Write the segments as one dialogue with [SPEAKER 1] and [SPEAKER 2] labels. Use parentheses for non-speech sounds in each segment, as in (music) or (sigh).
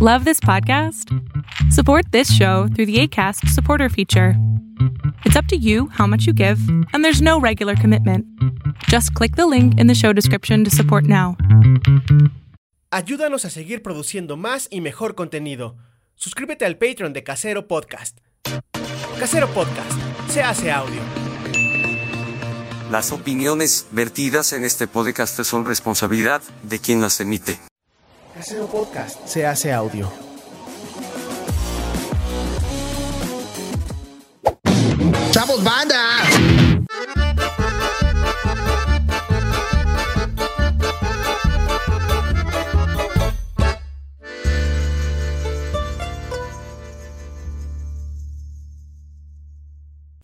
[SPEAKER 1] Love this podcast? Support this show through the ACAST supporter feature. It's up to you how much you give, and there's no regular commitment. Just click the link in the show description to support now.
[SPEAKER 2] Ayúdanos a seguir produciendo más y mejor contenido. Suscríbete al Patreon de Casero Podcast. Casero Podcast, se hace audio.
[SPEAKER 3] Las opiniones vertidas en este podcast son responsabilidad de quien las emite.
[SPEAKER 2] Casero Podcast, se hace audio.
[SPEAKER 4] ¡Chavos, banda!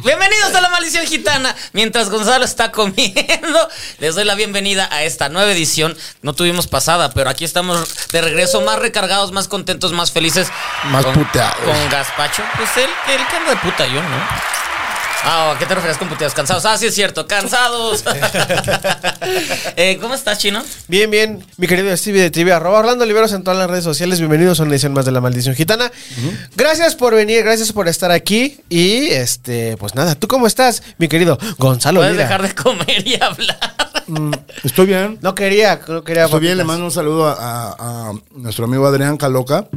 [SPEAKER 5] Bienvenidos a la maldición gitana. Mientras Gonzalo está comiendo, les doy la bienvenida a esta nueva edición. No tuvimos pasada, pero aquí estamos de regreso, más recargados, más contentos, más felices.
[SPEAKER 4] Más puteados.
[SPEAKER 5] Con Gaspacho. Pues él, él que anda de puta, yo, ¿no? Ah, ¿a qué te refieres con puteados? Cansados. Ah, sí es cierto, cansados. Eh, ¿Cómo estás, chino?
[SPEAKER 2] Bien, bien, mi querido Stevie de TV, arroba Orlando Liberos en todas las redes sociales. Bienvenidos a una edición más de La Maldición Gitana. Gracias por venir, gracias por estar aquí. Y este, pues nada, ¿tú cómo estás, mi querido Gonzalo
[SPEAKER 5] Puedes
[SPEAKER 2] Lira?
[SPEAKER 5] dejar de comer y hablar.
[SPEAKER 6] Mm, Estoy bien.
[SPEAKER 2] No quería, no quería.
[SPEAKER 6] Estoy bien. Le
[SPEAKER 2] podcast.
[SPEAKER 6] mando un saludo a, a- a nuestro amigo Adrián Caloca.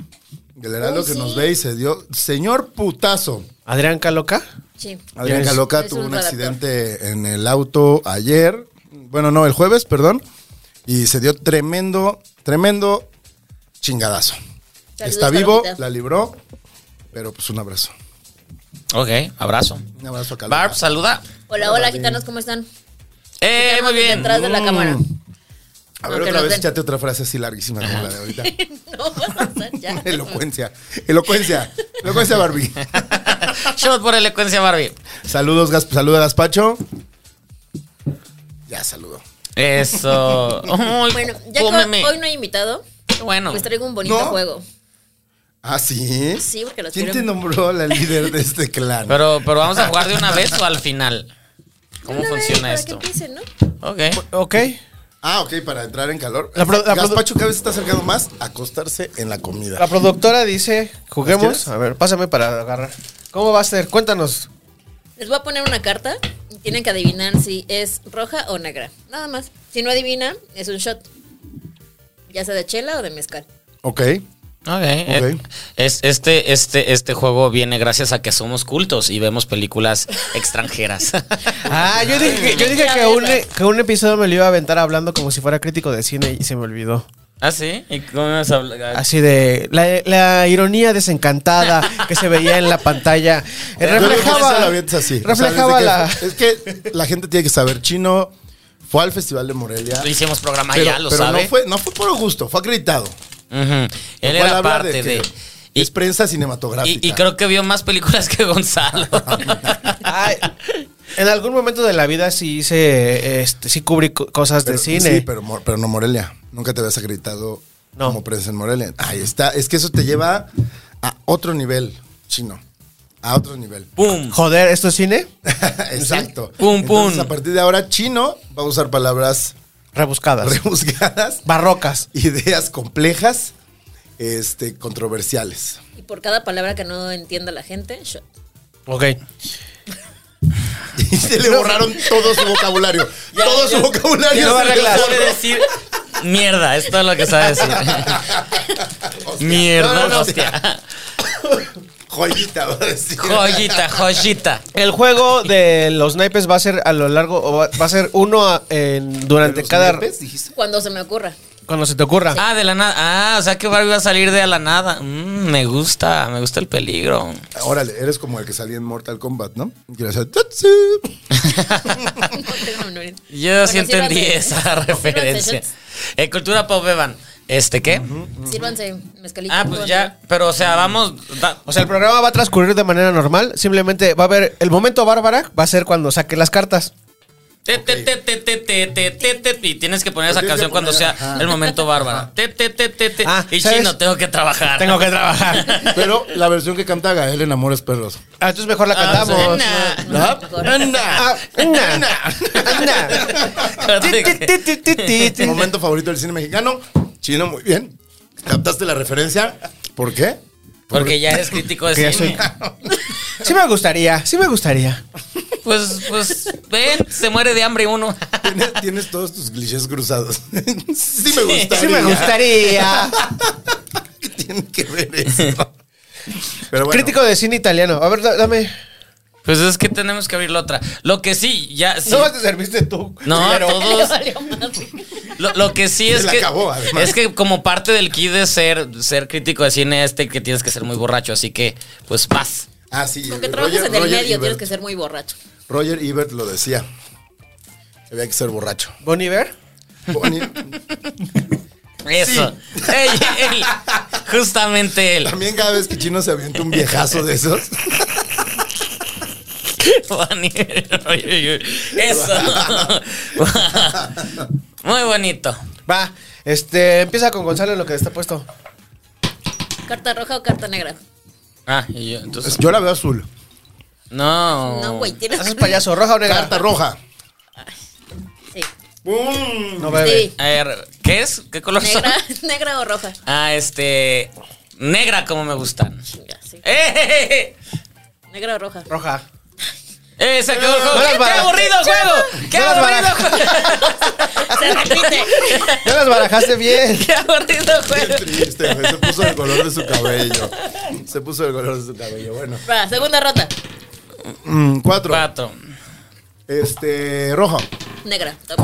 [SPEAKER 6] El heraldo que nos ve y se dio. Señor putazo.
[SPEAKER 2] Adrián Caloca.
[SPEAKER 7] Sí.
[SPEAKER 6] Adrián
[SPEAKER 2] es-
[SPEAKER 6] Caloca
[SPEAKER 7] es
[SPEAKER 6] tuvo
[SPEAKER 7] un
[SPEAKER 6] un
[SPEAKER 7] redactor.
[SPEAKER 6] accidente en el auto ayer. Bueno, no, el jueves, perdón. Y se dio tremendo, tremendo chingadazo.
[SPEAKER 7] Saludos,
[SPEAKER 6] Está vivo,
[SPEAKER 7] Palomita.
[SPEAKER 6] la libró. Pero pues un abrazo.
[SPEAKER 5] Ok, abrazo.
[SPEAKER 6] Un abrazo a Caloca.
[SPEAKER 5] Barb, saluda.
[SPEAKER 7] Hola, hola, gitanos, ¿cómo están?
[SPEAKER 5] Eh, muy bien.
[SPEAKER 7] Detrás
[SPEAKER 6] Mm.
[SPEAKER 7] de la
[SPEAKER 6] (laughs)
[SPEAKER 7] cámara. (laughs)
[SPEAKER 6] a ver,
[SPEAKER 7] aunque
[SPEAKER 6] otra
[SPEAKER 7] nos
[SPEAKER 6] vez
[SPEAKER 7] den.
[SPEAKER 6] échate otra frase así larguísima como
[SPEAKER 7] (laughs)
[SPEAKER 6] la de ahorita.
[SPEAKER 7] no vas a hacer ya.
[SPEAKER 6] (laughs) Elocuencia. Elocuencia. Elocuencia, Barbie.
[SPEAKER 2] (laughs)
[SPEAKER 5] Shot por elocuencia, Barbie.
[SPEAKER 6] Saludos, Gas- saluda Gaspacho. Ya saludo.
[SPEAKER 7] (laughs)
[SPEAKER 5] Eso. Uy,
[SPEAKER 7] Bueno, ya que
[SPEAKER 5] cómeme.
[SPEAKER 7] hoy no pues, he invitado,
[SPEAKER 5] Qué bueno.
[SPEAKER 7] les traigo un bonito
[SPEAKER 6] ¿No?
[SPEAKER 7] juego.
[SPEAKER 6] ¿Ah, sí?
[SPEAKER 7] Sí, porque los
[SPEAKER 6] ¿Quién
[SPEAKER 7] quiero-
[SPEAKER 6] te nombró la líder de
[SPEAKER 7] (laughs)
[SPEAKER 6] este clan?
[SPEAKER 5] Pero, pero vamos a jugar de una vez o al final. ¿Cómo
[SPEAKER 7] Una vez,
[SPEAKER 5] funciona
[SPEAKER 7] para
[SPEAKER 5] esto?
[SPEAKER 7] Que empiecen, ¿no?
[SPEAKER 5] Ok.
[SPEAKER 2] Ok.
[SPEAKER 6] Ah, ok, para entrar en calor.
[SPEAKER 2] La pro- la pro-
[SPEAKER 6] Gaspacho cada vez está acercado más a acostarse en la comida.
[SPEAKER 2] La productora dice,
[SPEAKER 6] ¿Las
[SPEAKER 2] juguemos.
[SPEAKER 6] quieres?
[SPEAKER 2] A ver, pásame para agarrar. ¿Cómo va a ser? Cuéntanos.
[SPEAKER 7] Les voy a poner una carta y tienen que adivinar si es roja o negra. Nada más. Si no adivinan, es un shot. Ya sea de chela o de mezcal.
[SPEAKER 6] Ok.
[SPEAKER 5] Ok. Eh, es, este, este, este juego viene gracias a que somos cultos y vemos
[SPEAKER 7] (laughs)
[SPEAKER 5] películas extranjeras.
[SPEAKER 2] Ah, yo dije, que- yo dije que, un, que un episodio me lo iba a aventar hablando como si fuera crítico de cine y se me olvidó.
[SPEAKER 5] ¿Ah, sí? ¿Y cómo ibas a
[SPEAKER 6] Ah,
[SPEAKER 5] hablar?
[SPEAKER 2] Así de la, la ironía desencantada que se veía en la pantalla. Eh,
[SPEAKER 6] Yo creo que eso
[SPEAKER 2] Reflejaba,
[SPEAKER 6] lo avientas así. O sea,
[SPEAKER 2] reflejaba la...
[SPEAKER 6] desde que- Es que la gente tiene que saber. Chino fue al Festival de Morelia.
[SPEAKER 5] Lo hicimos programa
[SPEAKER 6] Pero,
[SPEAKER 5] ya, lo
[SPEAKER 6] pero
[SPEAKER 5] sabe.
[SPEAKER 6] no, fue, no fue por gusto, fue acreditado.
[SPEAKER 5] Ujú. Él
[SPEAKER 6] Lo cual
[SPEAKER 5] era
[SPEAKER 6] habla
[SPEAKER 5] parte de.
[SPEAKER 6] que
[SPEAKER 5] y-
[SPEAKER 6] es prensa
[SPEAKER 5] y,
[SPEAKER 6] cinematográfica.
[SPEAKER 5] y creo que vio más películas que
[SPEAKER 6] (laughs)
[SPEAKER 5] Gonzalo.
[SPEAKER 2] Ay, en algún momento de la vida sí hice, este, sí cubrí co- cosas
[SPEAKER 6] Pero-
[SPEAKER 2] de cine.
[SPEAKER 6] Sí, pero, Mor- pero no Morelia. Nunca te habías acreditado
[SPEAKER 2] No.
[SPEAKER 6] como prensa en Morelia. Ahí está. Es que eso te lleva a otro nivel, chino. A otro nivel. (laughs)
[SPEAKER 5] ¡Pum!
[SPEAKER 2] Joder, ¿esto es cine?
[SPEAKER 6] Exacto.
[SPEAKER 5] Pum, pum.
[SPEAKER 6] Entonces, a partir de ahora, chino va a usar palabras
[SPEAKER 2] Rebuscadas.
[SPEAKER 6] rebuscadas,
[SPEAKER 2] Barrocas.
[SPEAKER 6] (laughs) ideas complejas, este, controversiales. (laughs)
[SPEAKER 7] Y por cada palabra que no entienda la gente, shot.
[SPEAKER 2] Ok.
[SPEAKER 6] Y se le borraron todo su
[SPEAKER 2] (laughs)
[SPEAKER 6] vocabulario. todo su vocabulario.
[SPEAKER 2] Ya lo
[SPEAKER 6] se le
[SPEAKER 2] arreglas.
[SPEAKER 6] borró. (laughs)
[SPEAKER 5] Sabe
[SPEAKER 2] (laughs)
[SPEAKER 5] decir mierda, es todo lo que sabe decir.
[SPEAKER 6] Hostia.
[SPEAKER 5] mierda,
[SPEAKER 6] No, no, no,
[SPEAKER 5] hostia.
[SPEAKER 6] Joyita, va a decir.
[SPEAKER 5] Joyita, joyita.
[SPEAKER 2] El juego de los naipes va a ser a lo largo, o va, va a ser uno a- en- durante
[SPEAKER 6] ¿Los
[SPEAKER 2] cada...
[SPEAKER 6] nepes, dijiste?
[SPEAKER 7] Cuando se me ocurra.
[SPEAKER 2] Cuando se te ocurra.
[SPEAKER 5] Ah, de la nada. Ah, o sea que Barbie va a salir de a la nada. Mm, me gusta, me gusta el peligro.
[SPEAKER 6] Ah, Órale, eres como el que salía en Mortal Kombat, ¿no? Y le hacía, "Tatsi".
[SPEAKER 7] No tengo la menor idea.
[SPEAKER 5] Yo
[SPEAKER 7] Bueno,
[SPEAKER 5] sí entendí
[SPEAKER 7] sírvanse-
[SPEAKER 5] esa
[SPEAKER 7] sírvanse
[SPEAKER 5] referencia.
[SPEAKER 7] shots.
[SPEAKER 5] Eh, cultura pop, beban. ¿Este qué?
[SPEAKER 7] Sírvanse mezcalito.
[SPEAKER 5] Ah, pues ya. Pero, o sea, vamos. da-
[SPEAKER 2] O sea, el programa va a transcurrir de manera normal. Simplemente va a haber. El momento Bárbara va a ser cuando saque las cartas.
[SPEAKER 5] Te, te, te, te, te, te, te, te, te, y tienes que poner esa
[SPEAKER 2] Pues
[SPEAKER 6] Tienes
[SPEAKER 5] canción
[SPEAKER 6] que
[SPEAKER 5] cuando
[SPEAKER 6] poner,
[SPEAKER 5] sea
[SPEAKER 6] ajá.
[SPEAKER 5] el momento bárbara. Te, te, te, te, te.
[SPEAKER 2] Ah,
[SPEAKER 5] Y
[SPEAKER 2] ¿sabes?
[SPEAKER 5] chino, tengo que trabajar.
[SPEAKER 2] Tengo que trabajar.
[SPEAKER 6] (laughs) Pero la versión que canta Gael en Amores Perros.
[SPEAKER 2] Ah, entonces mejor la
[SPEAKER 5] Ah,
[SPEAKER 2] cantamos.
[SPEAKER 5] suena. (laughs)
[SPEAKER 6] ¿No?
[SPEAKER 2] Ah, anda, anda.
[SPEAKER 6] (laughs)
[SPEAKER 2] Ti, ti, ti, ti, ti, ti,
[SPEAKER 6] Tu
[SPEAKER 2] ti. (laughs)
[SPEAKER 6] momento favorito del cine mexicano. Chino, muy bien. Captaste la referencia. ¿Por qué?
[SPEAKER 5] Porque ya eres crítico de
[SPEAKER 2] Que ya
[SPEAKER 5] cine.
[SPEAKER 2] soy- Sí me gustaría, sí me gustaría.
[SPEAKER 5] Pues, pues, ven, se muere de hambre uno.
[SPEAKER 2] (laughs)
[SPEAKER 6] Tienes, tienes todos tus clichés cruzados. (laughs) sí me gustaría.
[SPEAKER 2] Sí me (laughs) gustaría.
[SPEAKER 6] ¿Qué tiene que ver eso? Pero bueno.
[SPEAKER 2] Crítico de cine italiano. A ver, da- dame.
[SPEAKER 5] Pues es que tenemos que abrir la otra. Lo que sí, ya. sí.
[SPEAKER 2] No te serviste tú.
[SPEAKER 5] No,
[SPEAKER 2] primero.
[SPEAKER 5] todos.
[SPEAKER 7] Valió madre.
[SPEAKER 5] Lo, lo que sí es
[SPEAKER 6] la
[SPEAKER 5] que.
[SPEAKER 6] acabó, además.
[SPEAKER 5] Es que como parte del kit de ser, ser crítico de cine, este que tienes que ser muy borracho. Así que, pues paz.
[SPEAKER 6] Ah, sí.
[SPEAKER 7] Aunque trabajes en el medio, tienes que ser muy borracho.
[SPEAKER 6] Roger Ebert lo decía. Había que ser borracho.
[SPEAKER 2] Bon Iver.
[SPEAKER 6] Bonnie,
[SPEAKER 5] Eso. Ey, él, justamente él.
[SPEAKER 6] también cada vez que Chino se avienta un viejazo de esos.
[SPEAKER 5] (laughs) Bonnie. Eso. (laughs) Muy bonito.
[SPEAKER 2] Va. Este, empieza con Gonzalo en lo que está puesto.
[SPEAKER 7] ¿Carta roja o carta negra?
[SPEAKER 5] Ah, y yo, entonces.
[SPEAKER 6] Yo la veo azul.
[SPEAKER 5] No.
[SPEAKER 7] No, güey, tienes.
[SPEAKER 2] Haces payaso, roja o negra.
[SPEAKER 6] Carta roja.
[SPEAKER 7] Sí.
[SPEAKER 2] No bebe.
[SPEAKER 7] Sí.
[SPEAKER 5] A ver, ¿qué es? ¿Qué color son?
[SPEAKER 7] ¿Negra, (laughs) negra o roja?
[SPEAKER 5] Ah, este. Negra, como me gustan.
[SPEAKER 7] Chinga, sí.
[SPEAKER 5] ¡Eh!
[SPEAKER 7] Negra o roja.
[SPEAKER 2] Roja.
[SPEAKER 5] ¡Eh! ¡Se acabó el juego!
[SPEAKER 2] No las
[SPEAKER 5] ¡Qué
[SPEAKER 2] barajas.
[SPEAKER 5] aburrido juego! ¡Qué
[SPEAKER 2] No las
[SPEAKER 5] aburrido
[SPEAKER 2] barajas.
[SPEAKER 5] juego!
[SPEAKER 7] Se repite.
[SPEAKER 2] Ya las barajaste bien.
[SPEAKER 5] ¡Qué aburrido
[SPEAKER 6] Qué
[SPEAKER 5] juego!
[SPEAKER 6] triste, güey. Se puso el color de su cabello. Se puso el color de su cabello. Bueno.
[SPEAKER 7] Va, segunda ronda.
[SPEAKER 6] Mm, cuatro.
[SPEAKER 5] Cuatro.
[SPEAKER 6] Este, rojo.
[SPEAKER 7] Negra. Toma.
[SPEAKER 6] O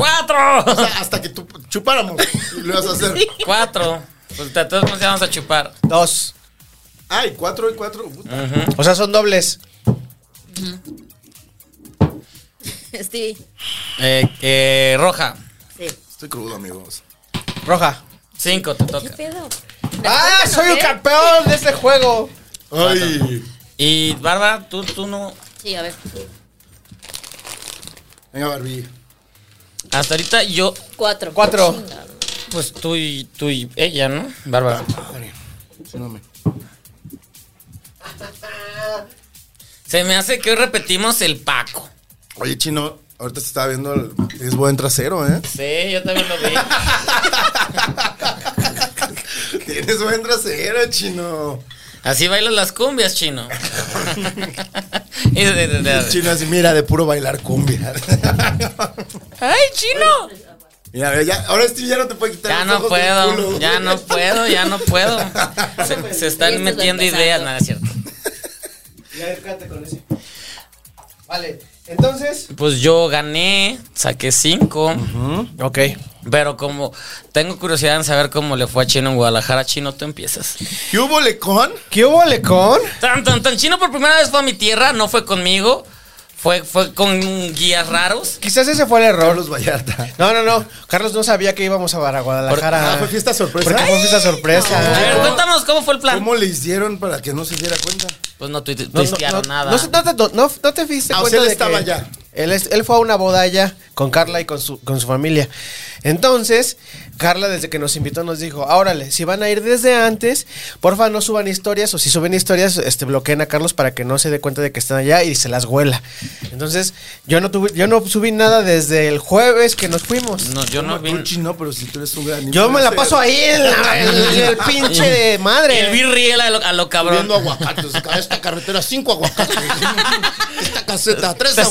[SPEAKER 5] ¡Cuatro!
[SPEAKER 6] sea, hasta que tú chupáramos. Lo ibas a hacer.
[SPEAKER 5] Cuatro. Pues de todos modos ya vamos a chupar.
[SPEAKER 2] Dos.
[SPEAKER 6] Ay, cuatro y cuatro. Puta.
[SPEAKER 2] O sea, son dobles.
[SPEAKER 7] Stevie.
[SPEAKER 5] Eh, que roja.
[SPEAKER 7] Sí.
[SPEAKER 6] Estoy crudo, amigos.
[SPEAKER 2] Roja.
[SPEAKER 5] Cinco te
[SPEAKER 7] ¿Qué
[SPEAKER 5] toca.
[SPEAKER 7] pedo?
[SPEAKER 2] ¡Ah!
[SPEAKER 7] Recuérdanos,
[SPEAKER 2] ¡Soy un
[SPEAKER 7] ¿eh?
[SPEAKER 2] campeón de este juego!
[SPEAKER 6] Ay.
[SPEAKER 5] Y Bárbara, tú, tú no.
[SPEAKER 7] Sí, a ver.
[SPEAKER 6] Venga, Barbie.
[SPEAKER 5] Hasta ahorita yo,
[SPEAKER 7] Cuatro.
[SPEAKER 2] Cuatro.
[SPEAKER 7] Chinga. (laughs)
[SPEAKER 5] pues tú y tú y ella, ¿no? Bárbara.
[SPEAKER 6] No me-
[SPEAKER 5] Se me hace que hoy repetimos el Paco.
[SPEAKER 6] Oye, chino, ahorita se está viendo. el- Es buen trasero, ¿eh?
[SPEAKER 5] Sí, yo también lo vi.
[SPEAKER 6] (laughs) Tienes buen trasero, chino.
[SPEAKER 5] (laughs) Así bailan las cumbias, chino. (laughs) Y de- de- de-
[SPEAKER 6] Chino así, mira, de puro bailar cumbia.
[SPEAKER 5] (laughs) ¡Ay, chino!
[SPEAKER 6] Mira, ya, ahora Steve ya no te puede quitar
[SPEAKER 5] Ya
[SPEAKER 6] los
[SPEAKER 5] no
[SPEAKER 6] ojos del
[SPEAKER 5] puedo,
[SPEAKER 6] culo.
[SPEAKER 5] ya no puedo, ya no puedo. Se, se
[SPEAKER 7] Sí,
[SPEAKER 5] están
[SPEAKER 7] esto
[SPEAKER 5] metiendo
[SPEAKER 7] está
[SPEAKER 5] ideas,
[SPEAKER 7] empezando.
[SPEAKER 5] nada, es cierto.
[SPEAKER 2] Ya, quédate con ese. Vale, entonces.
[SPEAKER 5] Pues yo gané, saqué cinco,
[SPEAKER 2] ¿Mm? Ok.
[SPEAKER 5] pero como tengo curiosidad en saber cómo le fue a Chino en Guadalajara, Chino, tú empiezas.
[SPEAKER 6] (laughs) ¿Qué hubo, Lecón?
[SPEAKER 2] ¿Qué hubo, Lecón?
[SPEAKER 5] Tan, tan, tan, Chino por primera vez fue a mi tierra, no fue conmigo, fue, fue con guías raros.
[SPEAKER 2] Quizás ese fue el error.
[SPEAKER 6] Carlos Vallarta.
[SPEAKER 2] No, no, no. Carlos no sabía que íbamos a Guadalajara.
[SPEAKER 6] Ah, fue fiesta sorpresa.
[SPEAKER 2] Porque fue fiesta sorpresa.
[SPEAKER 5] A ver, cuéntanos cómo fue el plan.
[SPEAKER 6] ¿Cómo le hicieron para que no se diera cuenta?
[SPEAKER 5] Pues no tuite-
[SPEAKER 2] No, no,
[SPEAKER 5] tuistearon
[SPEAKER 2] no,
[SPEAKER 5] nada.
[SPEAKER 2] No, se- no te, no- no- no te diste
[SPEAKER 6] Ah, o
[SPEAKER 2] cuenta
[SPEAKER 6] sea, él
[SPEAKER 2] de
[SPEAKER 6] estaba
[SPEAKER 2] que
[SPEAKER 6] allá.
[SPEAKER 2] Él, es- él fue a una boda allá con Carla y con su, con su familia. Entonces, Carla desde que nos invitó nos dijo, "Ah, órale, si van a ir desde antes, porfa no suban historias o si suben historias, este, bloqueen a Carlos para que no se dé cuenta de que están allá y se las huela. Entonces, yo no, tuve, yo no subí nada desde el jueves que nos fuimos.
[SPEAKER 5] No, yo no
[SPEAKER 6] Tú,
[SPEAKER 5] vi.
[SPEAKER 6] chino, pero si tú eres un gran
[SPEAKER 2] Yo me la
[SPEAKER 6] influencer.
[SPEAKER 2] paso ahí en, la- en el pinche de madre.
[SPEAKER 5] El birri a lo, a lo cabrón.
[SPEAKER 6] Viendo aguacates. Cada Esta carretera, cinco aguacates. Esta caseta, tres
[SPEAKER 5] Tres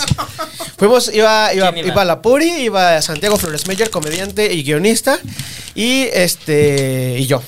[SPEAKER 5] aguacates.
[SPEAKER 4] (laughs)
[SPEAKER 2] Fuimos, iba, iba,
[SPEAKER 5] ¿Quién iba?
[SPEAKER 2] iba la Puri, iba Santiago Flores Meyer, comediante y guionista, y este y yo.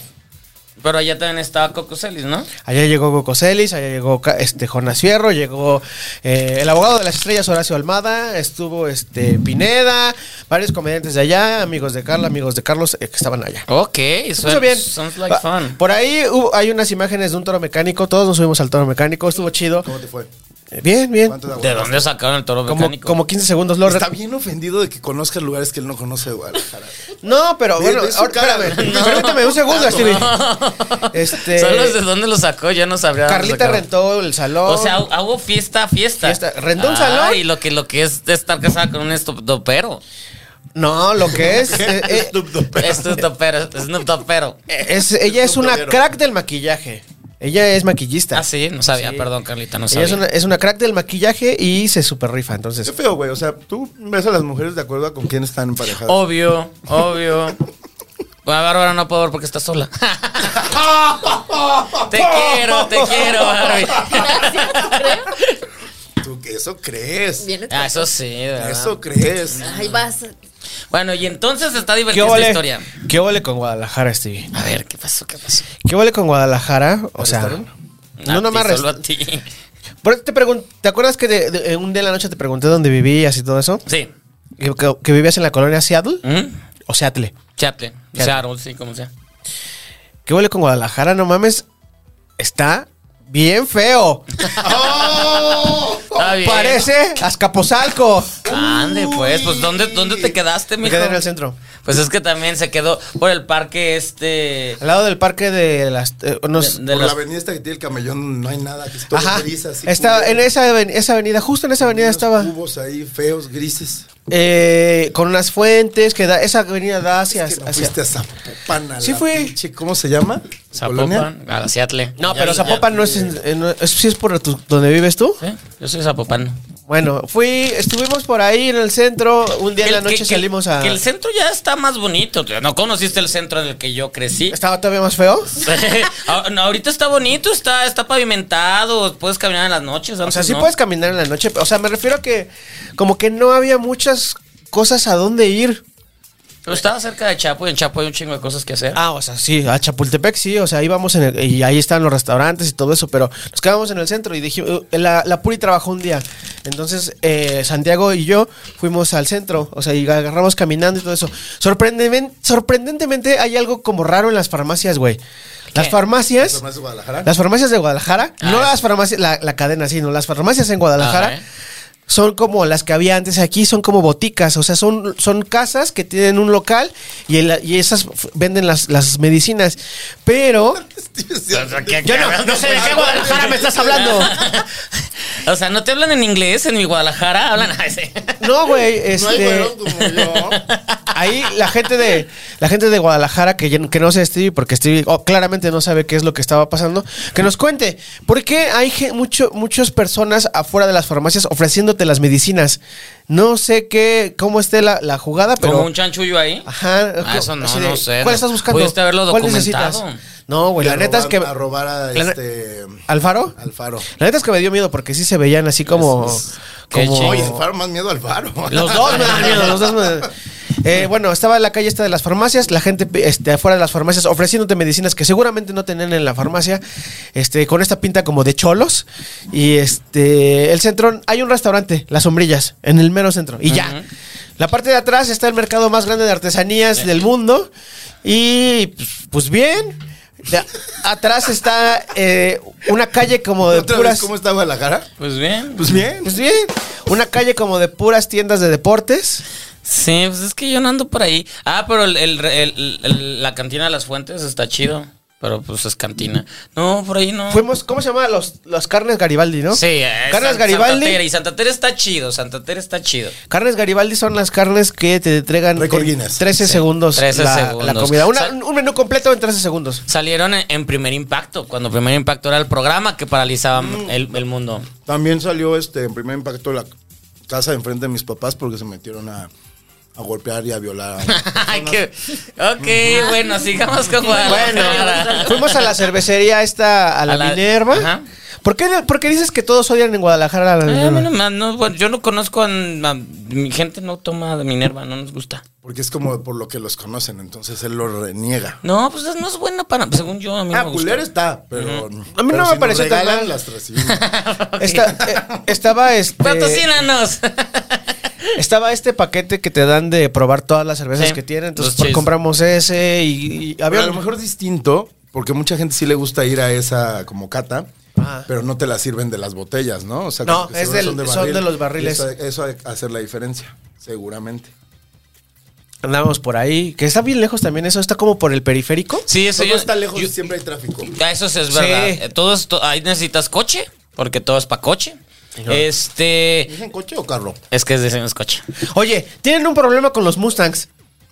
[SPEAKER 5] Pero allá también estaba Coco Celis, ¿no?
[SPEAKER 2] Allá llegó Coco Celis, allá llegó Ca- este, Jonas Fierro, llegó eh, el abogado de las estrellas Horacio Almada, estuvo este Pineda, varios comediantes de allá, amigos de Carla, amigos de Carlos eh, que estaban allá.
[SPEAKER 5] Ok,
[SPEAKER 2] Puso
[SPEAKER 5] suena
[SPEAKER 2] bien.
[SPEAKER 5] Sounds like
[SPEAKER 2] Ah,
[SPEAKER 5] fun.
[SPEAKER 2] Por ahí hubo- hay unas imágenes de un toro mecánico, todos nos subimos al toro mecánico, estuvo chido.
[SPEAKER 6] ¿Cómo
[SPEAKER 5] (laughs)
[SPEAKER 6] te fue?
[SPEAKER 2] Eh, Bien, bien.
[SPEAKER 6] ¿Cuánto te
[SPEAKER 5] ¿De dónde sacaron el toro
[SPEAKER 2] Como,
[SPEAKER 5] mecánico?
[SPEAKER 2] como 15 segundos lo
[SPEAKER 6] Está
[SPEAKER 2] re-
[SPEAKER 6] bien ofendido de que conozcas lugares que él no conoce
[SPEAKER 5] (laughs)
[SPEAKER 6] de Guadalajara.
[SPEAKER 2] No, pero
[SPEAKER 6] Ve-
[SPEAKER 2] bueno,
[SPEAKER 6] ve su
[SPEAKER 2] ahora,
[SPEAKER 6] cara,
[SPEAKER 2] espérame.
[SPEAKER 6] güey. No.
[SPEAKER 2] Permíteme un segundo, Stevie.
[SPEAKER 5] (laughs)
[SPEAKER 2] Este,
[SPEAKER 5] Solo Ah, de dónde lo sacó, yo no sabría. dónde
[SPEAKER 2] Carlita
[SPEAKER 5] sacarlo.
[SPEAKER 2] rentó el salón.
[SPEAKER 5] O sea, hu- hubo fiesta, fiesta. Ah,
[SPEAKER 2] Fiesta. ¿Rentó un salón?
[SPEAKER 5] Y lo que, lo que es de estar casada con un estupdopero.
[SPEAKER 2] no, lo que es. eh, eh, (laughs)
[SPEAKER 5] Estupdopero, Snoop Dopero.
[SPEAKER 2] es- ella es una crack del maquillaje. Ella es maquillista.
[SPEAKER 5] Ah, sí, no sabía, perdón, Carlita, no
[SPEAKER 2] Ella
[SPEAKER 5] sabía.
[SPEAKER 2] es una, es una crack del maquillaje y se super rifa.
[SPEAKER 6] Qué
[SPEAKER 2] Entonces,
[SPEAKER 6] feo, güey. O sea, tú ves a las mujeres de acuerdo a con quién están emparejadas.
[SPEAKER 5] Obvio, obvio. Bueno, Bárbara no puedo ver porque está sola. (laughs)
[SPEAKER 6] (laughs)
[SPEAKER 5] Te quiero,
[SPEAKER 4] (laughs)
[SPEAKER 5] te quiero, Barbie.
[SPEAKER 7] Gracias, creo.
[SPEAKER 6] ¿Tú qué eso crees?
[SPEAKER 7] Vienes
[SPEAKER 5] Ah, eso sí, ¿verdad?
[SPEAKER 6] ¿Eso crees?
[SPEAKER 7] Ahí vas.
[SPEAKER 5] Bueno, y entonces está
[SPEAKER 4] ¿Qué
[SPEAKER 5] divertida esta
[SPEAKER 4] vole,
[SPEAKER 5] historia.
[SPEAKER 4] ¿Qué vole con Guadalajara, Stevie?
[SPEAKER 5] A ver, ¿qué pasó? ¿Qué pasó?
[SPEAKER 4] ¿Qué vole con Guadalajara? O sea, no, no me
[SPEAKER 5] más Solo
[SPEAKER 4] arrestó.
[SPEAKER 5] a ti.
[SPEAKER 4] Por eso te, pregun- ¿Te acuerdas que de- de- un día en la noche te pregunté dónde vivías y todo eso?
[SPEAKER 5] Sí.
[SPEAKER 4] Que, que- que vivías en la colonia Seattle
[SPEAKER 5] ¿Mm?
[SPEAKER 4] o Seattle.
[SPEAKER 5] Chaplin.
[SPEAKER 4] Chaplin.
[SPEAKER 5] Charles, sí, como sea.
[SPEAKER 4] ¿Qué huele con Guadalajara? No mames. Está bien feo.
[SPEAKER 6] ¡Oh!
[SPEAKER 5] Está bien.
[SPEAKER 4] Oh, Parece Azcapotzalco.
[SPEAKER 5] Ande, pues, pues, ¿dónde, ¿dónde te quedaste,
[SPEAKER 4] Me
[SPEAKER 5] mijo?
[SPEAKER 4] quedé en el centro.
[SPEAKER 5] Pues es que también se quedó por el parque este.
[SPEAKER 4] Al lado del parque de las... eh, unos-
[SPEAKER 5] De
[SPEAKER 6] Por
[SPEAKER 5] las-
[SPEAKER 6] la avenida esta que tiene el camellón no hay nada, que es todo
[SPEAKER 4] Ajá.
[SPEAKER 6] gris así.
[SPEAKER 4] Estaba
[SPEAKER 6] culero.
[SPEAKER 4] en esa, aven- esa avenida, justo en esa avenida
[SPEAKER 6] Unos
[SPEAKER 4] estaba.
[SPEAKER 6] cubos ahí feos, grises.
[SPEAKER 4] eh, con unas fuentes que da... Esa avenida da hacia...
[SPEAKER 6] Es que no
[SPEAKER 4] hacia-
[SPEAKER 6] fuiste a Zapopan a
[SPEAKER 4] Sí
[SPEAKER 6] la
[SPEAKER 4] fui.
[SPEAKER 6] pinche- ¿Cómo se llama? ¿Colonia?
[SPEAKER 5] Zapopan. A Seattle.
[SPEAKER 4] no,
[SPEAKER 5] Ya-
[SPEAKER 4] pero
[SPEAKER 5] ya-
[SPEAKER 4] Zapopan no es, en- eh, no- es- sí es por tu- donde vives tú.
[SPEAKER 5] ¿Eh? Yo soy zapopano.
[SPEAKER 4] Bueno, fui, estuvimos por ahí en el centro. Un día en
[SPEAKER 5] Que
[SPEAKER 4] la
[SPEAKER 5] el- que-
[SPEAKER 4] noche
[SPEAKER 5] que-
[SPEAKER 4] salimos a.
[SPEAKER 5] Que el centro ya está más bonito. tío. No conociste el centro en el que yo crecí.
[SPEAKER 4] Estaba todavía más feo.
[SPEAKER 5] (laughs) Ah, no, ahorita está bonito, está, está pavimentado, puedes caminar en las noches.
[SPEAKER 4] O sea, sí puedes caminar en la noche. O sea, me refiero a que como que no había muchas cosas a dónde ir.
[SPEAKER 5] Pero estaba cerca de Chapo y en Chapo hay un chingo de cosas que hacer.
[SPEAKER 4] Ah, o sea, sí, a Chapultepec sí. O sea, íbamos en el- y ahí estaban los restaurantes y todo eso, pero nos quedábamos en el centro y dijimos, eh, la, la Puri trabajó un día. Entonces, eh, Santiago y yo fuimos al centro, o sea, y agarramos caminando y todo eso. Sorprendemen- sorprendentemente hay algo como raro en las farmacias, güey. Las
[SPEAKER 5] ¿Qué?
[SPEAKER 4] farmacias...
[SPEAKER 6] Tomás de Guadalajara. (laughs)
[SPEAKER 4] Las farmacias de Guadalajara,
[SPEAKER 5] Ah,
[SPEAKER 4] no
[SPEAKER 5] es-
[SPEAKER 4] las farmacias, la, la cadena, sino las farmacias en Guadalajara
[SPEAKER 5] Ajá.
[SPEAKER 4] son como las que había antes aquí, son como boticas, o sea, son, son casas que tienen un local y, en la- y esas f- venden las, las medicinas. Pero
[SPEAKER 5] Pues
[SPEAKER 4] yo no, no sé de qué Guadalajara me estás hablando.
[SPEAKER 5] (laughs) o sea, no te hablan en inglés en mi Guadalajara, hablan así.
[SPEAKER 4] No, güey,
[SPEAKER 6] No hay
[SPEAKER 4] este,
[SPEAKER 6] varón
[SPEAKER 4] (laughs)
[SPEAKER 6] como yo.
[SPEAKER 4] ahí la gente
[SPEAKER 5] (laughs)
[SPEAKER 4] de la gente de Guadalajara que, ya- que no sé Stevie porque Stevie oh, claramente no sabe qué es lo que estaba pasando, que nos cuente por qué hay ge- mucho, muchas personas afuera de las farmacias ofreciéndote las medicinas. No sé qué cómo esté la, la jugada, pero
[SPEAKER 5] Como un chanchullo ahí.
[SPEAKER 4] Ajá.
[SPEAKER 5] Ah, eso no,
[SPEAKER 4] así de,
[SPEAKER 5] no sé, no.
[SPEAKER 4] ¿Cuál estás buscando?
[SPEAKER 5] Pudiste haberlo
[SPEAKER 4] ¿Cuál
[SPEAKER 5] documentado.
[SPEAKER 4] necesitas? No, güey,
[SPEAKER 6] Y
[SPEAKER 4] pues la
[SPEAKER 6] a
[SPEAKER 4] neta es que...
[SPEAKER 6] robar- A robar a
[SPEAKER 4] la-
[SPEAKER 6] este...
[SPEAKER 4] ¿Alfaro?
[SPEAKER 6] Alfaro.
[SPEAKER 4] La neta es que me dio miedo porque sí se veían así como...
[SPEAKER 5] Pues, Qué
[SPEAKER 4] como-
[SPEAKER 5] chido.
[SPEAKER 6] Oye, Alfaro, más miedo a Alfaro.
[SPEAKER 4] Los dos (laughs) me dan miedo, los dos me dan- Eh, bueno, estaba en la calle esta de las farmacias, la gente este, afuera de las farmacias ofreciéndote medicinas que seguramente no tenían en la farmacia, este, con esta pinta como de cholos. Y este, el centro, hay un restaurante, Las Sombrillas, en el mero centro, y ya. La parte de atrás está el mercado más grande de artesanías del mundo. Y pues, pues bien. De a- atrás está eh, una calle como de
[SPEAKER 6] ¿Otra vez
[SPEAKER 4] puras.
[SPEAKER 6] cómo está Guadalajara?
[SPEAKER 5] Pues bien.
[SPEAKER 6] Pues bien.
[SPEAKER 4] Pues bien, una calle como de puras tiendas de deportes.
[SPEAKER 5] Sí, pues es que yo no ando por ahí. Ah, pero el- el- el- el- la cantina de las fuentes está chido. Pero pues es cantina. No, por ahí no.
[SPEAKER 4] Fuimos, ¿cómo se llama? Los, los carnes Garibaldi, ¿no?
[SPEAKER 5] Sí, eh,
[SPEAKER 4] Carnes
[SPEAKER 5] San- Santa Tere,
[SPEAKER 4] Garibaldi.
[SPEAKER 5] y Santa Tere está chido, Santa Tere está chido.
[SPEAKER 4] Carnes Garibaldi son las carnes que te entregan
[SPEAKER 6] Récord
[SPEAKER 4] en
[SPEAKER 6] Guinness.
[SPEAKER 4] 13 segundos
[SPEAKER 5] 13
[SPEAKER 4] la,
[SPEAKER 5] segundos.
[SPEAKER 4] la comida. Una-
[SPEAKER 5] Sal-
[SPEAKER 4] un menú completo en 13 segundos.
[SPEAKER 5] Salieron en, en Primer Impacto, cuando Primer Impacto era el programa que paralizaba el, el mundo.
[SPEAKER 6] También salió este, en primer impacto la casa de enfrente de mis papás porque se metieron a, a golpear y a violar.
[SPEAKER 4] (laughs)
[SPEAKER 6] a-
[SPEAKER 5] Ay, qué- ok, bueno, sigamos con Guadalajara.
[SPEAKER 4] Bueno, fuimos a la cervecería esta, a la,
[SPEAKER 5] A la-
[SPEAKER 4] Minerva.
[SPEAKER 5] ajá.
[SPEAKER 4] ¿Por qué, por qué dices que todos odian en Guadalajara a la
[SPEAKER 5] Eh, a
[SPEAKER 4] Minerva?
[SPEAKER 5] mí no me- no, bueno, yo no conozco a, a- mi gente no toma de Minerva, no nos gusta.
[SPEAKER 6] Porque es como por lo que los conocen, entonces él lo reniega.
[SPEAKER 5] No, pues no es buena para, según yo, a mí no
[SPEAKER 6] Ah,
[SPEAKER 5] me gusta.
[SPEAKER 6] culero está, pero.
[SPEAKER 4] A mí no
[SPEAKER 6] pero
[SPEAKER 4] me
[SPEAKER 6] si nos
[SPEAKER 4] pareció tan
[SPEAKER 6] regalan,
[SPEAKER 4] mal.
[SPEAKER 6] las recibimos.
[SPEAKER 4] (laughs)
[SPEAKER 5] (laughs)
[SPEAKER 4] Esta- eh, estaba este.
[SPEAKER 5] Eh, Patrocínanos.
[SPEAKER 4] Estaba este paquete que te dan de probar todas las cervezas
[SPEAKER 5] Sí,
[SPEAKER 4] que tienen. Entonces
[SPEAKER 5] los
[SPEAKER 4] por-
[SPEAKER 5] cheese.
[SPEAKER 4] compramos ese y, y
[SPEAKER 6] Pero
[SPEAKER 4] había.
[SPEAKER 6] a lo mejor distinto, porque mucha gente sí le gusta ir a esa como cata,
[SPEAKER 4] Ajá.
[SPEAKER 6] pero no te la sirven de las botellas, ¿no? O sea,
[SPEAKER 4] Ah. No,
[SPEAKER 6] como que
[SPEAKER 4] es
[SPEAKER 6] seguro
[SPEAKER 4] del- son de los barriles.
[SPEAKER 6] Y Eso, eso ha- hacer la diferencia, seguramente.
[SPEAKER 4] Andábamos por ahí. Que está bien lejos también eso. Está como por el periférico.
[SPEAKER 5] Sí, eso
[SPEAKER 6] Todo
[SPEAKER 5] yo-
[SPEAKER 6] está lejos
[SPEAKER 5] yo-
[SPEAKER 6] y siempre
[SPEAKER 4] (laughs)
[SPEAKER 6] hay tráfico.
[SPEAKER 5] Ah, Eso sí es
[SPEAKER 4] Sí.
[SPEAKER 5] verdad. Eh, Todo esto- ahí necesitas coche, porque todo es para coche. Este,
[SPEAKER 6] ¿Dicen coche o carro?
[SPEAKER 5] es que decimos coche.
[SPEAKER 4] Oye, tienen un problema con los Mustangs.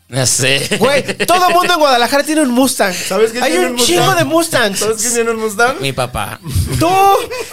[SPEAKER 5] No sé.
[SPEAKER 4] Güey, todo mundo en Guadalajara tiene un Mustang.
[SPEAKER 6] ¿Sabes quién
[SPEAKER 4] Hay
[SPEAKER 6] tiene
[SPEAKER 4] un
[SPEAKER 6] un Mustang?
[SPEAKER 4] chingo de Mustangs.
[SPEAKER 6] ¿Sabes quién tiene un Mustang?
[SPEAKER 5] Mi papá.
[SPEAKER 4] Tú,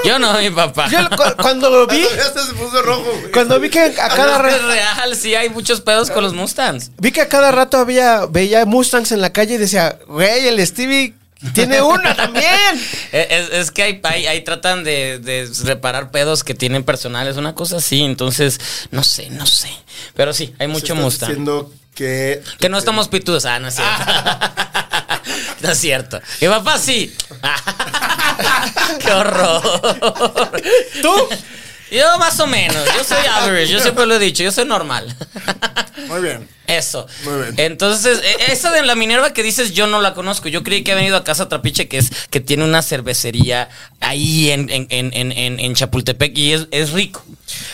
[SPEAKER 5] Yo no, mi papá.
[SPEAKER 4] yo lo- cu- cuando lo vi,
[SPEAKER 6] (laughs) Ya hasta se puso rojo, güey.
[SPEAKER 4] cuando vi que a cada
[SPEAKER 5] No, es que
[SPEAKER 4] rato,
[SPEAKER 5] es real, sí hay muchos pedos con los Mustangs.
[SPEAKER 4] vi que a cada rato había veía Mustangs en la calle y decía, güey, el Stevie Tiene una también.
[SPEAKER 5] Eh, Es, es que ahí, ahí- ahí tratan de, de reparar pedos que tienen personales, una cosa así. Entonces, no sé, no sé. Pero sí, hay mucho
[SPEAKER 6] Estás
[SPEAKER 5] musta.
[SPEAKER 6] diciendo que
[SPEAKER 5] Que no estamos pitudos. Ah, no es cierto.
[SPEAKER 6] Ah.
[SPEAKER 5] (laughs) no es cierto. Y papá sí. (laughs) Qué horror.
[SPEAKER 4] ¿Tú?
[SPEAKER 5] Yo más o menos. Yo soy average. Yo siempre lo he dicho. Yo soy normal. (laughs)
[SPEAKER 6] Muy bien.
[SPEAKER 5] Eso.
[SPEAKER 6] Muy bien.
[SPEAKER 5] Entonces, e- esa de la Minerva que dices, yo no la conozco. Yo creí que ha venido a Casa Trapiche, que es que tiene una cervecería ahí en, en, en, en- en- en Chapultepec y es, es rico.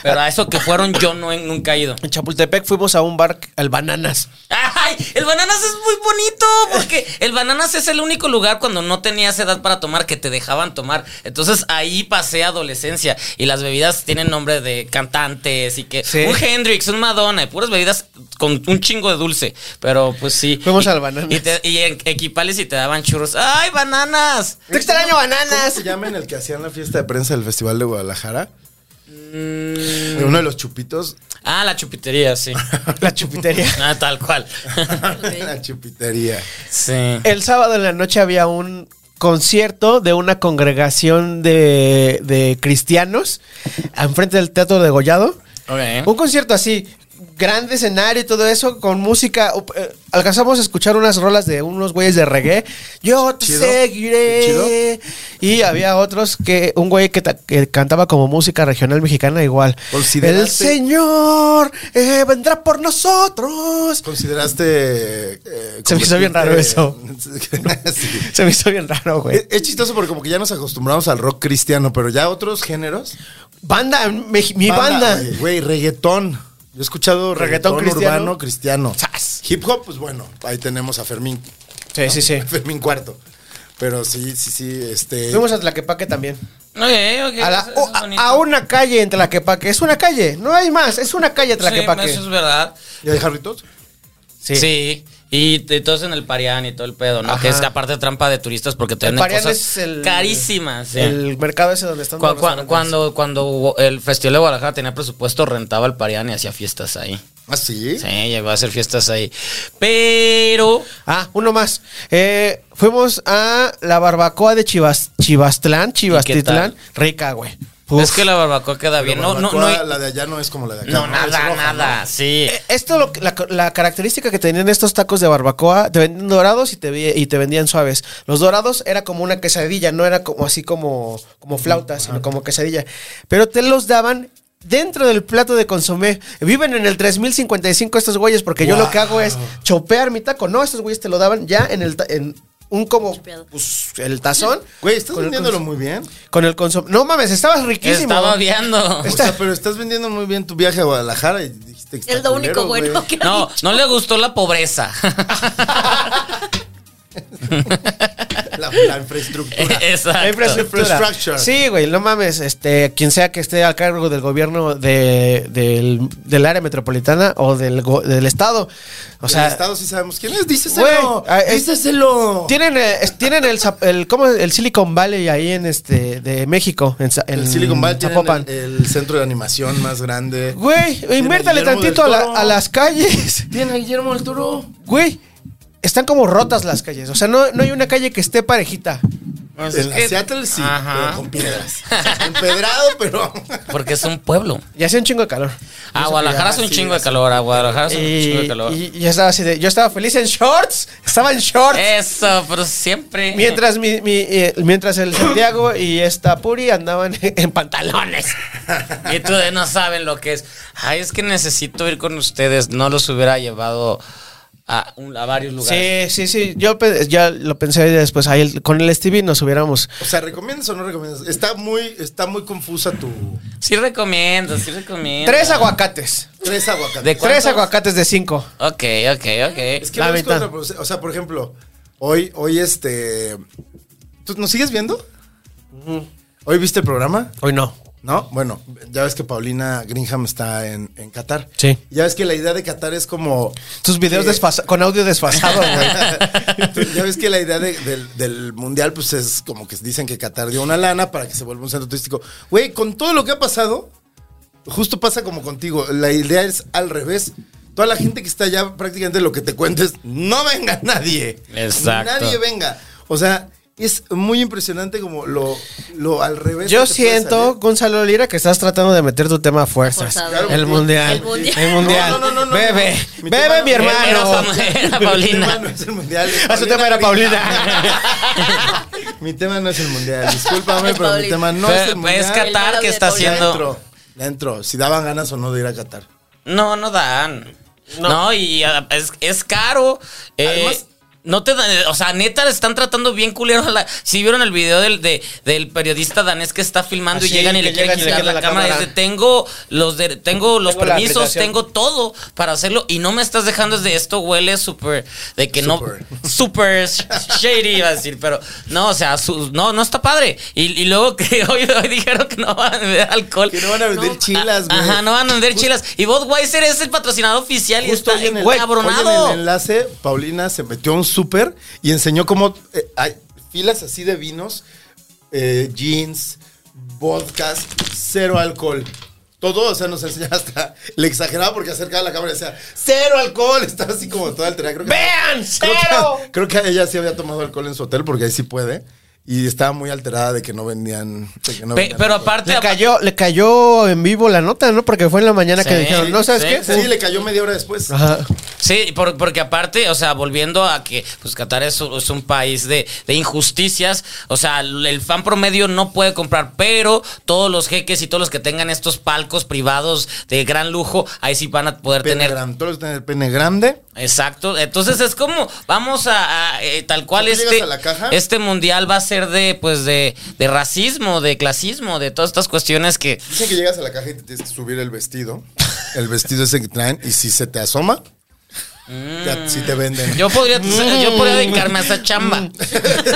[SPEAKER 5] Pero a eso que fueron, yo no he- nunca he ido.
[SPEAKER 4] En Chapultepec fuimos a un bar al Bananas.
[SPEAKER 5] ¡Ay! El Bananas es muy bonito, porque el Bananas es el único lugar cuando no tenías edad para tomar que te dejaban tomar. Entonces ahí pasé adolescencia y las bebidas tienen nombre de cantantes y que
[SPEAKER 4] Sí.
[SPEAKER 5] un Hendrix, un Madonna, y puras bebidas con un chingo de dulce. Pero pues sí.
[SPEAKER 4] Fuimos
[SPEAKER 5] Y-
[SPEAKER 4] al Bananas.
[SPEAKER 5] Y, te- y en Equipales y te daban churros. ¡Ay, Bananas!
[SPEAKER 4] Te extraño
[SPEAKER 6] ¿Cómo
[SPEAKER 4] Bananas.
[SPEAKER 6] se llama en el que hacían la fiesta de prensa del Festival de Guadalajara?
[SPEAKER 5] Mm.
[SPEAKER 6] Uno de los chupitos.
[SPEAKER 5] Ah, la
[SPEAKER 4] (laughs)
[SPEAKER 5] chupitería, sí. (laughs)
[SPEAKER 4] La chupitería.
[SPEAKER 5] Ah, tal cual. (laughs)
[SPEAKER 6] (laughs) la chupitería.
[SPEAKER 5] sí.
[SPEAKER 4] El sábado en la noche había un concierto de una congregación de, de cristianos enfrente del Teatro de Gollado.
[SPEAKER 5] Ok.
[SPEAKER 4] Un concierto así, grande escenario y todo eso, con música. up- eh, alcanzamos a escuchar unas rolas de unos güeyes de reggae. Yo te
[SPEAKER 6] Chido.
[SPEAKER 4] seguiré. Y había otros que, un güey que, ta- que cantaba como música regional mexicana igual.
[SPEAKER 6] Consideraste-
[SPEAKER 4] El Señor eh, vendrá por nosotros.
[SPEAKER 6] ¿Consideraste...? eh,
[SPEAKER 4] Se me hizo bien
[SPEAKER 6] convertirte-
[SPEAKER 4] raro eso.
[SPEAKER 6] (laughs) Sí.
[SPEAKER 4] Se me hizo bien raro, güey.
[SPEAKER 6] Es, es chistoso porque como que ya nos acostumbramos al rock cristiano, pero ya otros géneros.
[SPEAKER 4] Banda, me- mi banda.
[SPEAKER 6] güey, Güey, reggaetón. Yo he escuchado
[SPEAKER 4] Reggaetón
[SPEAKER 6] reggaetón,
[SPEAKER 4] cristiano.
[SPEAKER 6] urbano cristiano.
[SPEAKER 4] Sas.
[SPEAKER 6] Hip hop, pues bueno, ahí tenemos a Fermín.
[SPEAKER 4] Sí, sí, sí.
[SPEAKER 6] (laughs) Fermín Cuarto. Pero sí, sí, sí, este...
[SPEAKER 4] Fuimos a Tlaquepaque también.
[SPEAKER 5] Ok, ok.
[SPEAKER 4] A, la-
[SPEAKER 5] eso- eso
[SPEAKER 4] o-
[SPEAKER 5] es
[SPEAKER 4] a-
[SPEAKER 5] bonito.
[SPEAKER 4] a una calle en Tlaquepaque. Es una calle, no hay más. Es una calle
[SPEAKER 5] Sí,
[SPEAKER 4] Tlaquepaque.
[SPEAKER 5] eso es verdad.
[SPEAKER 6] ¿Y hay jarritos?
[SPEAKER 4] Sí.
[SPEAKER 5] Sí. Y te- todos en el Parián y todo el pedo, ¿no?
[SPEAKER 4] Ajá.
[SPEAKER 5] Que es la parte trampa de turistas porque te
[SPEAKER 4] El
[SPEAKER 5] venden
[SPEAKER 4] Parián
[SPEAKER 5] cosas
[SPEAKER 4] es el-
[SPEAKER 5] carísimas. sí.
[SPEAKER 4] El mercado ese donde están
[SPEAKER 5] Cu-
[SPEAKER 4] los
[SPEAKER 5] cu-
[SPEAKER 4] restaurantes.
[SPEAKER 5] cuando, cuando hubo- el Festival de Guadalajara tenía presupuesto, rentaba el Parián y hacía fiestas ahí.
[SPEAKER 6] ¿Ah, sí?
[SPEAKER 5] Sí, llegó a hacer fiestas ahí. Pero.
[SPEAKER 4] Ah, uno más. Eh, fuimos a la barbacoa de Chivas, Chivastlán, Chivastitlán.
[SPEAKER 5] tal?
[SPEAKER 4] Rica, güey. Uf.
[SPEAKER 5] Es que la barbacoa queda bien.
[SPEAKER 6] Pero
[SPEAKER 5] No, no, no.
[SPEAKER 6] barbacoa, La de allá no es como la de acá.
[SPEAKER 5] No,
[SPEAKER 6] Es
[SPEAKER 5] nada,
[SPEAKER 6] roja,
[SPEAKER 5] nada.
[SPEAKER 6] ¿no?
[SPEAKER 5] Sí.
[SPEAKER 4] Eh, Esto, lo que- la, la característica que tenían estos tacos de barbacoa, te vendían dorados y te, vi- y te vendían suaves. Los dorados era como una quesadilla, no era como así como, como flauta, sino como quesadilla. Pero te los daban dentro del plato de consomé. Viven en el 3055 estos güeyes, porque yo lo que hago es chopear mi taco. No, estos güeyes te lo daban ya en el... ta- en un como
[SPEAKER 7] Chopeado.
[SPEAKER 4] pues, el tazón
[SPEAKER 6] Güey, estás
[SPEAKER 4] Con el
[SPEAKER 6] vendiéndolo
[SPEAKER 4] cons-
[SPEAKER 6] muy bien.
[SPEAKER 4] con el consomé. No mames, estabas riquísimo.
[SPEAKER 5] Estaba viendo.
[SPEAKER 6] O sea, pero estás vendiendo muy bien tu viaje a Guadalajara y dijiste que está
[SPEAKER 7] Es lo
[SPEAKER 6] culero,
[SPEAKER 7] único bueno
[SPEAKER 6] güey.
[SPEAKER 7] que ha
[SPEAKER 5] No,
[SPEAKER 7] dicho.
[SPEAKER 5] no le gustó la pobreza.
[SPEAKER 6] (laughs)
[SPEAKER 5] (laughs)
[SPEAKER 6] La, la
[SPEAKER 5] (laughs)
[SPEAKER 6] infraestructura.
[SPEAKER 4] La
[SPEAKER 5] Exacto.
[SPEAKER 4] infraestructura.
[SPEAKER 6] Infrastructure.
[SPEAKER 4] Sí, güey, no mames. Este, quien sea que esté al cargo del gobierno de- del, del área metropolitana o del, go- del estado. O
[SPEAKER 6] O sea,
[SPEAKER 4] sea,
[SPEAKER 6] el Estado sí sabemos quién es. Díceselo.
[SPEAKER 4] güey, ah, es-
[SPEAKER 6] díceselo.
[SPEAKER 4] tienen, eh, es- tienen el, zap- el, ¿cómo es? el Silicon Valley ahí en este de México, en, Sa- en
[SPEAKER 6] el Silicon Valley tiene
[SPEAKER 4] Zapopan.
[SPEAKER 6] el, eh, el centro de animación más grande.
[SPEAKER 4] Güey,
[SPEAKER 6] Tiene
[SPEAKER 4] inviértale
[SPEAKER 6] Guillermo
[SPEAKER 4] tantito a,
[SPEAKER 6] del
[SPEAKER 4] la-
[SPEAKER 6] Toro.
[SPEAKER 4] a las calles. (laughs)
[SPEAKER 6] Tiene a Guillermo del Toro.
[SPEAKER 4] Güey, están como rotas las calles. O sea, no, no hay una calle que esté parejita.
[SPEAKER 6] En la Seattle sí,
[SPEAKER 5] Pues Ajá.
[SPEAKER 6] pero con piedras. Empedrado, pero.
[SPEAKER 5] Porque es un pueblo.
[SPEAKER 4] Y hace un chingo de calor.
[SPEAKER 5] A Ah, Guadalajara es un chingo de calor, a Guadalajara es un chingo de
[SPEAKER 4] Y,
[SPEAKER 5] calor.
[SPEAKER 4] y yo estaba así de, yo estaba feliz en shorts, estaba en shorts.
[SPEAKER 5] Eso, pero siempre.
[SPEAKER 4] Mientras, mi- mi- eh, mientras el Santiago y esta Puri
[SPEAKER 2] (laughs)
[SPEAKER 4] andaban en pantalones.
[SPEAKER 5] (laughs) Y tú de no saben lo que es. Ay, es que necesito ir con ustedes. No los hubiera llevado a, un- a varios lugares.
[SPEAKER 4] Sí, sí, sí. Yo pe- ya lo pensé y después. ahí el- con el Stevie nos hubiéramos.
[SPEAKER 6] O sea, ¿recomiendas o no recomiendas? Está muy, está muy confusa tu.
[SPEAKER 5] Sí, recomiendo, sí recomiendo.
[SPEAKER 4] Tres aguacates.
[SPEAKER 6] Tres aguacates.
[SPEAKER 5] ¿De cuántos?
[SPEAKER 4] Tres aguacates de cinco.
[SPEAKER 5] Ok, ok, ok.
[SPEAKER 6] Es que
[SPEAKER 4] La
[SPEAKER 6] no es
[SPEAKER 4] mitad.
[SPEAKER 6] contraproducente. O sea, por ejemplo, hoy, hoy este. ¿Tú nos sigues viendo? ¿Hoy viste el programa?
[SPEAKER 4] Hoy
[SPEAKER 2] (laughs)
[SPEAKER 4] no.
[SPEAKER 6] ¿No? Bueno, ya ves que Paulina Greenham está en, en Qatar.
[SPEAKER 4] Sí.
[SPEAKER 6] Ya ves que la idea de Qatar es como.
[SPEAKER 4] Tus videos
[SPEAKER 6] Sí.
[SPEAKER 4] desfasa- con audio desfasado, (laughs) güey.
[SPEAKER 6] ya ves que la idea de- del, del mundial, pues es como que dicen que Qatar dio una lana para que se vuelva un centro turístico. Güey, con todo lo que ha pasado, justo pasa como contigo. La idea es al revés. Toda la gente que está allá, prácticamente lo que te cuentes, no venga nadie.
[SPEAKER 5] Exacto.
[SPEAKER 6] Nadie venga. O sea, Es muy impresionante como lo, lo al revés.
[SPEAKER 2] Yo
[SPEAKER 6] que te puede
[SPEAKER 2] siento,
[SPEAKER 6] salir.
[SPEAKER 2] Gonzalo Lira, que estás tratando de meter tu tema a fuerzas.
[SPEAKER 7] Forzado.
[SPEAKER 2] El mundial.
[SPEAKER 7] El mundial.
[SPEAKER 2] El mundial.
[SPEAKER 6] No, no, no, no,
[SPEAKER 2] Bebe.
[SPEAKER 6] no. Mi
[SPEAKER 2] Bebe,
[SPEAKER 6] tema
[SPEAKER 2] mi
[SPEAKER 6] no.
[SPEAKER 5] Era,
[SPEAKER 2] hermano.
[SPEAKER 5] Pam- era
[SPEAKER 6] Mi tema
[SPEAKER 5] Paulina.
[SPEAKER 6] no es el mundial. es
[SPEAKER 2] A su tema era Paulina. (laughs)
[SPEAKER 6] Mi tema no es el (laughs) mundial. Discúlpame,
[SPEAKER 7] Es
[SPEAKER 6] pero mi
[SPEAKER 7] Paulina.
[SPEAKER 6] tema no
[SPEAKER 5] Pero-
[SPEAKER 6] es
[SPEAKER 2] pues,
[SPEAKER 5] pero
[SPEAKER 6] el mundial.
[SPEAKER 5] es Qatar que está
[SPEAKER 7] Ya
[SPEAKER 6] Ya
[SPEAKER 5] haciendo.
[SPEAKER 6] entró, ya entró. Si daban ganas o no de ir a Qatar.
[SPEAKER 5] No, no dan. No, y ah, es, es caro. Eh,
[SPEAKER 6] Además-
[SPEAKER 5] no te dan, o sea, neta, le están tratando bien culero. a La, si vieron el video del, de- del periodista danés que está filmando
[SPEAKER 2] Así,
[SPEAKER 5] y llegan y
[SPEAKER 2] que
[SPEAKER 5] le quieren
[SPEAKER 2] llegan y le
[SPEAKER 5] quitar la,
[SPEAKER 2] quitan la
[SPEAKER 5] cámara.
[SPEAKER 2] cámara.
[SPEAKER 5] Desde, tengo los, de- tengo los
[SPEAKER 2] Tengo la
[SPEAKER 5] permisos,
[SPEAKER 2] habilitación.
[SPEAKER 5] tengo todo para hacerlo y no me estás dejando desde esto. Huele súper, de que
[SPEAKER 6] Súper.
[SPEAKER 5] no, súper shady, iba a decir, pero no, o sea, su- no, no está padre. Y, y luego que (laughs) hoy, hoy dijeron que no van a vender alcohol.
[SPEAKER 6] Que no van a vender chilas, güey.
[SPEAKER 5] Ajá, no van a vender chilas. Y Budweiser es el patrocinador oficial y
[SPEAKER 6] Justo
[SPEAKER 5] está
[SPEAKER 6] hoy en el,
[SPEAKER 5] encabronado.
[SPEAKER 6] hoy en el enlace, Paulina se metió a un súper y enseñó cómo eh, hay filas así de vinos, eh, jeans, vodkas, cero alcohol. Todo, o sea, nos enseñaba hasta. Le exageraba porque acercaba la cámara y decía, cero alcohol. (laughs) Estaba así como toda alterada. Creo que-
[SPEAKER 2] ¡Vean!
[SPEAKER 6] (laughs) Creo que-
[SPEAKER 2] ¡Cero!
[SPEAKER 6] Creo que, ella sí había tomado alcohol en su hotel porque ahí sí puede. Y estaba muy alterada de que no vendían. de que no
[SPEAKER 5] Pe-
[SPEAKER 6] vendían
[SPEAKER 5] pero
[SPEAKER 6] alcohol.
[SPEAKER 5] aparte,
[SPEAKER 2] Le cayó, le cayó en vivo la nota, ¿no? Porque fue en la mañana que
[SPEAKER 5] Sí.
[SPEAKER 2] dijeron, ¿no sabes
[SPEAKER 5] Sí,
[SPEAKER 2] qué?
[SPEAKER 6] Sí, le cayó media hora después.
[SPEAKER 2] Ajá.
[SPEAKER 5] sí, por- porque aparte, o sea, volviendo a que pues Qatar es, un- es un país de, de injusticias, o sea, el el fan promedio no puede comprar, pero todos los jeques y todos los que tengan estos palcos privados de gran lujo, ahí sí van a poder
[SPEAKER 6] Pene
[SPEAKER 5] tener
[SPEAKER 6] grande. Todos tienen el pene grande.
[SPEAKER 5] Exacto, entonces es como vamos a, a, eh, tal cual
[SPEAKER 6] ¿Tú llegas
[SPEAKER 5] este
[SPEAKER 6] a la caja?
[SPEAKER 5] este mundial va a ser de pues de, de racismo, de clasismo, de todas estas cuestiones que
[SPEAKER 6] Dicen que llegas a la caja y te tienes que subir el vestido. El vestido ese que traen. Y si se te asoma, ya, si te venden. (laughs)
[SPEAKER 5] yo podría pues,
[SPEAKER 6] Mm.
[SPEAKER 5] yo podría dedicarme a esa chamba.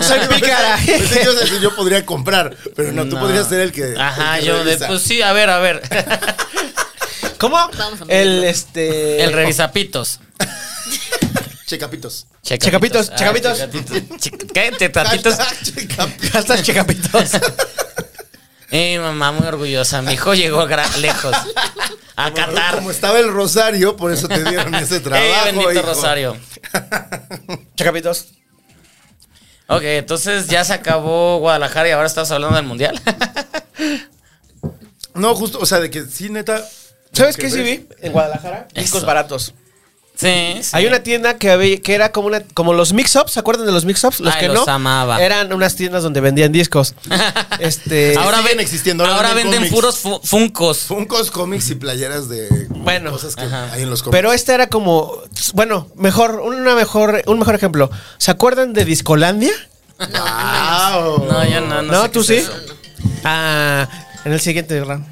[SPEAKER 2] Soy pícara.
[SPEAKER 6] Pensé que ibas a decir, yo podría comprar, pero no, tú
[SPEAKER 5] No.
[SPEAKER 6] podrías ser el que.
[SPEAKER 5] Ajá,
[SPEAKER 6] el que
[SPEAKER 5] yo de
[SPEAKER 6] revisa.
[SPEAKER 5] pues sí, a ver, a ver.
[SPEAKER 6] (laughs)
[SPEAKER 2] ¿Cómo?
[SPEAKER 7] Vamos a
[SPEAKER 2] El
[SPEAKER 7] meterlo.
[SPEAKER 2] este.
[SPEAKER 5] El revisapitos.
[SPEAKER 6] Checapitos.
[SPEAKER 2] Checapitos,
[SPEAKER 5] Ah,
[SPEAKER 2] checapitos.
[SPEAKER 5] checapitos. ¿Qué? Te tatitos.
[SPEAKER 6] Hashtag (laughs) checapitos.
[SPEAKER 2] Hashtag checapitos.
[SPEAKER 5] (laughs) Eh, Mi mamá muy orgullosa, mi hijo llegó gra-
[SPEAKER 6] (laughs)
[SPEAKER 5] lejos. A Qatar.
[SPEAKER 6] Como estaba el rosario, por eso te
[SPEAKER 5] (laughs)
[SPEAKER 6] dieron ese trabajo.
[SPEAKER 5] Eh, bendito
[SPEAKER 6] hijo.
[SPEAKER 5] Rosario.
[SPEAKER 2] checapitos.
[SPEAKER 5] Ok, entonces ya se acabó Guadalajara y ahora estás hablando del mundial.
[SPEAKER 6] No, justo, o sea, de que sí, neta.
[SPEAKER 2] ¿Sabes
[SPEAKER 6] que
[SPEAKER 2] qué sí
[SPEAKER 6] ves-
[SPEAKER 2] vi? En Guadalajara, discos
[SPEAKER 5] Eso.
[SPEAKER 2] baratos.
[SPEAKER 5] sí, sí. (laughs)
[SPEAKER 2] Hay una tienda que, había- que era como una como los mix-ups, ¿se acuerdan de los mix-ups? Los
[SPEAKER 5] Ay,
[SPEAKER 2] que
[SPEAKER 5] los
[SPEAKER 2] no.
[SPEAKER 5] amaba.
[SPEAKER 2] Eran unas tiendas donde
[SPEAKER 5] (laughs)
[SPEAKER 2] vendían discos. este
[SPEAKER 5] ahora
[SPEAKER 6] siguen
[SPEAKER 5] ven-
[SPEAKER 6] existiendo, ahora
[SPEAKER 5] Ahora,
[SPEAKER 6] venden
[SPEAKER 5] venden
[SPEAKER 6] cómics.
[SPEAKER 5] puros fu- funcos.
[SPEAKER 6] Funcos, cómics y playeras de
[SPEAKER 2] Bueno,
[SPEAKER 6] cosas que
[SPEAKER 5] ajá.
[SPEAKER 6] hay en los cómics.
[SPEAKER 2] Pero esta era como bueno, mejor una mejor un mejor ejemplo. ¿Se acuerdan de Discolandia?
[SPEAKER 5] (laughs)
[SPEAKER 6] Wow. (laughs)
[SPEAKER 5] No, yo no, no.
[SPEAKER 2] No,
[SPEAKER 5] sé
[SPEAKER 2] tú
[SPEAKER 5] qué
[SPEAKER 2] sí.
[SPEAKER 5] es eso.
[SPEAKER 2] Ah, en el siguiente round.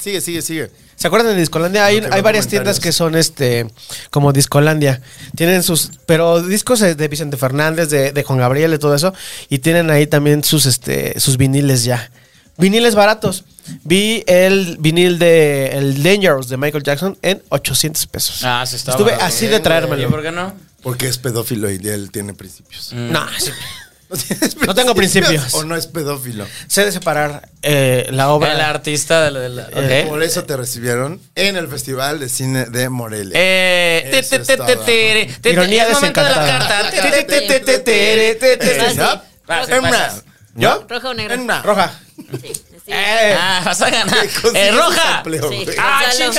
[SPEAKER 6] sigue, sigue, sigue.
[SPEAKER 2] ¿Se acuerdan de Discolandia? Hay,
[SPEAKER 6] No, que
[SPEAKER 2] hay
[SPEAKER 6] no
[SPEAKER 2] varias
[SPEAKER 6] comentarios.
[SPEAKER 2] tiendas que son este como Discolandia. Tienen sus pero discos eh, de Vicente Fernández, de, de Juan Gabriel y todo eso y tienen ahí también sus este sus viniles ya. Viniles baratos. Vi el vinil de el Dangerous de Michael Jackson en 800 pesos.
[SPEAKER 5] Ah, sí, estaba
[SPEAKER 2] Estuve
[SPEAKER 5] barato.
[SPEAKER 2] así de
[SPEAKER 5] ¿Y
[SPEAKER 2] traérmelo.
[SPEAKER 5] por qué no?
[SPEAKER 6] Porque es pedófilo y él tiene principios.
[SPEAKER 4] Mm.
[SPEAKER 2] No, sí.
[SPEAKER 6] (laughs) No, tienes
[SPEAKER 2] No tengo principios.
[SPEAKER 6] O no es pedófilo.
[SPEAKER 2] sé de separar eh, la obra.
[SPEAKER 5] El artista de la. de la-
[SPEAKER 2] Eh,
[SPEAKER 5] ok.
[SPEAKER 6] Por eso te recibieron en el Festival de Cine de Morelia.
[SPEAKER 5] Eh, te-
[SPEAKER 6] Eso
[SPEAKER 5] te- te-
[SPEAKER 6] estaba.
[SPEAKER 5] te- te- te-
[SPEAKER 2] Ironía
[SPEAKER 5] es momento de la
[SPEAKER 2] desencantada.
[SPEAKER 5] carta. Te- te- te- te- te- te- te- te-
[SPEAKER 7] Vas,
[SPEAKER 6] ¿Ya?
[SPEAKER 7] sí.
[SPEAKER 5] Vas,
[SPEAKER 6] En
[SPEAKER 5] vas.
[SPEAKER 6] una.
[SPEAKER 2] ¿Yo?
[SPEAKER 7] Roja o negra.
[SPEAKER 6] En una.
[SPEAKER 2] Roja.
[SPEAKER 7] Sí, sí.
[SPEAKER 2] Eh,
[SPEAKER 5] Ah, vas a ganar.
[SPEAKER 6] Te consigues
[SPEAKER 5] Eh,
[SPEAKER 6] ese
[SPEAKER 5] roja.
[SPEAKER 6] empleo,
[SPEAKER 7] Sí.
[SPEAKER 6] güey.
[SPEAKER 5] Ah,
[SPEAKER 7] Gonzalo.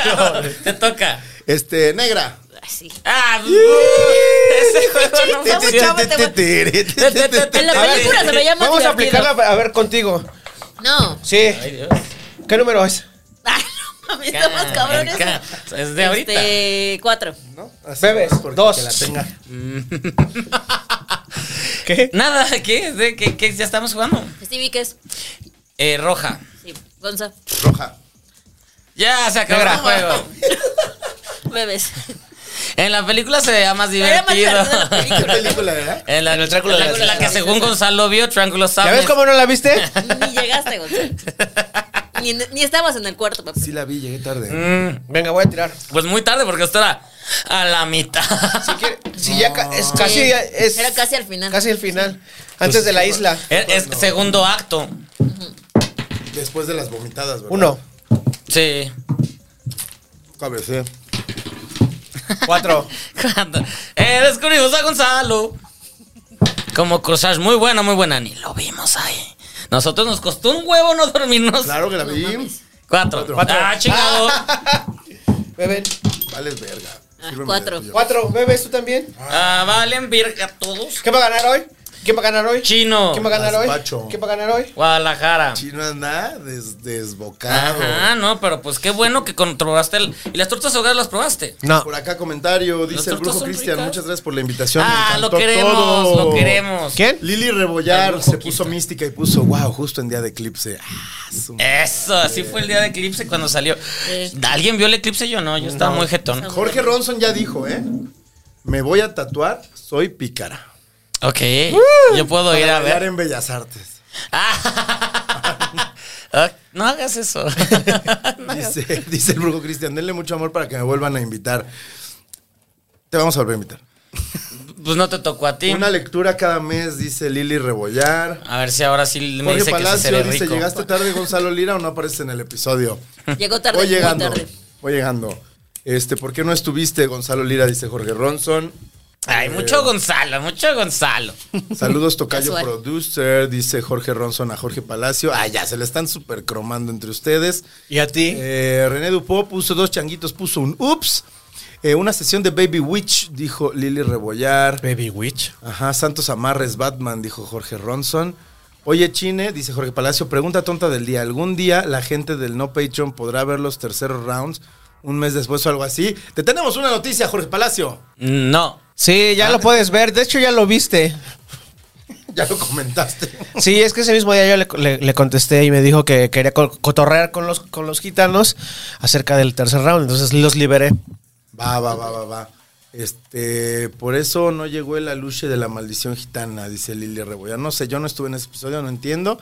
[SPEAKER 5] chica. Te toca.
[SPEAKER 6] Este, negra.
[SPEAKER 7] Ay, sí.
[SPEAKER 5] Ah, ese juego no
[SPEAKER 7] Está muy chavo,
[SPEAKER 6] Te-
[SPEAKER 7] te
[SPEAKER 6] te-
[SPEAKER 7] voy-
[SPEAKER 6] te- te- te- te- te- te-
[SPEAKER 7] En la
[SPEAKER 5] A ver,
[SPEAKER 7] película se me llama
[SPEAKER 2] Vamos a
[SPEAKER 7] divertido.
[SPEAKER 2] aplicarla a ver contigo.
[SPEAKER 7] No. (laughs)
[SPEAKER 2] Sí.
[SPEAKER 5] Ay, Dios.
[SPEAKER 2] ¿Qué número es?
[SPEAKER 7] Ay, no mami, estamos cabrones.
[SPEAKER 5] Acá. Es de ahorita.
[SPEAKER 7] Este, cuatro.
[SPEAKER 6] ¿no? Así,
[SPEAKER 2] Bebes.
[SPEAKER 6] porque
[SPEAKER 2] Dos.
[SPEAKER 6] que la tenga.
[SPEAKER 2] ¿Qué?
[SPEAKER 5] Nada, ¿qué? ¿De qué, qué? ¿Ya estamos jugando?
[SPEAKER 7] Sí, vi que es.
[SPEAKER 5] Eh, roja.
[SPEAKER 7] Sí, Gonza.
[SPEAKER 6] Roja.
[SPEAKER 5] Ya se acabó el
[SPEAKER 2] Negra.
[SPEAKER 5] juego.
[SPEAKER 7] Bebes. (laughs)
[SPEAKER 5] En la película se veía más
[SPEAKER 7] Era más
[SPEAKER 5] divertido.
[SPEAKER 7] divertida la
[SPEAKER 6] ¿Qué
[SPEAKER 7] película.
[SPEAKER 6] película era?
[SPEAKER 5] (laughs) En la, del
[SPEAKER 2] Tráculo de
[SPEAKER 5] la,
[SPEAKER 2] las
[SPEAKER 5] la que
[SPEAKER 7] Aves.
[SPEAKER 5] según Gonzalo vio, Tranquilo
[SPEAKER 2] ¿Ya
[SPEAKER 5] Sabes.
[SPEAKER 2] ves cómo no
[SPEAKER 5] (laughs)
[SPEAKER 2] la viste?
[SPEAKER 7] Ni llegaste, Gonza. Ni, ni estabas en el cuarto, papá.
[SPEAKER 6] Sí la vi, llegué tarde.
[SPEAKER 5] Mm,
[SPEAKER 2] Venga, voy a tirar.
[SPEAKER 5] pues muy tarde porque esto era a la mitad.
[SPEAKER 2] Si quiere- si ya ca- es
[SPEAKER 7] Sí.
[SPEAKER 2] casi ya es
[SPEAKER 7] Eh, Era casi al final.
[SPEAKER 2] casi el final, antes de la isla.
[SPEAKER 5] (laughs) Es, es segundo acto.
[SPEAKER 6] Después de las vomitadas, ¿verdad?
[SPEAKER 2] Uno,
[SPEAKER 5] Sí.
[SPEAKER 6] Cabecé.
[SPEAKER 2] cuatro.
[SPEAKER 5] Cuando- eh, descubrimos a Gonzalo. Como cruzar, muy buena, muy buena. Ni lo vimos ahí. Nosotros nos costó un huevo no dormirnos.
[SPEAKER 6] Claro que la vi.
[SPEAKER 5] Cuatro. Ah,
[SPEAKER 2] (laughs)
[SPEAKER 5] chingado.
[SPEAKER 2] Beben.
[SPEAKER 6] Vales verga.
[SPEAKER 7] Ah,
[SPEAKER 6] Sírveme
[SPEAKER 7] cuatro.
[SPEAKER 6] de tuyo.
[SPEAKER 2] Cuatro, bebes tú también.
[SPEAKER 5] Ah, valen verga todos.
[SPEAKER 2] ¿Quién va a ganar hoy? ¿Quién va a ganar hoy?
[SPEAKER 5] Chino.
[SPEAKER 2] ¿Quién va a ganar hoy?
[SPEAKER 6] Gazpacho.
[SPEAKER 2] ¿Quién va a ganar hoy?
[SPEAKER 5] Guadalajara.
[SPEAKER 6] Chino anda des- desbocado.
[SPEAKER 5] Ajá, no, pero pues qué bueno que controlaste el. ¿Y las tortas ahogadas las probaste?
[SPEAKER 2] No.
[SPEAKER 6] Por acá comentario, dice el
[SPEAKER 5] tortas
[SPEAKER 6] brujo
[SPEAKER 5] son
[SPEAKER 6] Cristian,
[SPEAKER 5] ricas.
[SPEAKER 6] muchas gracias por la invitación. me
[SPEAKER 5] Ah, lo
[SPEAKER 6] encantó
[SPEAKER 5] queremos,
[SPEAKER 6] todo.
[SPEAKER 5] lo queremos.
[SPEAKER 2] ¿Quién?
[SPEAKER 6] Lili
[SPEAKER 5] El
[SPEAKER 6] Rebollar
[SPEAKER 5] brujo
[SPEAKER 6] se puso
[SPEAKER 5] Cristian.
[SPEAKER 6] mística y puso, wow, justo en día de eclipse. Ah, su-
[SPEAKER 5] Eso, así fue el día de eclipse cuando salió.
[SPEAKER 7] Sí.
[SPEAKER 5] ¿Alguien vio el eclipse? Yo no, yo estaba muy jetón.
[SPEAKER 6] Jorge Ronson ya dijo, ¿eh? Me voy a tatuar, soy pícara.
[SPEAKER 5] Ok, yo puedo ir a
[SPEAKER 6] Para bailar
[SPEAKER 5] ver.
[SPEAKER 6] en Bellas Artes.
[SPEAKER 5] Ah, (laughs) ah, no hagas eso. (laughs) No hagas-
[SPEAKER 6] Dice, (laughs) dice el brujo Cristian, denle mucho amor para que me vuelvan a invitar. Te vamos a volver a invitar.
[SPEAKER 5] pues no te tocó a ti.
[SPEAKER 6] Una lectura cada mes, dice Lili Rebollar.
[SPEAKER 5] A ver si ahora sí me
[SPEAKER 6] Jorge
[SPEAKER 5] dice que sí
[SPEAKER 6] Palacio
[SPEAKER 5] seré
[SPEAKER 6] dice,
[SPEAKER 5] rico.
[SPEAKER 6] ¿llegaste tarde Gonzalo Lira o no apareces en el episodio?
[SPEAKER 7] Llegó tarde,
[SPEAKER 6] voy
[SPEAKER 7] muy
[SPEAKER 6] llegando,
[SPEAKER 7] tarde.
[SPEAKER 6] voy llegando. Este, ¿por qué no estuviste Gonzalo Lira? Dice Jorge Ronson.
[SPEAKER 5] Ay, mucho Gonzalo, mucho Gonzalo.
[SPEAKER 6] Saludos
[SPEAKER 7] (laughs)
[SPEAKER 6] Tocayo
[SPEAKER 7] Casual.
[SPEAKER 6] Producer, dice Jorge Ronson a Jorge Palacio. Ah, ya, se le están super cromando entre ustedes.
[SPEAKER 2] ¿Y a ti?
[SPEAKER 6] Eh, René Dupó puso dos changuitos, puso un ups. Eh, una sesión de Baby Witch, dijo Lili Rebollar.
[SPEAKER 2] Baby Witch.
[SPEAKER 6] Ajá, Santos Amarres Batman, dijo Jorge Ronson. Oye, Chine, dice Jorge Palacio, pregunta tonta del día. ¿Algún día la gente del No Patreon podrá ver los terceros rounds un mes después o algo así? Te tenemos una noticia, Jorge Palacio. (laughs)
[SPEAKER 5] No.
[SPEAKER 2] Sí, ya lo puedes ver. De hecho, ya lo viste.
[SPEAKER 6] Ya lo comentaste.
[SPEAKER 2] Sí, es que ese mismo día yo le, le- le contesté y me dijo que quería co- cotorrear con los, con los gitanos acerca del tercer round. Entonces los liberé.
[SPEAKER 6] Va, va, va, va, va. Este, por eso no llegó el aluche de la maldición gitana, dice Lili Rebollar. No sé, yo no estuve en ese episodio, no entiendo.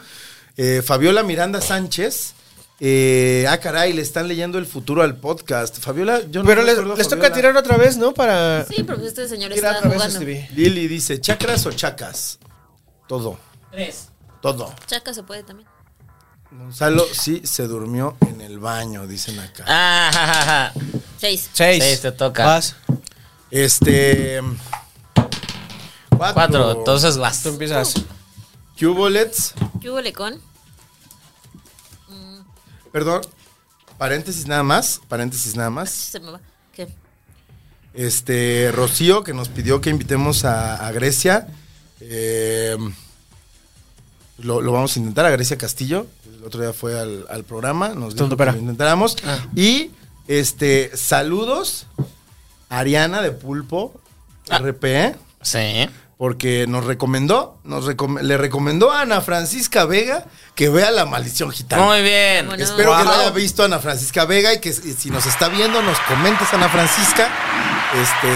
[SPEAKER 6] Eh, Fabiola Miranda Sánchez. eh, ah, caray, le están leyendo el futuro al podcast. Fabiola, yo no
[SPEAKER 2] Pero les,
[SPEAKER 6] recuerdo a
[SPEAKER 2] les toca
[SPEAKER 6] Fabiola.
[SPEAKER 2] tirar otra vez, ¿no? Para
[SPEAKER 7] Sí, pero este señor
[SPEAKER 2] tirar
[SPEAKER 7] está
[SPEAKER 2] otra vez
[SPEAKER 7] jugando.
[SPEAKER 2] a Stevie.
[SPEAKER 6] Lili dice, ¿chacras o chacas? Todo,
[SPEAKER 5] Tres.
[SPEAKER 6] todo.
[SPEAKER 7] Chaca se puede también.
[SPEAKER 6] Gonzalo sí se durmió en el baño, dicen acá.
[SPEAKER 5] Ah, ja, ja, ja.
[SPEAKER 7] Seis.
[SPEAKER 2] Seis.
[SPEAKER 5] Seis, te toca.
[SPEAKER 2] Vas.
[SPEAKER 6] Este... Cuatro.
[SPEAKER 5] Cuatro, entonces vas.
[SPEAKER 2] Tú empiezas.
[SPEAKER 6] ¿Qué hubo, Let's?
[SPEAKER 7] ¿Qué hubo lecón?
[SPEAKER 6] Perdón, paréntesis nada más, paréntesis nada más.
[SPEAKER 7] Se me va. ¿Qué?
[SPEAKER 6] Este, Rocío, que nos pidió que invitemos a, a Grecia. eh, lo, lo vamos a intentar, a Grecia Castillo. El otro día fue al, al programa, nos dijo
[SPEAKER 2] Tonto,
[SPEAKER 6] que
[SPEAKER 2] pera.
[SPEAKER 6] lo intentáramos. Y, este, saludos a Ariana de Pulpo, RP,
[SPEAKER 5] Sí.
[SPEAKER 6] porque nos recomendó, nos recom- le recomendó a Ana Francisca Vega que vea La Maldición Gitana.
[SPEAKER 5] Muy bien.
[SPEAKER 7] Vámonos.
[SPEAKER 6] Espero que lo
[SPEAKER 7] Wow.
[SPEAKER 6] haya visto Ana Francisca Vega y que si si nos está viendo nos comentes Ana Francisca este,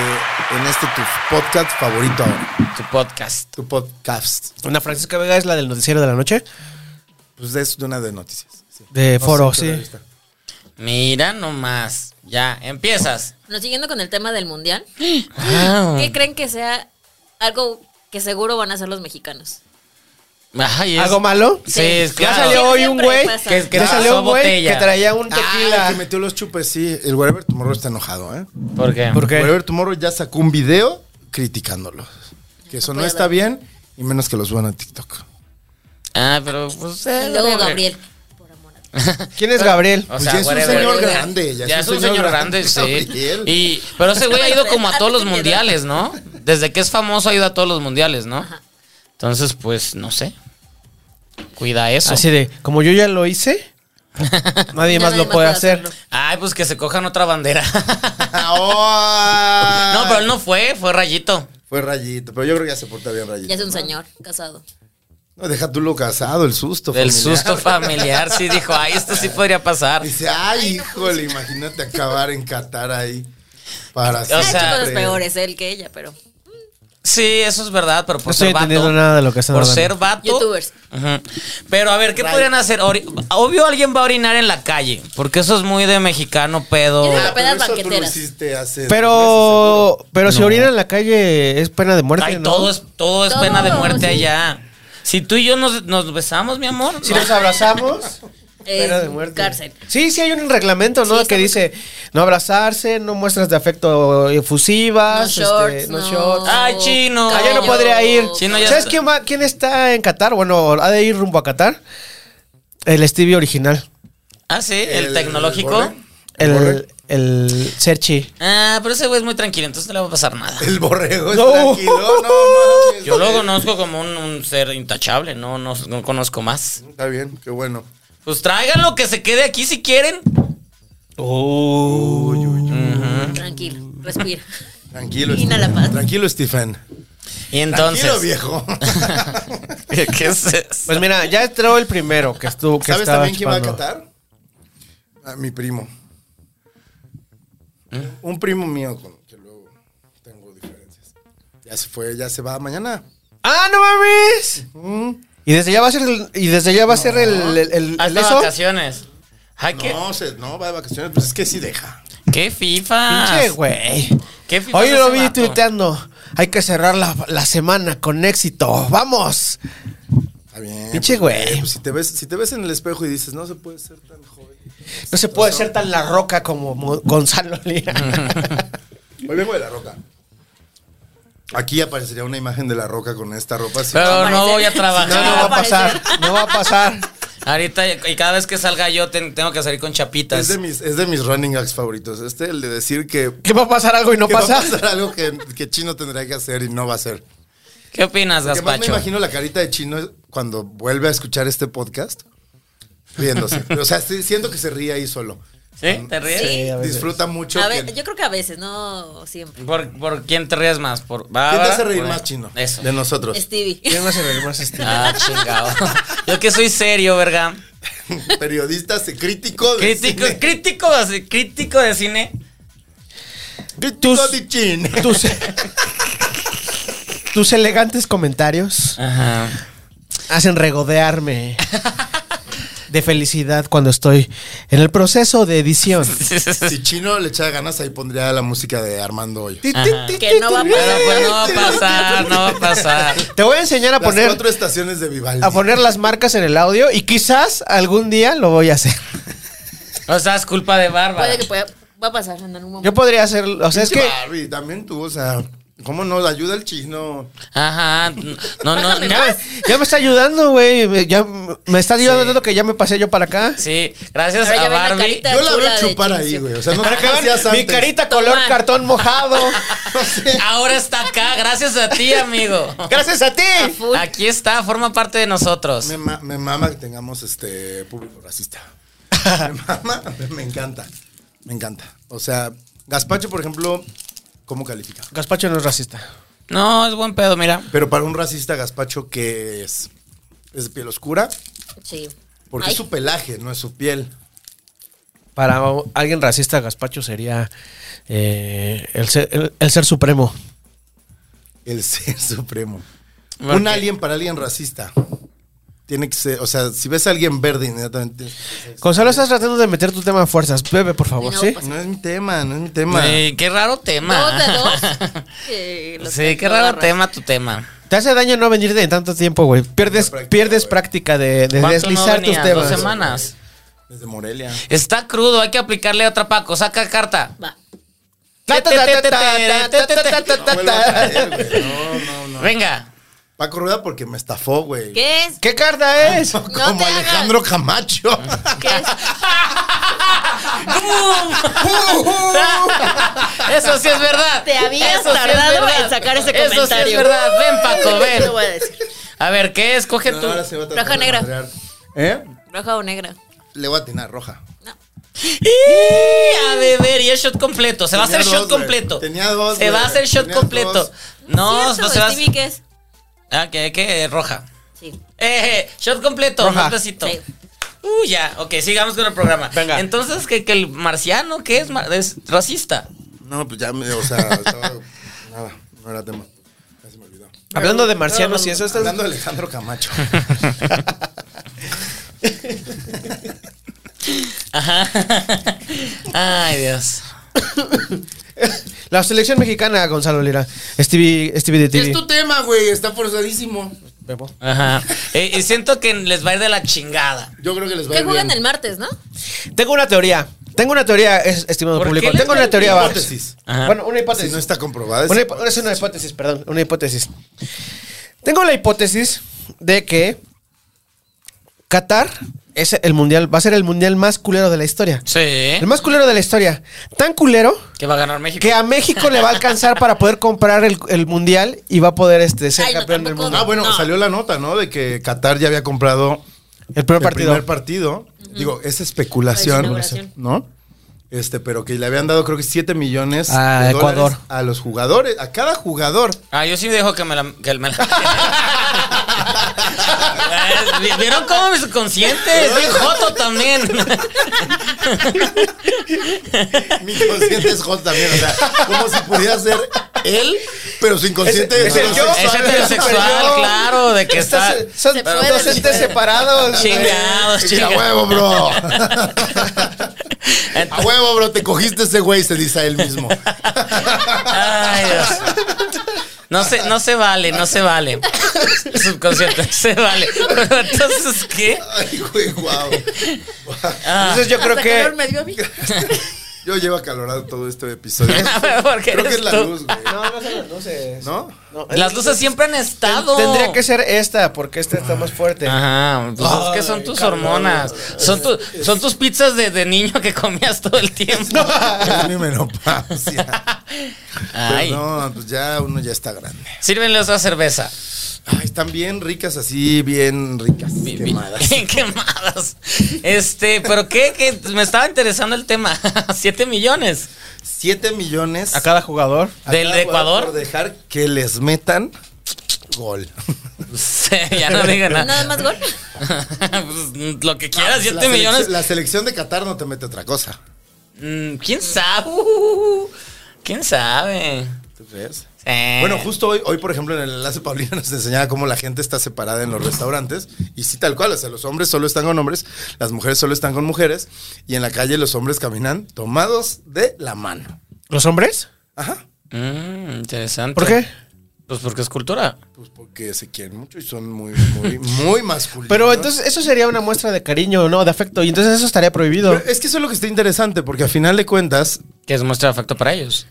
[SPEAKER 6] en este tu podcast favorito ahora,
[SPEAKER 5] Tu podcast.
[SPEAKER 6] tu podcast.
[SPEAKER 2] Una Francisca Vega es la del noticiero de la noche.
[SPEAKER 6] Pues es de una de noticias. sí.
[SPEAKER 2] De
[SPEAKER 6] No
[SPEAKER 2] foro,
[SPEAKER 6] sé qué
[SPEAKER 2] sí.
[SPEAKER 6] revista.
[SPEAKER 5] Mira nomás. Ya, empiezas.
[SPEAKER 7] Bueno, siguiendo con el tema del mundial,
[SPEAKER 2] Ah.
[SPEAKER 5] Wow.
[SPEAKER 7] ¿qué creen que sea algo que seguro van a hacer los mexicanos?
[SPEAKER 5] Ay, es-
[SPEAKER 2] ¿Algo malo?
[SPEAKER 5] Sí, es
[SPEAKER 2] Ya
[SPEAKER 5] claro.
[SPEAKER 2] salió hoy un
[SPEAKER 7] Siempre
[SPEAKER 2] güey
[SPEAKER 7] pasa.
[SPEAKER 2] que, que
[SPEAKER 5] Ah,
[SPEAKER 2] salió un güey
[SPEAKER 5] botella.
[SPEAKER 2] que traía un
[SPEAKER 6] Ah,
[SPEAKER 2] tequila.
[SPEAKER 6] el que metió los chupes, sí. El Wherever Tomorrow está enojado, ¿eh?
[SPEAKER 5] ¿Por qué?
[SPEAKER 2] ¿Por qué?
[SPEAKER 6] Wherever Tomorrow ya sacó un video criticándolos. Que eso no
[SPEAKER 7] puedo.
[SPEAKER 6] está bien y menos que los suban a TikTok.
[SPEAKER 5] Ah, pero pues. eh,
[SPEAKER 7] Y luego
[SPEAKER 5] whatever.
[SPEAKER 7] Gabriel. Por amor a Dios.
[SPEAKER 2] ¿Quién es Gabriel?
[SPEAKER 5] O
[SPEAKER 6] Pues
[SPEAKER 5] sea,
[SPEAKER 6] ya es un
[SPEAKER 5] whatever.
[SPEAKER 6] señor grande, ya es un señor (laughs)
[SPEAKER 5] grande,
[SPEAKER 6] grande,
[SPEAKER 5] sí.
[SPEAKER 6] Gabriel.
[SPEAKER 5] Y, pero ese güey ha ido como a todos
[SPEAKER 7] (laughs)
[SPEAKER 5] los
[SPEAKER 7] Árbitro de
[SPEAKER 5] mundiales, ¿no? Desde que es famoso ha ido a todos los mundiales, ¿no? Entonces, pues, no sé. Cuida eso.
[SPEAKER 2] Así de, como yo ya lo
[SPEAKER 5] (laughs)
[SPEAKER 2] hice, nadie más
[SPEAKER 7] Nadie
[SPEAKER 2] lo
[SPEAKER 7] más
[SPEAKER 2] puede
[SPEAKER 7] puede
[SPEAKER 2] hacer.
[SPEAKER 7] hacerlo.
[SPEAKER 5] Ay, pues que se cojan otra bandera. (laughs)
[SPEAKER 6] ¡Ah!
[SPEAKER 5] no, pero él no fue, fue Rayito.
[SPEAKER 6] Fue Rayito, pero yo creo que ya se porta bien Rayito.
[SPEAKER 7] Ya es un señor casado.
[SPEAKER 6] No, deja tú lo casado, el susto.
[SPEAKER 5] Del
[SPEAKER 6] familiar.
[SPEAKER 5] susto familiar, sí dijo, ay, esto sí podría pasar.
[SPEAKER 6] Dice, ay, híjole, imagínate acabar en Qatar ahí para Ah,
[SPEAKER 5] sea,
[SPEAKER 7] Hay cosas
[SPEAKER 2] eh,
[SPEAKER 6] siempre".
[SPEAKER 7] peores él que ella, pero.
[SPEAKER 5] Sí, eso es verdad, pero por
[SPEAKER 2] No
[SPEAKER 5] ser
[SPEAKER 2] estoy
[SPEAKER 5] vato.
[SPEAKER 2] entendiendo nada de lo que están
[SPEAKER 5] Por
[SPEAKER 2] hablando.
[SPEAKER 5] ser vato.
[SPEAKER 7] Youtubers.
[SPEAKER 5] Ujú. Pero a ver, ¿qué podrían hacer? Ori- Obvio alguien va a orinar en la calle, porque eso es muy de mexicano pedo.
[SPEAKER 7] Yo digo
[SPEAKER 6] Ah, pero
[SPEAKER 7] Pedas
[SPEAKER 6] eso tú lo
[SPEAKER 7] banqueteras.
[SPEAKER 6] hiciste hace este,
[SPEAKER 2] Pero, pero si
[SPEAKER 5] No.
[SPEAKER 2] orina en la calle es pena de muerte,
[SPEAKER 5] Ay,
[SPEAKER 2] ¿no?
[SPEAKER 5] todo es, todo es
[SPEAKER 7] Todo,
[SPEAKER 5] pena de muerte
[SPEAKER 7] sí.
[SPEAKER 5] allá. Si tú y yo nos, nos besamos, mi amor.
[SPEAKER 2] Si
[SPEAKER 5] no.
[SPEAKER 2] nos abrazamos,
[SPEAKER 7] es
[SPEAKER 2] de muerte.
[SPEAKER 7] eh, cárcel.
[SPEAKER 2] Sí, sí hay un reglamento, ¿no?
[SPEAKER 7] Sí, está
[SPEAKER 2] que
[SPEAKER 7] muy-
[SPEAKER 2] dice no abrazarse, no muestras de afecto efusivas,
[SPEAKER 7] No shorts,
[SPEAKER 2] este,
[SPEAKER 7] no.
[SPEAKER 2] shorts.
[SPEAKER 5] Ay, chino.
[SPEAKER 2] Ah, ya no
[SPEAKER 7] no.
[SPEAKER 2] podría ir.
[SPEAKER 5] Chino ya
[SPEAKER 2] ¿Sabes
[SPEAKER 5] está-
[SPEAKER 2] quién, va- quién está en Qatar? Bueno, ha de ir rumbo a Qatar. El Stevie original.
[SPEAKER 5] Ah, sí, el,
[SPEAKER 6] El-
[SPEAKER 5] tecnológico.
[SPEAKER 6] el borre. ¿El
[SPEAKER 2] El, (laughs)
[SPEAKER 6] borre?
[SPEAKER 2] el Serchi.
[SPEAKER 5] Ah, pero ese güey es muy tranquilo, entonces no le va a pasar nada.
[SPEAKER 6] El borrego es
[SPEAKER 2] No.
[SPEAKER 6] tranquilo, no mames.
[SPEAKER 5] Yo lo conozco como un, un ser intachable, no, no, no conozco más.
[SPEAKER 6] Está bien, qué bueno.
[SPEAKER 5] Pues tráiganlo, que se quede aquí si quieren.
[SPEAKER 7] Tranquilo,
[SPEAKER 2] (laughs)
[SPEAKER 7] respira.
[SPEAKER 6] Tranquilo,
[SPEAKER 7] Inhala
[SPEAKER 6] Stephen.
[SPEAKER 7] paz.
[SPEAKER 6] Tranquilo, Stephen.
[SPEAKER 5] Y entonces.
[SPEAKER 6] Tranquilo, viejo.
[SPEAKER 5] (laughs) ¿Qué es eso?
[SPEAKER 2] Pues mira, ya entró el primero que estuvo. Que
[SPEAKER 6] ¿Sabes
[SPEAKER 2] estaba
[SPEAKER 6] también quién va a
[SPEAKER 2] chupando.
[SPEAKER 6] Qatar? A Ah, mi primo. Un primo mío con que luego tengo diferencias. Ya se fue, ya se va mañana.
[SPEAKER 2] ¡Ah, no mames! Y desde ya va a ser el. Y desde ya va a ser el. el, el-
[SPEAKER 7] Ah,
[SPEAKER 2] el
[SPEAKER 5] Hasta
[SPEAKER 2] eso.
[SPEAKER 5] vacaciones. Ay, qué,
[SPEAKER 6] No, se, no, va de vacaciones, pues es que sí deja.
[SPEAKER 5] qué FIFA.
[SPEAKER 2] Pinche, güey.
[SPEAKER 5] Qué FIFA.
[SPEAKER 2] Hoy
[SPEAKER 5] es
[SPEAKER 2] lo
[SPEAKER 5] ese
[SPEAKER 2] vi
[SPEAKER 5] vato.
[SPEAKER 2] tuiteando. Hay que cerrar la, la semana con éxito. ¡Vamos!
[SPEAKER 6] Está bien.
[SPEAKER 2] Pinche
[SPEAKER 6] pues,
[SPEAKER 2] güey.
[SPEAKER 6] pues, si, te ves, si te ves en el espejo y dices, no se puede ser tan joven.
[SPEAKER 2] No se puede ser tan la roca como Mo- Gonzalo Lira.
[SPEAKER 6] Hoy vengo de la roca. Aquí aparecería una imagen de la roca con esta ropa. así.
[SPEAKER 5] Pero no
[SPEAKER 7] Aparece.
[SPEAKER 5] voy a
[SPEAKER 2] No, no va a
[SPEAKER 5] trabajar.
[SPEAKER 2] pasar. No va a pasar.
[SPEAKER 5] Ahorita, y cada vez que salga yo, ten- tengo que salir con
[SPEAKER 6] es,
[SPEAKER 5] chapitas.
[SPEAKER 6] de mis, es de mis running gags favoritos. Este, el de decir que,
[SPEAKER 2] ¿Qué va a pasar algo y no
[SPEAKER 6] que va a
[SPEAKER 2] pasa?
[SPEAKER 6] pasar algo que, que Chino tendría que hacer y no va a hacer.
[SPEAKER 5] ¿Qué opinas,
[SPEAKER 6] Porque más me
[SPEAKER 5] Gaspacho?
[SPEAKER 6] imagino la carita de Chino cuando vuelve a escuchar este podcast riéndose. o sea, estoy- siento que se ríe ahí solo.
[SPEAKER 5] ¿Sí? ¿Te ríes?
[SPEAKER 7] Sí.
[SPEAKER 2] Sí, a veces.
[SPEAKER 6] Disfruta mucho.
[SPEAKER 7] A
[SPEAKER 6] que-
[SPEAKER 7] ver, yo creo que a veces, no siempre.
[SPEAKER 5] ¿Por, por quién te ríes más? ¿Por
[SPEAKER 6] ¿Quién
[SPEAKER 5] Bárbara?
[SPEAKER 6] te hace reír
[SPEAKER 5] Por-
[SPEAKER 2] Ah,
[SPEAKER 6] más, Chino?
[SPEAKER 5] Eso.
[SPEAKER 6] De nosotros. (laughs)
[SPEAKER 7] Stevie.
[SPEAKER 2] ¿Quién va a ser el más este?
[SPEAKER 5] Ah, chingado. (laughs) Yo que soy serio, verga.
[SPEAKER 6] Periodista, se- crítico. de
[SPEAKER 5] Crítico,
[SPEAKER 6] cine.
[SPEAKER 5] crítico, así, crítico de cine.
[SPEAKER 6] Crítico
[SPEAKER 2] Tus-
[SPEAKER 6] de cine.
[SPEAKER 2] Tus, tus elegantes comentarios
[SPEAKER 5] Ajá.
[SPEAKER 2] hacen regodearme de felicidad cuando estoy en el proceso de edición.
[SPEAKER 6] (laughs) Si Chino le echara ganas, ahí pondría la música de Armando hoy.
[SPEAKER 7] Que no va
[SPEAKER 5] (laughs)
[SPEAKER 7] a
[SPEAKER 5] Pero pues
[SPEAKER 7] pasar.
[SPEAKER 5] no va a pasar, no va a pasar.
[SPEAKER 2] Te voy a enseñar a
[SPEAKER 6] Las
[SPEAKER 2] poner,
[SPEAKER 6] cuatro estaciones de Vivaldi.
[SPEAKER 2] a poner las marcas en el audio y quizás algún día lo voy a hacer.
[SPEAKER 5] O sea, es culpa de Bárbara.
[SPEAKER 7] Puede que pueda, va a pasar en algún
[SPEAKER 2] Yo
[SPEAKER 7] momento.
[SPEAKER 2] podría hacerlo. O sea, es
[SPEAKER 6] Pinche
[SPEAKER 2] que
[SPEAKER 6] Barbie, también tú, o sea, ¿cómo no? Ayuda el chino.
[SPEAKER 5] Ajá. No, no,
[SPEAKER 7] Pásame
[SPEAKER 5] no.
[SPEAKER 7] más.
[SPEAKER 2] (laughs) ya me está ayudando, güey. Me- Ya me está ayudando tanto que ya me pasé yo para acá.
[SPEAKER 5] Sí, gracias
[SPEAKER 7] Ahora ya
[SPEAKER 5] a
[SPEAKER 7] ven la
[SPEAKER 5] Barbie.
[SPEAKER 7] carita.
[SPEAKER 6] Yo la
[SPEAKER 7] chula
[SPEAKER 6] veo
[SPEAKER 7] de
[SPEAKER 6] chupar
[SPEAKER 7] Chino,
[SPEAKER 6] ahí,
[SPEAKER 7] sí.
[SPEAKER 6] güey. O sea, no te
[SPEAKER 2] Para que vean
[SPEAKER 6] hacías
[SPEAKER 2] mi
[SPEAKER 6] antes. (laughs)
[SPEAKER 2] carita color
[SPEAKER 7] Toma.
[SPEAKER 2] cartón mojado.
[SPEAKER 6] No sé.
[SPEAKER 5] Ahora está acá, gracias a ti, amigo.
[SPEAKER 2] Gracias a ti.
[SPEAKER 7] Full.
[SPEAKER 5] Aquí está, forma parte de nosotros.
[SPEAKER 6] Me, ma- me mama que tengamos este público
[SPEAKER 2] (laughs)
[SPEAKER 6] racista. Me mama, me encanta. Me encanta. O sea, Gaspacho, por ejemplo, ¿cómo califica?
[SPEAKER 2] Gaspacho no es racista.
[SPEAKER 5] No, es buen pedo, mira.
[SPEAKER 6] Pero para un racista, Gaspacho, que es? ¿Es de piel oscura?
[SPEAKER 7] Sí.
[SPEAKER 6] Porque
[SPEAKER 7] Ay,
[SPEAKER 6] es su pelaje, no es su piel.
[SPEAKER 2] Para alguien racista, Gaspacho sería eh, el, ser, el- el ser supremo.
[SPEAKER 6] El (laughs) ser supremo.
[SPEAKER 5] ¿Por
[SPEAKER 6] Un
[SPEAKER 5] qué?
[SPEAKER 6] alien para alguien racista. Tiene que ser, o sea, si ves a alguien verde inmediatamente. tienes que
[SPEAKER 2] Gonzalo, estás tratando de meter tu tema a fuerzas. Bebe, por favor,
[SPEAKER 7] No, pues.
[SPEAKER 2] ¿sí?
[SPEAKER 6] ser- No es mi tema, no es mi tema.
[SPEAKER 5] Eh, qué raro tema.
[SPEAKER 7] Dos de
[SPEAKER 5] (laughs)
[SPEAKER 7] dos. que los
[SPEAKER 5] Sí, qué
[SPEAKER 7] lo
[SPEAKER 5] raro
[SPEAKER 7] agarran.
[SPEAKER 5] tema tu tema.
[SPEAKER 2] Te hace daño no venir de en tanto tiempo, güey. Pierdes,
[SPEAKER 6] práctica,
[SPEAKER 2] pierdes
[SPEAKER 6] güey.
[SPEAKER 2] práctica de, de
[SPEAKER 5] ¿Cuánto no
[SPEAKER 2] deslizar tus
[SPEAKER 5] venías?
[SPEAKER 2] temas.
[SPEAKER 5] Dos semanas.
[SPEAKER 6] Desde Morelia.
[SPEAKER 5] Está crudo, hay que aplicarle otra Paco. Saca carta.
[SPEAKER 7] Va.
[SPEAKER 2] Ta, ta, ta, ta, ta, ta, ta, (laughs) ta, ta, ta,
[SPEAKER 6] Vuelvo a
[SPEAKER 2] ta.
[SPEAKER 6] traer, güey. No, no, no.
[SPEAKER 7] (laughs)
[SPEAKER 5] Venga.
[SPEAKER 6] Paco Rueda porque me estafó, güey.
[SPEAKER 7] ¿Qué es?
[SPEAKER 2] ¿Qué
[SPEAKER 6] (laughs)
[SPEAKER 2] carta es?
[SPEAKER 6] Como
[SPEAKER 7] No te hagas.
[SPEAKER 6] Alejandro Camacho. (laughs)
[SPEAKER 7] ¿Qué es?
[SPEAKER 5] Eso sí es verdad. (laughs)
[SPEAKER 7] Te habías
[SPEAKER 5] Eso sí es
[SPEAKER 7] tardado
[SPEAKER 5] verdad.
[SPEAKER 7] en sacar ese
[SPEAKER 5] Eso sí
[SPEAKER 7] comentario.
[SPEAKER 5] es verdad. Ven,
[SPEAKER 7] (laughs)
[SPEAKER 5] Paco,
[SPEAKER 7] Te lo voy a
[SPEAKER 5] ven.
[SPEAKER 7] decir.
[SPEAKER 5] A ver, ¿qué escoge tú?
[SPEAKER 6] Ahora se va a tratar
[SPEAKER 7] Roja
[SPEAKER 6] de
[SPEAKER 7] negra.
[SPEAKER 6] madrear. ¿Eh?
[SPEAKER 7] Roja o negra.
[SPEAKER 6] Le voy a atinar roja.
[SPEAKER 5] ¡Y! A beber, y el shot completo. Se va a
[SPEAKER 6] Tenía
[SPEAKER 5] hacer
[SPEAKER 6] dos,
[SPEAKER 5] shot
[SPEAKER 6] güey.
[SPEAKER 5] completo.
[SPEAKER 6] Tenía dos,
[SPEAKER 5] Se va a
[SPEAKER 6] güey.
[SPEAKER 5] hacer shot
[SPEAKER 6] Tenía
[SPEAKER 5] completo.
[SPEAKER 6] dos.
[SPEAKER 5] No,
[SPEAKER 7] ¿Cierto,
[SPEAKER 5] no se va a.
[SPEAKER 7] Stevie, ¿qué es?
[SPEAKER 5] Ah, que, que roja.
[SPEAKER 7] Sí.
[SPEAKER 5] Eh, eh, shot completo,
[SPEAKER 2] Roja.
[SPEAKER 5] más besito.
[SPEAKER 7] Sí.
[SPEAKER 5] Uh, ya, ok, sigamos con el programa.
[SPEAKER 2] Venga.
[SPEAKER 5] Entonces, que, que el marciano, ¿qué es? Mar- es racista.
[SPEAKER 6] No, pues ya me, o (laughs) sea, estaba- nada, no era tema. Ya se me olvidó.
[SPEAKER 2] Hablando de marcianos y eso, estás
[SPEAKER 6] Hablando de Alejandro
[SPEAKER 2] (laughs)
[SPEAKER 6] Camacho. (laughs)
[SPEAKER 5] Ajá. (laughs) Ay, Dios.
[SPEAKER 2] La selección mexicana, Gonzalo Lira. Stevie, Stevie de TV.
[SPEAKER 6] tema, güey, está forzadísimo.
[SPEAKER 2] Bebo.
[SPEAKER 5] Ajá. Eh, y siento que les va a ir de la chingada.
[SPEAKER 6] Yo creo que les va a
[SPEAKER 7] ¿Qué
[SPEAKER 6] ir bien.
[SPEAKER 7] juegan el martes, no?
[SPEAKER 2] Tengo una teoría. Tengo una teoría, es- estimado
[SPEAKER 5] ¿Por qué
[SPEAKER 2] público.
[SPEAKER 5] les
[SPEAKER 2] Tengo
[SPEAKER 5] dan
[SPEAKER 2] una teoría, Babs.
[SPEAKER 6] hipótesis?
[SPEAKER 5] Ajá.
[SPEAKER 2] Bueno, una
[SPEAKER 6] Si
[SPEAKER 2] hipótesis.
[SPEAKER 6] no está comprobada. es-
[SPEAKER 2] Una hipo- es una hipótesis, perdón, una hipótesis. Tengo la hipótesis de que Qatar es el mundial, va a ser el mundial más culero de la historia.
[SPEAKER 5] Sí.
[SPEAKER 2] El más culero de la historia. Tan culero
[SPEAKER 5] Que va a ganar México.
[SPEAKER 2] que a México le va a alcanzar para poder comprar el, el mundial y va a poder este, ser
[SPEAKER 7] Ay, no,
[SPEAKER 2] campeón del
[SPEAKER 7] tampoco.
[SPEAKER 2] mundo.
[SPEAKER 6] Ah, bueno,
[SPEAKER 7] No.
[SPEAKER 6] salió la nota, ¿no? De que Qatar ya había comprado
[SPEAKER 2] El primer
[SPEAKER 6] el
[SPEAKER 2] partido.
[SPEAKER 6] primer partido. Digo, es especulación,
[SPEAKER 7] Ay, es inauguración.
[SPEAKER 6] ¿no? Este, pero que le habían dado creo que 7 millones
[SPEAKER 2] A
[SPEAKER 6] de
[SPEAKER 2] Ecuador.
[SPEAKER 6] dólares a los jugadores, a cada
[SPEAKER 7] (laughs)
[SPEAKER 6] jugador.
[SPEAKER 5] Ah, yo sí dejo que me la. (laughs) Que me la- Eh, ¿Vieron cómo mis conscientes? Soy Joto también.
[SPEAKER 6] Mi consciente es Hot también, o sea, como si pudiera ser él, pero su inconsciente
[SPEAKER 2] Es- es el yo.
[SPEAKER 5] es
[SPEAKER 6] (laughs)
[SPEAKER 5] heterosexual, claro, de que está.
[SPEAKER 2] Estas- son
[SPEAKER 7] Se puede,
[SPEAKER 2] dos
[SPEAKER 7] se
[SPEAKER 2] entes
[SPEAKER 7] puede.
[SPEAKER 2] separados. güey.
[SPEAKER 5] Chingados,
[SPEAKER 6] Y a
[SPEAKER 5] chingados.
[SPEAKER 6] huevo,
[SPEAKER 5] (laughs)
[SPEAKER 6] bro. A huevo, bro, te cogiste ese güey, se dice a él mismo.
[SPEAKER 5] Ay, Dios. No se, no se vale, no se vale. Subconsciente, (laughs) no se vale. Pero entonces, ¿qué?
[SPEAKER 6] Ay, güey,
[SPEAKER 5] (laughs)
[SPEAKER 6] guau.
[SPEAKER 5] Ah, (laughs)
[SPEAKER 2] Entonces yo creo
[SPEAKER 7] Hasta calor
[SPEAKER 2] que.
[SPEAKER 7] me dio a mí.
[SPEAKER 6] Yo llevo acalorado todo
[SPEAKER 5] (laughs)
[SPEAKER 6] este episodio.
[SPEAKER 5] porque
[SPEAKER 6] Creo que
[SPEAKER 5] Ah, eres
[SPEAKER 6] es la
[SPEAKER 5] tú.
[SPEAKER 6] luz, güey.
[SPEAKER 2] No, no se no se-
[SPEAKER 6] ¿No?
[SPEAKER 2] no, es-
[SPEAKER 5] Las luces siempre han estado.
[SPEAKER 2] Tendría que ser esta, porque esta está más fuerte.
[SPEAKER 5] Ajá, pues es que son tus hormonas. Son, tu- son tus pizzas de, de niño que comías todo el
[SPEAKER 6] (laughs)
[SPEAKER 5] tiempo.
[SPEAKER 6] Es mi menopausia.
[SPEAKER 5] Ay,
[SPEAKER 6] Pero no, pues ya uno ya está grande.
[SPEAKER 5] sírvenle otra cerveza.
[SPEAKER 6] Ay, están bien ricas así, bien ricas.
[SPEAKER 5] (laughs)
[SPEAKER 6] quemadas.
[SPEAKER 5] Bien quemadas. Este, pero qué, ¿Qué? me estaba interesando el tema. (laughs) Siete millones.
[SPEAKER 6] Siete millones.
[SPEAKER 2] A cada jugador.
[SPEAKER 6] a
[SPEAKER 5] ¿Del
[SPEAKER 6] cada
[SPEAKER 5] de
[SPEAKER 6] jugador
[SPEAKER 5] Ecuador?
[SPEAKER 6] Por dejar que les metan gol.
[SPEAKER 5] (laughs) Sí, ya no digan nada.
[SPEAKER 7] Nada más gol.
[SPEAKER 5] (laughs) Pues, lo que quieras,
[SPEAKER 6] Ah, La
[SPEAKER 5] siete
[SPEAKER 6] selección-
[SPEAKER 5] millones.
[SPEAKER 6] La selección de Qatar no te mete otra cosa.
[SPEAKER 5] Mm, ¿Quién sabe? Uh, ¿Quién sabe?
[SPEAKER 6] ¿Tú crees?
[SPEAKER 5] Sí.
[SPEAKER 6] Bueno, justo hoy, hoy, por ejemplo, en el enlace Paulina nos enseñaba cómo la gente está separada en los restaurantes. Y sí, tal cual. O sea, los hombres solo están con hombres, las mujeres solo están con mujeres. Y en la calle los hombres caminan tomados de la mano.
[SPEAKER 2] ¿Los hombres?
[SPEAKER 6] Ajá.
[SPEAKER 5] Mm, interesante.
[SPEAKER 2] ¿Por qué?
[SPEAKER 5] Pues porque es cultura.
[SPEAKER 6] Pues porque se quieren mucho y son muy,
[SPEAKER 2] (laughs)
[SPEAKER 6] muy, muy masculinos.
[SPEAKER 2] Pero entonces eso sería una muestra de cariño, ¿no? De afecto. Y entonces eso estaría prohibido.
[SPEAKER 6] Pero es que eso es lo que está interesante, porque al final de cuentas,
[SPEAKER 5] Que es muestra de afecto para ellos.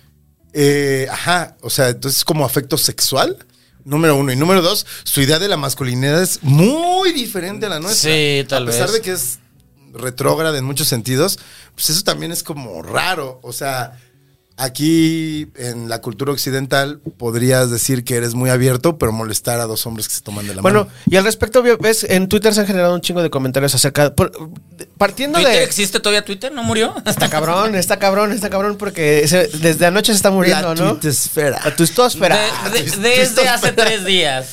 [SPEAKER 6] eh, ajá, o sea, entonces como afecto sexual, número uno. Y número dos, su idea de la masculinidad es muy diferente a la nuestra.
[SPEAKER 5] Sí, tal
[SPEAKER 6] A pesar
[SPEAKER 5] vez.
[SPEAKER 6] de que es retrógrada en muchos sentidos, pues eso también es como raro. O sea, aquí en la cultura occidental podrías decir que eres muy abierto, pero molestar a dos hombres que se toman de la
[SPEAKER 2] Bueno,
[SPEAKER 6] mano.
[SPEAKER 2] y al respecto, obvio, ves, en Twitter se han generado un chingo de comentarios acerca. por- partiendo
[SPEAKER 5] ¿Twitter
[SPEAKER 2] de.
[SPEAKER 5] existe todavía Twitter? ¿No
[SPEAKER 6] (laughs)
[SPEAKER 5] murió?
[SPEAKER 2] Está cabrón, está cabrón, está cabrón, porque se- desde anoche se está muriendo, ¿no?
[SPEAKER 6] tuitesfera.
[SPEAKER 2] La tuistosfera.
[SPEAKER 5] (laughs) De- de-
[SPEAKER 6] Twitter-
[SPEAKER 5] desde
[SPEAKER 6] Twitter-
[SPEAKER 5] hace tres
[SPEAKER 6] (laughs)
[SPEAKER 5] días.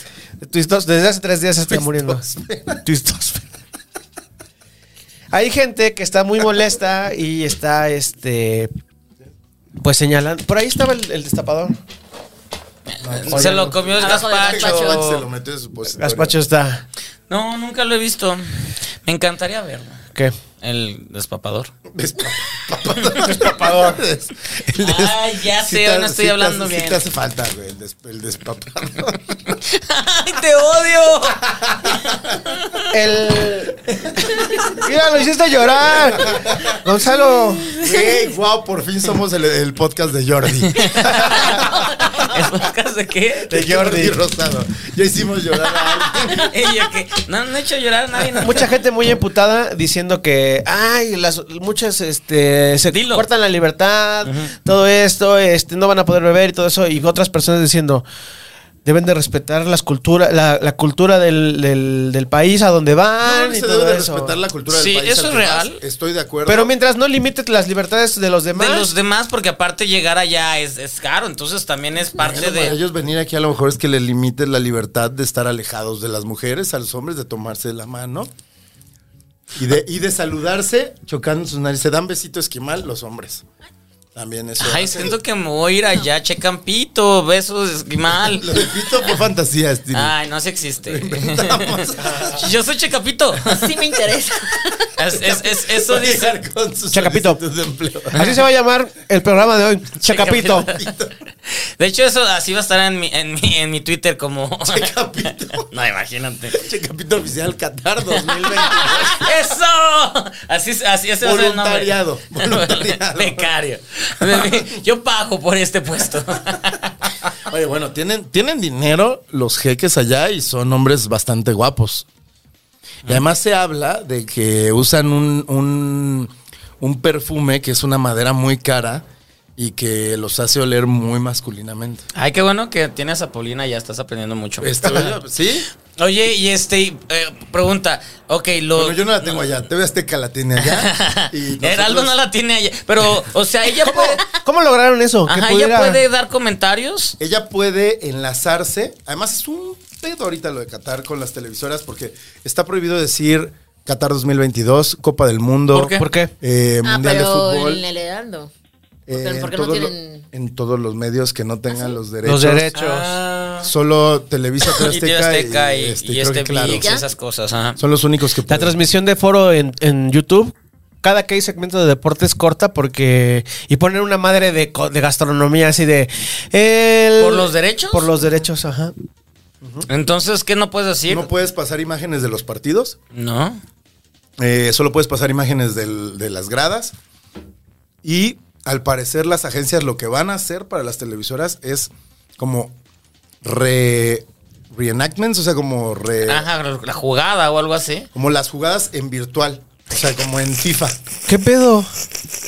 [SPEAKER 2] Tuistos- desde hace tres días se está muriendo. Tuistosfera. Hay gente que está muy molesta y está, este. Pues señalando. Por ahí estaba el, el destapador.
[SPEAKER 5] Se lo comió el
[SPEAKER 7] Abajo del
[SPEAKER 5] gazpacho.
[SPEAKER 6] Se lo metió de su positorio.
[SPEAKER 2] Gaspacho está.
[SPEAKER 5] No, nunca lo he visto. Me encantaría verlo.
[SPEAKER 2] ¿Qué?
[SPEAKER 5] El
[SPEAKER 6] (laughs)
[SPEAKER 5] despapador. (laughs)
[SPEAKER 6] Despapador.
[SPEAKER 2] Despapador.
[SPEAKER 6] El des-
[SPEAKER 5] Ay, ya
[SPEAKER 6] sí
[SPEAKER 5] sé,
[SPEAKER 6] te-
[SPEAKER 5] hoy no estoy
[SPEAKER 6] sí te
[SPEAKER 5] hablando
[SPEAKER 6] hace- sí
[SPEAKER 5] bien.
[SPEAKER 6] te hace falta, güey, el, des- el despapador.
[SPEAKER 5] ¡Ay, te odio! (laughs)
[SPEAKER 6] (laughs)
[SPEAKER 2] El. Mira, lo hiciste llorar. Gonzalo.
[SPEAKER 6] (laughs) Güey, wow, por fin somos el, el podcast de
[SPEAKER 5] (laughs)
[SPEAKER 6] Jordi. (laughs)
[SPEAKER 5] ¿El podcast de qué?
[SPEAKER 6] De Jordi Rosado. Ya hicimos llorar a alguien.
[SPEAKER 5] (laughs) Ella que no han hecho llorar a nadie. ¿no?
[SPEAKER 2] Mucha gente muy emputada diciendo que, ay, las muchas este se
[SPEAKER 5] Dilo.
[SPEAKER 2] cortan la libertad, todo esto, este no van a poder beber y todo eso y otras personas diciendo deben de respetar las cultura, la, la cultura del, del- del país a donde van
[SPEAKER 5] Ah,
[SPEAKER 6] No,
[SPEAKER 2] y
[SPEAKER 6] se
[SPEAKER 2] todo
[SPEAKER 6] debe de
[SPEAKER 2] eso.
[SPEAKER 6] respetar la cultura
[SPEAKER 5] Sí,
[SPEAKER 6] del país.
[SPEAKER 5] eso
[SPEAKER 6] al
[SPEAKER 5] es
[SPEAKER 6] que vas.
[SPEAKER 5] real.
[SPEAKER 6] Estoy de acuerdo.
[SPEAKER 2] Pero mientras no limites las libertades de los demás,
[SPEAKER 5] De los demás, porque aparte llegar allá es, es caro, entonces también es parte
[SPEAKER 6] Bueno, para
[SPEAKER 5] de...
[SPEAKER 6] ellos venir aquí a lo mejor es que les limites la libertad de estar alejados de las mujeres, a los hombres, de tomarse la mano y de, y de saludarse chocando sus narices. Se dan besito esquimal los hombres. También eso.
[SPEAKER 5] Ay, siento que me voy a ir allá, che campito, besos, esquimal.
[SPEAKER 6] (laughs) Lo repito por fantasía, Stevie.
[SPEAKER 5] Ay, no se existe.
[SPEAKER 6] Inventamos.
[SPEAKER 5] (laughs) Yo soy Checapito.
[SPEAKER 7] Sí me interesa.
[SPEAKER 5] Es- es- es- eso
[SPEAKER 6] Va a
[SPEAKER 5] dice.
[SPEAKER 6] llegar con sus
[SPEAKER 2] Chacapito.
[SPEAKER 6] solicitudes de empleo.
[SPEAKER 2] así se va a llamar el programa de hoy, Chacapito.
[SPEAKER 5] Chacapito. De hecho, eso así va a estar en mi, en mi, en mi Twitter como.
[SPEAKER 6] Checapito.
[SPEAKER 5] (laughs) no, imagínate.
[SPEAKER 6] Che, capítulo oficial
[SPEAKER 5] (laughs)
[SPEAKER 6] Qatar 2022.
[SPEAKER 5] ¡Eso! Así, así ese va a ser el nombre. (laughs)
[SPEAKER 6] Voluntariado, voluntariado.
[SPEAKER 5] Becario. (laughs) Yo pago por este puesto. (laughs)
[SPEAKER 6] Oye, bueno, tienen, tienen dinero los jeques allá y son hombres bastante guapos. Y además se habla de que usan un, un, un perfume que es una madera muy cara y que los hace oler muy masculinamente.
[SPEAKER 5] Ay, qué bueno que tienes a Paulina, ya estás aprendiendo mucho. (laughs)
[SPEAKER 6] Este, oye, ¿Sí?
[SPEAKER 5] Oye, y este, y, eh, pregunta. Ok, lo.
[SPEAKER 6] Bueno, yo no la tengo
[SPEAKER 5] (laughs)
[SPEAKER 6] allá. TV Azteca la tiene allá. Y
[SPEAKER 5] Heraldo
[SPEAKER 6] nosotros-
[SPEAKER 5] no la tiene allá. Pero, o sea, ella puede.
[SPEAKER 2] ¿Cómo lograron eso?
[SPEAKER 5] Ajá,
[SPEAKER 2] que
[SPEAKER 5] ella
[SPEAKER 2] pudiera-
[SPEAKER 5] puede dar comentarios.
[SPEAKER 6] Ella puede enlazarse. Además, es un pedo ahorita lo de Qatar con las televisoras porque está prohibido decir Qatar 2022, Copa del Mundo.
[SPEAKER 5] ¿Por qué?
[SPEAKER 2] ¿Por qué?
[SPEAKER 6] eh,
[SPEAKER 7] Ah,
[SPEAKER 6] Mundial de
[SPEAKER 7] pero
[SPEAKER 6] Fútbol.
[SPEAKER 7] en el Heraldo.
[SPEAKER 6] eh,
[SPEAKER 7] pero ¿por qué
[SPEAKER 6] en,
[SPEAKER 7] no
[SPEAKER 6] todos lo-
[SPEAKER 7] tienen- ¿Ah,
[SPEAKER 6] en todos los medios que no tengan los derechos.
[SPEAKER 2] Los derechos.
[SPEAKER 5] Ah.
[SPEAKER 6] Solo Televisa, TV
[SPEAKER 5] (laughs) Y TV
[SPEAKER 6] Azteca,
[SPEAKER 5] Azteca y, y este,
[SPEAKER 6] creo que Claro.
[SPEAKER 5] ViX,
[SPEAKER 7] ¿Ya?
[SPEAKER 5] esas cosas. Ajá.
[SPEAKER 6] Son los únicos que
[SPEAKER 2] La
[SPEAKER 6] pueden.
[SPEAKER 2] transmisión de foro en, en YouTube. Cada que hay segmento de deportes corta porque. Y ponen una madre de, co- de gastronomía así de. el-
[SPEAKER 5] ¿Por los derechos?
[SPEAKER 2] Por los derechos, ajá.
[SPEAKER 5] Entonces, ¿qué no puedes decir?
[SPEAKER 6] No puedes pasar imágenes de los partidos.
[SPEAKER 5] No.
[SPEAKER 6] Eh, solo puedes pasar imágenes del- de las gradas. Y al parecer las agencias lo que van a hacer para las televisoras es como re, reenactments, o sea, como re-
[SPEAKER 5] Ajá, la- la jugada o algo así.
[SPEAKER 6] como las jugadas en virtual. O sea, como en FIFA.
[SPEAKER 2] ¿Qué pedo?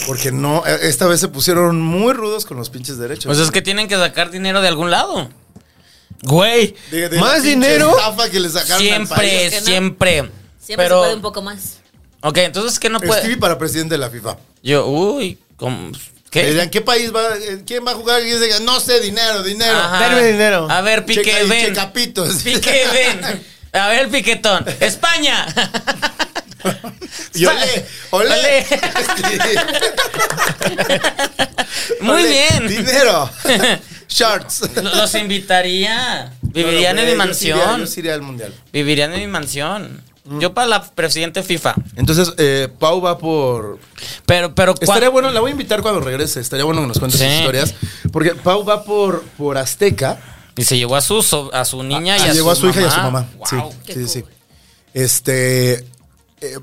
[SPEAKER 6] Porque no, eh, esta vez se pusieron muy rudos con los pinches derechos.
[SPEAKER 5] Pues es que tienen que sacar dinero de algún lado.
[SPEAKER 2] Güey.
[SPEAKER 6] De- de la
[SPEAKER 2] ¿Más
[SPEAKER 6] pinche
[SPEAKER 2] dinero?
[SPEAKER 6] estafa que le sacaron al
[SPEAKER 5] Siempre,
[SPEAKER 6] país.
[SPEAKER 7] que no.
[SPEAKER 5] siempre.
[SPEAKER 7] Siempre
[SPEAKER 5] Pero,
[SPEAKER 7] se puede un poco más.
[SPEAKER 5] Ok, entonces, ¿qué no
[SPEAKER 6] Stevie
[SPEAKER 5] puede?
[SPEAKER 6] para presidente de la FIFA.
[SPEAKER 5] Yo, uy, ¿cómo?
[SPEAKER 6] Le
[SPEAKER 5] ¿qué?
[SPEAKER 6] dirán, ¿qué país va? eh, ¿Quién va a jugar? Y dice, no sé, dinero, dinero.
[SPEAKER 5] Ajá.
[SPEAKER 2] Denme
[SPEAKER 6] eh,
[SPEAKER 2] dinero.
[SPEAKER 5] A ver, Pique,
[SPEAKER 6] Checa- y
[SPEAKER 5] ven.
[SPEAKER 6] checapitos.
[SPEAKER 5] Pique, ven. A ver, Piquetón. España.
[SPEAKER 6] (laughs) Y ole, ole. (laughs)
[SPEAKER 5] Ole. Muy
[SPEAKER 6] Ole,
[SPEAKER 5] bien.
[SPEAKER 6] Dinero. (laughs)
[SPEAKER 5] (laughs)
[SPEAKER 6] Shorts.
[SPEAKER 5] Los invitaría. Vivirían
[SPEAKER 6] No,
[SPEAKER 5] en mi
[SPEAKER 6] güey, yo sí iría-
[SPEAKER 5] mansión.
[SPEAKER 6] Yo sí Mm. iría al mundial.
[SPEAKER 5] Vivirían en mi mansión. Yo para la presidente FIFA.
[SPEAKER 6] Entonces, eh, Pau va por.
[SPEAKER 5] Pero, pero, ¿cuál-
[SPEAKER 6] Estaría bueno, la voy a invitar cuando regrese. Estaría bueno que nos cuentes sus
[SPEAKER 5] Sí.
[SPEAKER 6] historias. Porque Pau va por, por Azteca.
[SPEAKER 5] Y se llevó a su, so- a su niña y
[SPEAKER 6] Ah,
[SPEAKER 5] a,
[SPEAKER 6] llegó a
[SPEAKER 5] su
[SPEAKER 6] su hija y a su
[SPEAKER 5] mamá.
[SPEAKER 6] mamá. Sí,
[SPEAKER 5] Wow.
[SPEAKER 6] sí,
[SPEAKER 7] Qué
[SPEAKER 6] sí, sí.
[SPEAKER 7] cool.
[SPEAKER 6] Este. eh,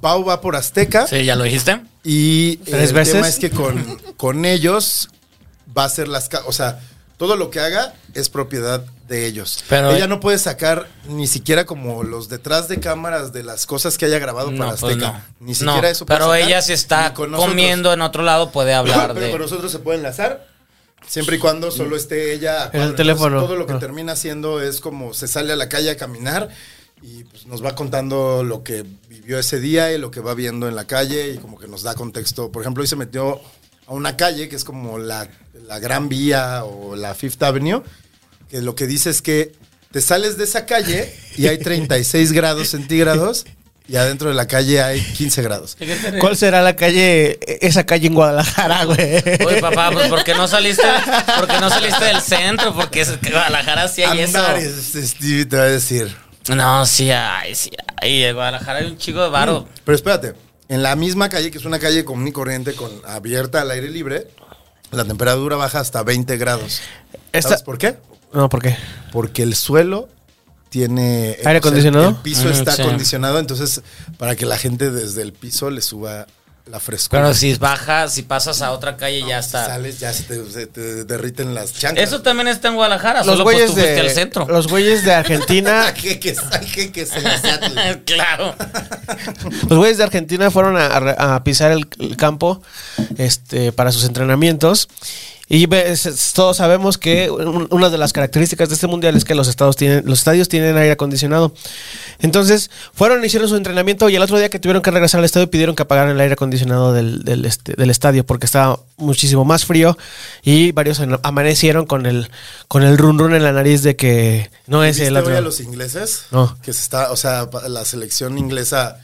[SPEAKER 6] Pau va por Azteca.
[SPEAKER 5] Sí, ya lo dijiste.
[SPEAKER 6] Y
[SPEAKER 2] ¿Tres
[SPEAKER 6] el
[SPEAKER 2] veces?
[SPEAKER 6] tema es que con, con ellos va a ser las... ca- O sea, todo lo que haga es propiedad de ellos.
[SPEAKER 5] Pero-
[SPEAKER 6] Ella no puede sacar ni siquiera como los detrás de cámaras de las cosas que haya grabado para
[SPEAKER 5] No, pues
[SPEAKER 6] Azteca.
[SPEAKER 5] no.
[SPEAKER 6] Ni siquiera
[SPEAKER 5] No,
[SPEAKER 6] eso puede
[SPEAKER 5] Pero
[SPEAKER 6] sacar,
[SPEAKER 5] ella
[SPEAKER 6] (laughs)
[SPEAKER 5] si
[SPEAKER 6] ni
[SPEAKER 5] está
[SPEAKER 6] con nosotros.
[SPEAKER 5] comiendo en otro lado puede hablar
[SPEAKER 6] Pero
[SPEAKER 5] de.
[SPEAKER 6] con nosotros se puede enlazar. Siempre y cuando solo esté ella. a
[SPEAKER 2] En el
[SPEAKER 6] cuadro.
[SPEAKER 2] teléfono.
[SPEAKER 6] Entonces, Todo lo que
[SPEAKER 2] Ah.
[SPEAKER 6] termina haciendo es como se sale a la calle a caminar y pues, nos va contando lo que vivió ese día y lo que va viendo en la calle y como que nos da contexto. Por ejemplo, hoy se metió a una calle que es como la, la Gran Vía o la Fifth Avenue, que lo que dice es que te sales de esa calle y hay 36 grados centígrados y adentro de la calle hay 15 grados.
[SPEAKER 2] ¿Cuál será la calle, esa calle en Guadalajara, güey?
[SPEAKER 5] Oye, papá, pues ¿por
[SPEAKER 6] (laughs)
[SPEAKER 5] qué no saliste? ¿Por qué no saliste del centro? Porque es que Guadalajara sí hay eso.
[SPEAKER 6] Andares, Stevie te va a decir.
[SPEAKER 5] No, sí hay, sí hay. En Guadalajara hay un chico de varo.
[SPEAKER 6] Pero espérate, en la misma calle, que es una calle común y corriente, con, abierta al aire libre, la temperatura baja hasta 20 grados.
[SPEAKER 2] Esta-
[SPEAKER 6] ¿Sabes por qué?
[SPEAKER 2] No, ¿por qué?
[SPEAKER 6] Porque el suelo tiene... eh,
[SPEAKER 2] ¿Aire
[SPEAKER 6] o sea,
[SPEAKER 2] acondicionado?
[SPEAKER 6] El piso
[SPEAKER 5] Mm,
[SPEAKER 6] está
[SPEAKER 5] sí.
[SPEAKER 6] acondicionado, entonces para que la gente desde el piso le suba la frescura.
[SPEAKER 5] Pero si bajas, si pasas a otra calle ya
[SPEAKER 6] Si
[SPEAKER 5] está.
[SPEAKER 6] Sales, ya se te, se te derriten las chanclas.
[SPEAKER 5] Eso también está en Guadalajara.
[SPEAKER 2] Los
[SPEAKER 5] Solo pues tú
[SPEAKER 2] güeyes
[SPEAKER 5] fuiste
[SPEAKER 2] de,
[SPEAKER 5] al centro.
[SPEAKER 2] los güeyes de Argentina
[SPEAKER 6] (laughs) que, que, que, que se las atle.
[SPEAKER 5] (laughs) Claro.
[SPEAKER 2] Los güeyes de Argentina fueron a, a- a pisar el, el campo este, para sus entrenamientos. Y ves, todos sabemos que un- una de las características de este mundial es que los, estados tienen, los estadios tienen aire acondicionado. Entonces, fueron, hicieron su entrenamiento y el otro día que tuvieron que regresar al estadio pidieron que apagaran el aire acondicionado del, del este- del estadio porque estaba muchísimo más frío y varios an- amanecieron con el, con el run run en la nariz de que no es
[SPEAKER 6] ¿Viste
[SPEAKER 2] el
[SPEAKER 6] hoy
[SPEAKER 2] otro.
[SPEAKER 6] a los ingleses?
[SPEAKER 2] No.
[SPEAKER 6] Que se está, o sea, pa- la selección inglesa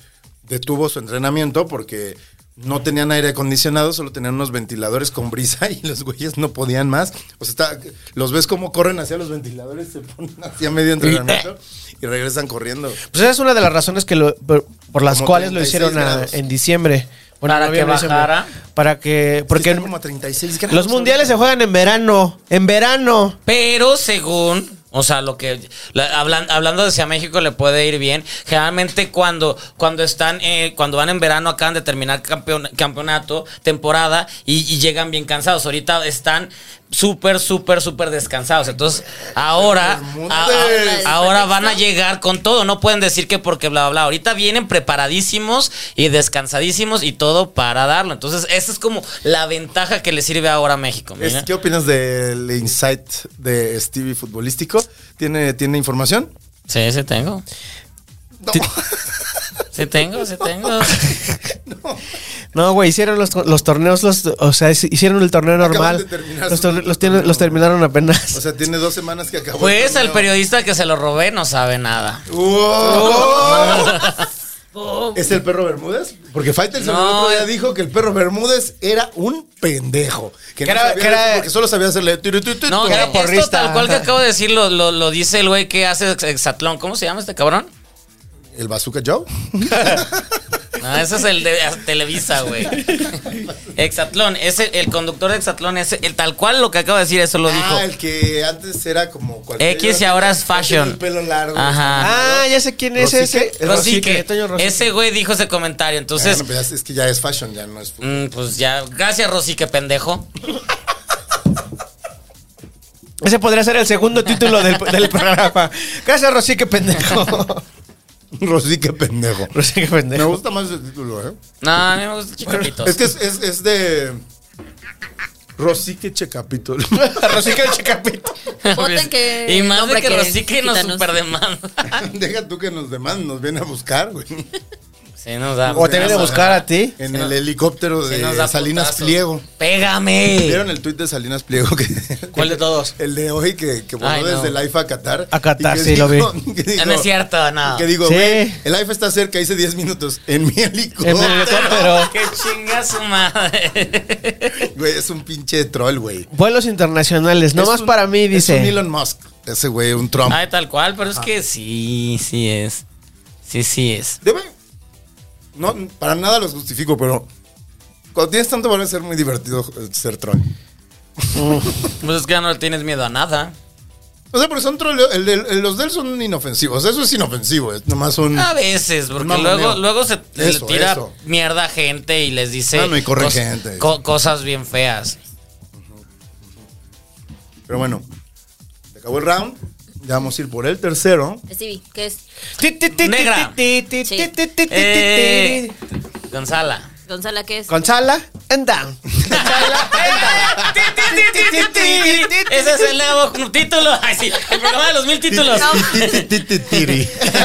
[SPEAKER 6] detuvo su entrenamiento porque no tenían aire acondicionado, solo tenían unos ventiladores con brisa y los güeyes no podían más. O sea, está- los ves cómo corren hacia los ventiladores, se ponen hacia medio entrenamiento y regresan corriendo.
[SPEAKER 2] Pues esa es una de las razones que lo- por, por las
[SPEAKER 6] Como
[SPEAKER 2] cuales lo hicieron
[SPEAKER 6] 36
[SPEAKER 2] a-
[SPEAKER 6] grados.
[SPEAKER 2] en diciembre.
[SPEAKER 5] Para que
[SPEAKER 2] noviembre, diciembre.
[SPEAKER 5] bajara.
[SPEAKER 2] Para que. Porque
[SPEAKER 6] como a 36 grados.
[SPEAKER 2] los mundiales se juegan en verano. En verano.
[SPEAKER 5] Pero según, o sea, lo que la- hablan- hablando de si a México le puede ir bien, generalmente cuando cuando están eh, cuando van en verano acaban de terminar campeon- campeonato, temporada y, y llegan bien cansados. Ahorita están súper súper súper descansados. Entonces, ahora a-
[SPEAKER 6] Bermúdez.
[SPEAKER 5] a- ahora van a llegar con todo, no pueden decir que porque bla bla bla. Ahorita vienen preparadísimos y descansadísimos y todo para darlo. Entonces, esa es como la ventaja que le sirve ahora a México,
[SPEAKER 6] Es-
[SPEAKER 5] mira.
[SPEAKER 6] ¿Qué opinas del insight de Stevie futbolístico? ¿Tiene, ¿Tiene información?
[SPEAKER 5] Sí, sí tengo.
[SPEAKER 6] No.
[SPEAKER 5] Sí tengo, sí
[SPEAKER 6] (laughs)
[SPEAKER 5] tengo.
[SPEAKER 2] No, güey, hicieron los, los torneos, los, o sea, hicieron el torneo
[SPEAKER 6] Acaban
[SPEAKER 2] normal.
[SPEAKER 6] de terminar
[SPEAKER 2] Los,
[SPEAKER 6] su-
[SPEAKER 2] torne- los tiene- los terminaron apenas.
[SPEAKER 6] O sea, tiene dos semanas que acabó. el
[SPEAKER 5] Pues el
[SPEAKER 6] torneo.
[SPEAKER 5] periodista que se lo robé no sabe nada.
[SPEAKER 6] ¡Oh! ¿Es el perro Bermúdez? Porque Faitelson el
[SPEAKER 5] No, eh.
[SPEAKER 6] otro día
[SPEAKER 5] es-
[SPEAKER 6] dijo que el perro Bermúdez era un pendejo. Que,
[SPEAKER 2] Que
[SPEAKER 6] no
[SPEAKER 2] era-
[SPEAKER 6] sabía
[SPEAKER 2] que era-
[SPEAKER 6] decir porque solo sabía hacerle. turu, tu, tu,
[SPEAKER 5] No,
[SPEAKER 6] tu.
[SPEAKER 2] era
[SPEAKER 5] esto
[SPEAKER 2] porrista.
[SPEAKER 5] tal cual que acabo de decir lo, lo- lo dice el güey que hace ex- Exatlón. ¿Cómo se llama este cabrón?
[SPEAKER 6] ¿El Bazooka
[SPEAKER 5] (laughs)
[SPEAKER 6] Joe?
[SPEAKER 5] No, Ah, ese es el de Televisa,
[SPEAKER 6] (laughs)
[SPEAKER 5] güey. Exatlón, ese, el conductor de Exatlón, ese, el tal cual lo que acabo de decir, eso lo dijo.
[SPEAKER 6] Ah, el que antes era como cualquier.
[SPEAKER 5] X y ahora es fashion.
[SPEAKER 6] El pelo largo.
[SPEAKER 5] Ajá.
[SPEAKER 2] ah, ya sé quién es
[SPEAKER 6] Rosique.
[SPEAKER 2] ese.
[SPEAKER 6] Es
[SPEAKER 5] Así
[SPEAKER 6] Rosique,
[SPEAKER 5] que
[SPEAKER 2] Toño Rosique.
[SPEAKER 5] ese güey dijo ese comentario.
[SPEAKER 6] Entonces,
[SPEAKER 5] Entonces,
[SPEAKER 6] pues, es que ya es fashion, ya no es. (laughs) fútbol.
[SPEAKER 5] mm, pues ya, gracias Rosy, que pendejo.
[SPEAKER 2] Ese podría ser el segundo título del, del programa. Gracias, Rosy, qué
[SPEAKER 6] (laughs)
[SPEAKER 2] pendejo.
[SPEAKER 6] Rosy, qué
[SPEAKER 5] (laughs)
[SPEAKER 6] pendejo.
[SPEAKER 2] Rosy, qué
[SPEAKER 6] Me
[SPEAKER 2] pendejo.
[SPEAKER 6] gusta más el título, ¿eh?
[SPEAKER 5] No, a mí me gusta chiquipitos.
[SPEAKER 6] Es que es, es, es de. Rosique Checapito.
[SPEAKER 5] (laughs)
[SPEAKER 2] Rosy, qué chicapito.
[SPEAKER 7] Voten que.
[SPEAKER 5] y más de
[SPEAKER 7] hombre
[SPEAKER 5] que Rosique nos
[SPEAKER 7] quitanos. (laughs)
[SPEAKER 5] superdemanda.
[SPEAKER 6] (laughs) Deja tú que nos demandan, nos viene a
[SPEAKER 5] (laughs)
[SPEAKER 6] buscar, güey.
[SPEAKER 5] Sí, nos da.
[SPEAKER 2] O te viene a buscar a ti.
[SPEAKER 6] En el helicóptero de
[SPEAKER 5] Sí nos da
[SPEAKER 6] Salinas
[SPEAKER 5] putazos.
[SPEAKER 6] Pliego. ¿Vieron
[SPEAKER 5] ¡Pégame!
[SPEAKER 6] el tuit de Salinas Pliego? Que, (laughs)
[SPEAKER 5] ¿Cuál de todos?
[SPEAKER 6] El de hoy que, que voló
[SPEAKER 5] Ay, no.
[SPEAKER 6] desde el AIFA a Qatar.
[SPEAKER 2] A Qatar,
[SPEAKER 6] Y que
[SPEAKER 2] sí, lo
[SPEAKER 6] dijo- (laughs)
[SPEAKER 2] vi.
[SPEAKER 6] que
[SPEAKER 5] Eh, No,
[SPEAKER 6] dijo-
[SPEAKER 5] no es cierto, no.
[SPEAKER 6] Que digo,
[SPEAKER 2] Sí.
[SPEAKER 6] güey, el AIFA está cerca, hice 10 minutos. En mi helicóptero.
[SPEAKER 2] En mi helicóptero.
[SPEAKER 5] (laughs) ¡Qué chinga su madre!
[SPEAKER 6] (laughs) Güey, es un pinche troll, güey.
[SPEAKER 2] Vuelos internacionales,
[SPEAKER 6] Es
[SPEAKER 2] nomás
[SPEAKER 6] un-
[SPEAKER 2] para mí,
[SPEAKER 6] Es un
[SPEAKER 2] dice.
[SPEAKER 6] Elon Musk. Ese güey, un Trump.
[SPEAKER 5] Ay, tal cual, pero es que sí, sí es. Sí, sí es.
[SPEAKER 6] Debe. No, para nada los justifico, pero. Cuando tienes tanto valor, es ser muy divertido eh, ser troll.
[SPEAKER 5] Pues es que ya no le tienes miedo a nada.
[SPEAKER 6] O sea, pero son troll. el del- el- los del son inofensivos. Eso es inofensivo. Es nomás un.
[SPEAKER 5] A veces, porque
[SPEAKER 6] mamoneo.
[SPEAKER 5] luego, luego se se le
[SPEAKER 6] Eso,
[SPEAKER 5] tira
[SPEAKER 6] eso.
[SPEAKER 5] mierda a gente y les dice
[SPEAKER 6] Ah, no, y corre
[SPEAKER 5] cos-
[SPEAKER 6] gente.
[SPEAKER 5] co- cosas bien feas.
[SPEAKER 6] Pero bueno. Se acabó el round. Ya vamos a ir por el tercero.
[SPEAKER 7] Stevie, ¿qué es?
[SPEAKER 2] Ti, ti, ti,
[SPEAKER 5] Negra.
[SPEAKER 2] ti, ti, ti,
[SPEAKER 7] Sí.
[SPEAKER 2] ti, ti, ti, ti,
[SPEAKER 5] Eh,
[SPEAKER 2] ti.
[SPEAKER 5] Gonzala.
[SPEAKER 7] Gonzala, ¿qué es?
[SPEAKER 2] Gonzala
[SPEAKER 6] (laughs)
[SPEAKER 2] and down. Gonzala and down.
[SPEAKER 5] Ese es el nuevo título. Ay, sí, el programa de los mil títulos.
[SPEAKER 7] No.
[SPEAKER 5] (laughs)
[SPEAKER 6] Tiri. Este,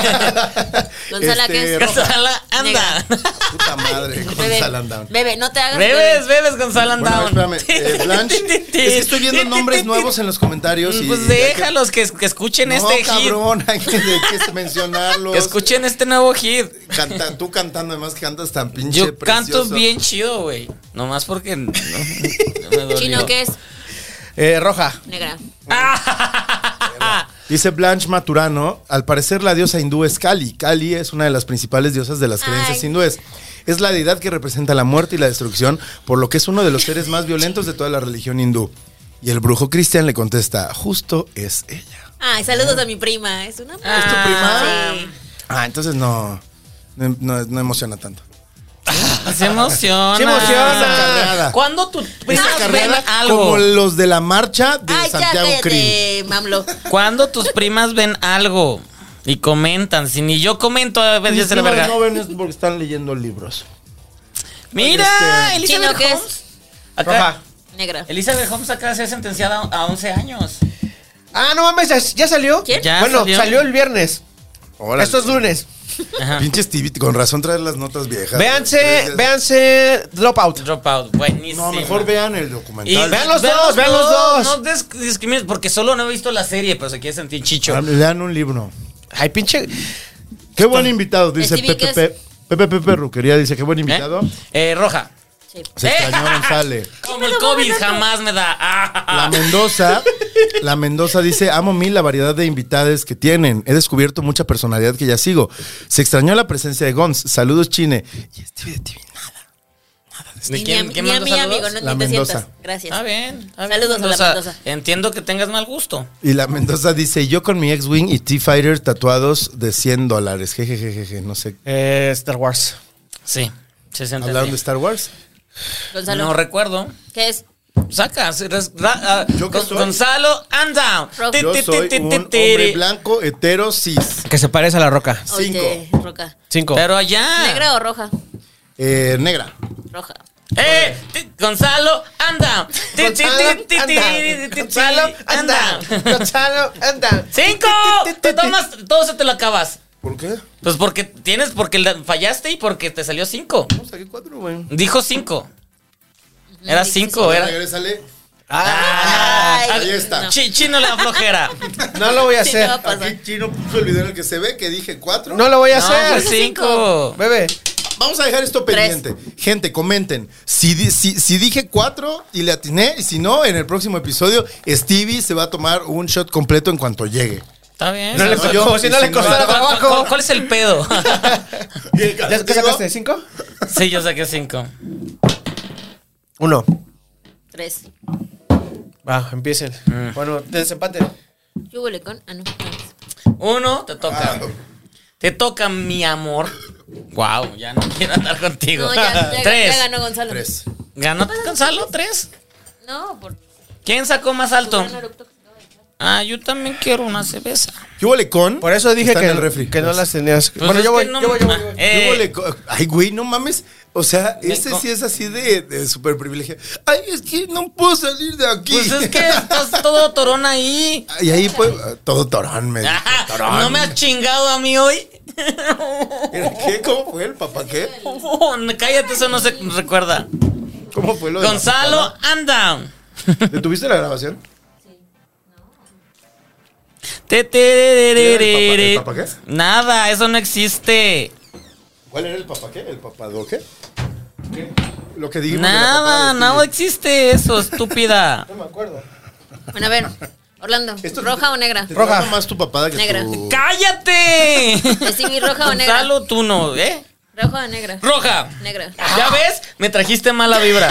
[SPEAKER 7] Gonzala, ¿qué es?
[SPEAKER 6] Roja.
[SPEAKER 5] Gonzala, anda.
[SPEAKER 6] Puta madre.
[SPEAKER 7] Bebe,
[SPEAKER 6] Gonzala Down.
[SPEAKER 7] bebe, no te hagas.
[SPEAKER 5] Bebes, bebes, Gonzala,
[SPEAKER 6] Bueno,
[SPEAKER 5] anda. (laughs)
[SPEAKER 6] espérame. eh, Blanche. es que estoy viendo nombres nuevos en los comentarios. Y
[SPEAKER 5] Pues déjalos que, que escuchen
[SPEAKER 6] No,
[SPEAKER 5] este hit.
[SPEAKER 6] cabrón, hay que, hay que
[SPEAKER 5] (laughs)
[SPEAKER 6] mencionarlos.
[SPEAKER 5] Que escuchen este nuevo hit.
[SPEAKER 6] Canta- tú cantando, además cantas tan pinche
[SPEAKER 5] Yo canto
[SPEAKER 6] precioso.
[SPEAKER 5] bien chido, güey. Nomás porque. no, me dolió.
[SPEAKER 7] Chino, ¿qué es?
[SPEAKER 2] Eh, roja.
[SPEAKER 7] Negra.
[SPEAKER 5] Ah,
[SPEAKER 6] Dice Blanche Maturano, al parecer la diosa hindú es Kali. Kali es una de las principales diosas de las creencias
[SPEAKER 7] Ay.
[SPEAKER 6] hindúes. Es la deidad que representa la muerte y la destrucción, por lo que es uno de los seres más violentos de toda la religión hindú. Y el brujo cristian le contesta, justo es ella.
[SPEAKER 7] Ay, saludos a mi prima. Es una
[SPEAKER 5] ¿Es tu prima?
[SPEAKER 7] Sí.
[SPEAKER 6] Ah, entonces no, no, no- no emociona tanto.
[SPEAKER 5] se emociona.
[SPEAKER 2] Se emociona.
[SPEAKER 6] Cargada.
[SPEAKER 5] ¿Cuándo tu prima
[SPEAKER 6] Esa
[SPEAKER 5] ven
[SPEAKER 6] carrera
[SPEAKER 5] algo?
[SPEAKER 6] como los de la marcha de
[SPEAKER 7] Ay, ya
[SPEAKER 6] Santiago Krill.
[SPEAKER 7] cállate, Mamlo.
[SPEAKER 5] ¿Cuándo tus primas ven algo? Y comentan, si ni yo comento, a veces Pues, ya se la
[SPEAKER 6] Mis
[SPEAKER 5] verga.
[SPEAKER 6] primas no ven es porque están leyendo libros.
[SPEAKER 5] Mira, Elizabeth
[SPEAKER 7] Chino, ¿qué
[SPEAKER 5] Holmes.
[SPEAKER 7] es?
[SPEAKER 5] Acá,
[SPEAKER 2] Roja.
[SPEAKER 7] Negra.
[SPEAKER 5] Elizabeth Holmes acaba de ser sentenciada a 11 años.
[SPEAKER 2] Ah, no mames, ya, ya salió.
[SPEAKER 7] ¿Quién?
[SPEAKER 5] Ya
[SPEAKER 2] bueno,
[SPEAKER 5] salió.
[SPEAKER 2] salió. el viernes.
[SPEAKER 6] Órale.
[SPEAKER 2] Estos lunes.
[SPEAKER 5] Ajá.
[SPEAKER 6] Pinches TV, con razón traer las notas viejas.
[SPEAKER 2] Véanse,
[SPEAKER 6] Entonces,
[SPEAKER 2] véanse Dropout.
[SPEAKER 5] Dropout, buenísimo.
[SPEAKER 6] No, mejor vean el
[SPEAKER 5] Y
[SPEAKER 6] documental.
[SPEAKER 2] Vean los dos, vean los dos.
[SPEAKER 5] No des- discrimines, porque solo no he visto la serie, pero se quiere sentir chicho. ¿Eh?
[SPEAKER 6] Ah, Lean un libro.
[SPEAKER 2] Ay, pinche.
[SPEAKER 6] Qué buen invitado, dice
[SPEAKER 7] Stevie,
[SPEAKER 6] Pepe,
[SPEAKER 7] ¿qué es?
[SPEAKER 6] Pe- Pepe Pepe Perruquería, dice, qué buen invitado.
[SPEAKER 5] Eh, roja.
[SPEAKER 7] Sí.
[SPEAKER 6] Se
[SPEAKER 5] Eh.
[SPEAKER 6] extrañó González.
[SPEAKER 5] Como el COVID jamás me da.
[SPEAKER 6] La
[SPEAKER 5] (laughs) Ah.
[SPEAKER 6] Mendoza, la Mendoza dice, amo mil la variedad de invitados que tienen. He descubierto mucha personalidad que ya sigo. Se extrañó la presencia de Gons. Saludos, Chine. Y este de TV, nada. nada de
[SPEAKER 5] ¿De
[SPEAKER 7] Ni
[SPEAKER 5] quién-
[SPEAKER 7] a-
[SPEAKER 5] quién
[SPEAKER 7] ni a
[SPEAKER 5] mandó
[SPEAKER 7] mí,
[SPEAKER 5] saludos?
[SPEAKER 7] amigo, no
[SPEAKER 6] La
[SPEAKER 7] ni te
[SPEAKER 6] Mendoza.
[SPEAKER 7] sientas. Gracias.
[SPEAKER 5] Está bien. está bien,
[SPEAKER 7] Saludos a la
[SPEAKER 5] Mendoza.
[SPEAKER 7] Mendoza.
[SPEAKER 5] Entiendo que tengas mal gusto.
[SPEAKER 6] Y la Mendoza dice, yo con mi X-Wing y T-Fighter tatuados de 100 dólares. Jejejeje, no sé.
[SPEAKER 2] Eh, Star Wars.
[SPEAKER 5] Sí. sí, se
[SPEAKER 6] ¿Hablaron de este-
[SPEAKER 5] entendió.
[SPEAKER 6] Star Wars?
[SPEAKER 7] Gonzalo,
[SPEAKER 5] No recuerdo.
[SPEAKER 7] ¿qué es?
[SPEAKER 5] Saca. sí, res- ra- ah,
[SPEAKER 6] ¿Yo qué
[SPEAKER 5] Gon-
[SPEAKER 6] soy?
[SPEAKER 5] Gonzalo, and down.
[SPEAKER 7] Yo
[SPEAKER 5] Ti,
[SPEAKER 6] Yo
[SPEAKER 5] ti, ti,
[SPEAKER 6] soy
[SPEAKER 5] ti,
[SPEAKER 6] un
[SPEAKER 5] ti,
[SPEAKER 6] hombre
[SPEAKER 5] ti.
[SPEAKER 6] blanco, hetero, cis.
[SPEAKER 2] Que se parece a la roca.
[SPEAKER 6] Cinco.
[SPEAKER 7] Oye, roca.
[SPEAKER 2] Cinco.
[SPEAKER 5] Pero allá.
[SPEAKER 7] ¿Negra o roja?
[SPEAKER 6] Eh, negra.
[SPEAKER 7] Roja.
[SPEAKER 5] ¡Eh! ti- Gonzalo, anda. Ti, ti, ti, ti, ti, ti, ti,
[SPEAKER 2] Gonzalo, anda.
[SPEAKER 5] anda.
[SPEAKER 6] (laughs)
[SPEAKER 2] Gonzalo, anda.
[SPEAKER 5] ¡Cinco! Te tomas, todo se te lo acabas.
[SPEAKER 6] ¿Por qué?
[SPEAKER 5] Pues porque tienes, porque la- fallaste y porque te salió cinco.
[SPEAKER 6] No, saqué cuatro, güey.
[SPEAKER 5] Dijo cinco. Era cinco,
[SPEAKER 6] Ahora
[SPEAKER 5] era.
[SPEAKER 6] regrésale.
[SPEAKER 5] Ah,
[SPEAKER 6] Ahí está.
[SPEAKER 7] no.
[SPEAKER 5] chi- Chino la flojera.
[SPEAKER 2] No lo voy a
[SPEAKER 7] Sí, te
[SPEAKER 2] hacer.
[SPEAKER 7] va a pasar.
[SPEAKER 6] Aquí Chino puso el video en el que se ve que dije cuatro.
[SPEAKER 2] No pues lo voy a
[SPEAKER 5] No, fue
[SPEAKER 2] hacer.
[SPEAKER 5] cinco.
[SPEAKER 2] Bebé.
[SPEAKER 6] Vamos a dejar esto
[SPEAKER 7] Tres.
[SPEAKER 6] pendiente. Gente, comenten. Si, di- si, si dije cuatro y le atiné, y si no, en el próximo episodio, Stevie se va a tomar un shot completo en cuanto (laughs) llegue.
[SPEAKER 5] Está bien.
[SPEAKER 2] No le
[SPEAKER 6] soy
[SPEAKER 2] costó,
[SPEAKER 6] yo,
[SPEAKER 2] como si no
[SPEAKER 6] y
[SPEAKER 2] le
[SPEAKER 6] si no,
[SPEAKER 2] costara
[SPEAKER 6] yo.
[SPEAKER 5] ¿Cuál- cuál-
[SPEAKER 2] trabajo.
[SPEAKER 5] cuál- cuál es el pedo?
[SPEAKER 2] ¿Ya qué sacaste? ¿Cinco?
[SPEAKER 5] (laughs)
[SPEAKER 6] Ah,
[SPEAKER 5] sí, yo saqué cinco.
[SPEAKER 2] Uno.
[SPEAKER 7] Tres.
[SPEAKER 2] Va, empiecen.
[SPEAKER 6] Mm.
[SPEAKER 2] Bueno, desempate.
[SPEAKER 7] ¿Qué huele con? Ah, no. Ah,
[SPEAKER 5] Uno, te toca.
[SPEAKER 6] Ah.
[SPEAKER 5] Te toca, mi amor. Wow, ya no quiero andar contigo.
[SPEAKER 7] No, ya, ya,
[SPEAKER 5] (laughs) Tres.
[SPEAKER 7] ya ganó Gonzalo.
[SPEAKER 6] Tres.
[SPEAKER 5] ¿Ganó Gonzalo? ¿Tres?
[SPEAKER 7] No, por
[SPEAKER 5] ¿Quién sacó más alto?
[SPEAKER 7] un eructo que se acaba de echar.
[SPEAKER 5] Ah, yo también quiero una cerveza.
[SPEAKER 6] ¿Qué huele con?
[SPEAKER 2] Por eso dije
[SPEAKER 6] Está en
[SPEAKER 2] que,
[SPEAKER 6] el refri.
[SPEAKER 2] que no las tenías.
[SPEAKER 5] Pues
[SPEAKER 2] bueno,
[SPEAKER 5] es
[SPEAKER 2] yo voy,
[SPEAKER 5] que no
[SPEAKER 2] yo voy, yo voy,
[SPEAKER 5] ma-
[SPEAKER 2] yo voy.
[SPEAKER 5] Eh,
[SPEAKER 6] ¿Qué huele con? Ay, güey, no mames. O sea,
[SPEAKER 5] Me
[SPEAKER 6] ese
[SPEAKER 5] co-
[SPEAKER 6] sí es así de, de super privilegio. Ay, es que no puedo salir de aquí.
[SPEAKER 5] pues es que estás todo torón ahí.
[SPEAKER 6] (laughs) Y ahí pues, todo torón, me dijo,
[SPEAKER 5] Ah,
[SPEAKER 6] torón.
[SPEAKER 5] ¿No me has chingado a mí hoy? (laughs)
[SPEAKER 6] Era, ¿Qué? ¿Cómo fue el papá? ¿Qué?
[SPEAKER 5] Oh, cállate, eso no se recuerda.
[SPEAKER 6] ¿Cómo fue lo de la
[SPEAKER 5] Gonzalo,
[SPEAKER 6] patada?
[SPEAKER 5] anda.
[SPEAKER 6] ¿Detuviste la grabación?
[SPEAKER 5] Te, te, te, te, te,
[SPEAKER 6] ¿Era el
[SPEAKER 5] te.
[SPEAKER 6] papá- el papá
[SPEAKER 5] Nada, eso no existe.
[SPEAKER 6] ¿Cuál era el papá qué? ¿El papado qué? Lo que dijimos. de la
[SPEAKER 5] Nada,
[SPEAKER 6] papada de
[SPEAKER 5] no
[SPEAKER 6] Stevie.
[SPEAKER 5] existe eso, estúpida.
[SPEAKER 2] No me acuerdo.
[SPEAKER 7] Bueno, a ver. Orlando,
[SPEAKER 6] Esto-
[SPEAKER 7] ¿roja o negra?
[SPEAKER 6] Te
[SPEAKER 2] Roja.
[SPEAKER 6] trata más tu papada que
[SPEAKER 7] Negra.
[SPEAKER 6] tu-
[SPEAKER 5] ¡Cállate!
[SPEAKER 7] Stevie, ¿roja o negra?
[SPEAKER 5] Gonzalo, tú no, ¿eh?
[SPEAKER 7] ¿Roja o negra?
[SPEAKER 5] ¡Roja!
[SPEAKER 7] Negra.
[SPEAKER 5] ¿Ya ves? Me trajiste mala vibra.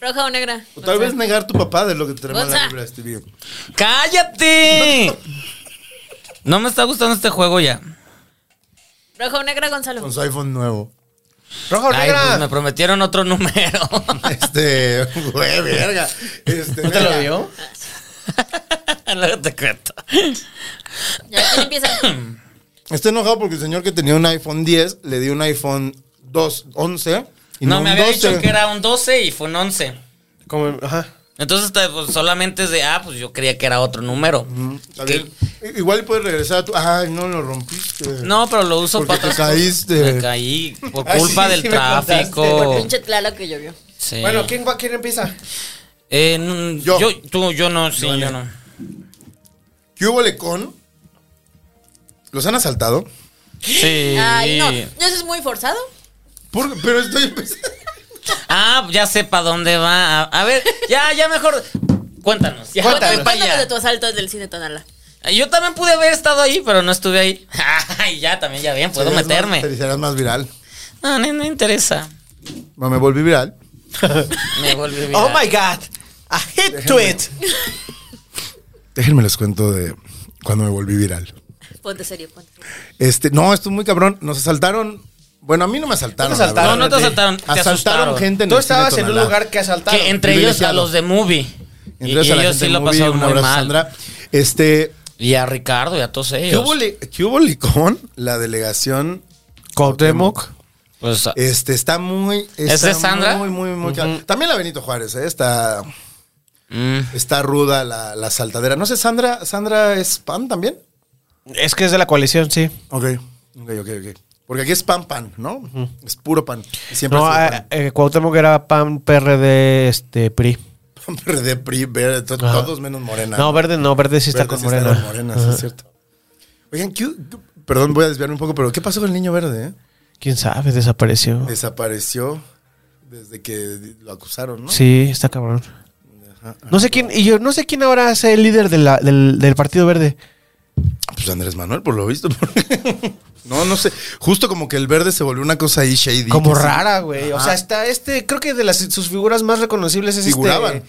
[SPEAKER 7] ¿Roja o negra?
[SPEAKER 6] O tal vez
[SPEAKER 7] Gonzalo.
[SPEAKER 6] negar tu papá de lo que te trae
[SPEAKER 7] Gonza.
[SPEAKER 6] la vibra, Stevie.
[SPEAKER 5] ¡Cállate! No me está gustando este juego ya.
[SPEAKER 7] ¿Roja o negra, Gonzalo?
[SPEAKER 6] Con su iPhone nuevo.
[SPEAKER 2] Rojo,
[SPEAKER 5] Ay, pues me
[SPEAKER 2] negra.
[SPEAKER 5] prometieron otro número.
[SPEAKER 6] Este, (laughs) güey, verga. Este,
[SPEAKER 2] ¿No te lo
[SPEAKER 5] (laughs)
[SPEAKER 6] verga.
[SPEAKER 2] dio?
[SPEAKER 5] Luego te cuento.
[SPEAKER 7] Ya, ¿quién empieza?
[SPEAKER 6] Está enojado porque el señor que tenía un iPhone 10 le dio un iPhone 2, 11. Y
[SPEAKER 5] No,
[SPEAKER 6] un
[SPEAKER 5] me había
[SPEAKER 6] 12.
[SPEAKER 5] dicho que era un 12 y fue un 11.
[SPEAKER 2] Como, ajá.
[SPEAKER 5] Entonces te- pues, solamente es de, ah, pues yo creía que era otro número.
[SPEAKER 6] Está
[SPEAKER 5] Que-
[SPEAKER 6] bien. I- Igual y puedes regresar a tu. Ay, no lo rompiste.
[SPEAKER 5] No, pero lo uso
[SPEAKER 6] Porque
[SPEAKER 5] para
[SPEAKER 6] te
[SPEAKER 5] otras cosas.
[SPEAKER 6] caíste.
[SPEAKER 5] (laughs) Me caí por
[SPEAKER 2] Ay,
[SPEAKER 5] culpa
[SPEAKER 2] sí,
[SPEAKER 5] del
[SPEAKER 2] sí me
[SPEAKER 5] tráfico.
[SPEAKER 2] contaste.
[SPEAKER 7] Pinche tlala que llovió.
[SPEAKER 5] Sí.
[SPEAKER 2] Bueno, ¿quién, va- ¿quién empieza?
[SPEAKER 5] Eh, n-
[SPEAKER 6] Yo.
[SPEAKER 5] yo. tú, yo no, sí,
[SPEAKER 6] Vale.
[SPEAKER 5] yo no.
[SPEAKER 6] ¿Qué hubo lecón? ¿Los han asaltado?
[SPEAKER 5] Sí.
[SPEAKER 7] Ay, no. ¿No eso es muy forzado?
[SPEAKER 6] Por- pero estoy empezando.
[SPEAKER 5] Ah, ya sé para dónde va. A, a ver, ya, ya mejor. Cuéntanos. Ya,
[SPEAKER 2] Cuéntanos.
[SPEAKER 5] voy pa'
[SPEAKER 7] Cuéntanos
[SPEAKER 5] allá.
[SPEAKER 7] de tu asalto del cine Tonala.
[SPEAKER 5] Yo también pude haber estado ahí, pero no estuve ahí. (laughs) Ay, ya, también, ya bien, (laughs) puedo
[SPEAKER 6] Serías
[SPEAKER 5] meterme.
[SPEAKER 6] Más, serás más viral.
[SPEAKER 5] No, no, no interesa.
[SPEAKER 6] No me volví viral.
[SPEAKER 5] Me volví viral.
[SPEAKER 2] Oh my god. A hit to it.
[SPEAKER 6] Déjenme les cuento de cuando me volví viral.
[SPEAKER 7] Ponte serio, ponte serio.
[SPEAKER 6] Este, no, esto es muy cabrón. Nos asaltaron. Bueno, a mí no me asaltaron.
[SPEAKER 2] No te
[SPEAKER 6] la verdad.
[SPEAKER 2] asaltaron,
[SPEAKER 5] No, no te asaltaron, te asustaron.
[SPEAKER 6] gente en
[SPEAKER 2] Tú
[SPEAKER 6] el cine
[SPEAKER 2] estabas en un
[SPEAKER 6] Tonalá.
[SPEAKER 2] lugar este que asaltaron.
[SPEAKER 5] Que entre ellos a
[SPEAKER 6] Privilegiado.
[SPEAKER 5] los de Movie. Y,
[SPEAKER 6] Entonces,
[SPEAKER 5] y
[SPEAKER 6] a la
[SPEAKER 5] ellos
[SPEAKER 6] gente
[SPEAKER 5] sí
[SPEAKER 6] de
[SPEAKER 5] lo
[SPEAKER 6] Movie,
[SPEAKER 5] pasaron
[SPEAKER 6] un
[SPEAKER 5] muy
[SPEAKER 6] abrazo,
[SPEAKER 5] mal.
[SPEAKER 6] Sandra. Este,
[SPEAKER 5] Y a Ricardo y a todos
[SPEAKER 6] ¿qué
[SPEAKER 5] ellos.
[SPEAKER 6] hubo, li- qué hubo li con la delegación?
[SPEAKER 2] Cuauhtémoc.
[SPEAKER 5] Pues,
[SPEAKER 6] Este, está muy...
[SPEAKER 5] ¿Es
[SPEAKER 6] está
[SPEAKER 5] de Sandra?
[SPEAKER 6] Muy, muy, muy... ca- También la Benito Juárez, ¿eh? Está,
[SPEAKER 5] mm,
[SPEAKER 6] está ruda la, la saltadera. No sé, Sandra, ¿Sandra es pan también?
[SPEAKER 2] Es que es de la coalición, sí.
[SPEAKER 6] Ok, ok, ok, ok. Porque aquí es pan, pan, ¿no? Es puro pan. Y Siempre
[SPEAKER 2] No,
[SPEAKER 6] ha sido
[SPEAKER 2] eh, eh, Cuauhtémoc era PAN, PRD, este, PRI.
[SPEAKER 6] (laughs) pan. Verde, PRI, verde, to-
[SPEAKER 2] Ajá.
[SPEAKER 6] todos menos morena.
[SPEAKER 2] No, verde no, verde sí está
[SPEAKER 6] Verde
[SPEAKER 2] con
[SPEAKER 6] sí está
[SPEAKER 2] Morena.
[SPEAKER 6] con morena, sí, es cierto. Oigan, ¿qué- qué- perdón, voy a desviarme un poco, pero ¿qué pasó con el niño verde, eh?
[SPEAKER 2] ¿Quién sabe? Desapareció.
[SPEAKER 6] Desapareció desde que lo acusaron, ¿no?
[SPEAKER 2] Sí, está cabrón. No sé quién, y yo no sé quién ahora es el líder de la- del, del Partido Verde.
[SPEAKER 6] Pues Andrés Manuel, por (laughs) lo visto. porque- No, no sé. Justo como que el verde se volvió una cosa ahí shady.
[SPEAKER 2] Como
[SPEAKER 6] que sí.
[SPEAKER 2] rara, güey. O
[SPEAKER 6] Ajá.
[SPEAKER 2] sea, está este, creo que de las sus figuras más reconocibles es
[SPEAKER 6] Figuraban.
[SPEAKER 2] este.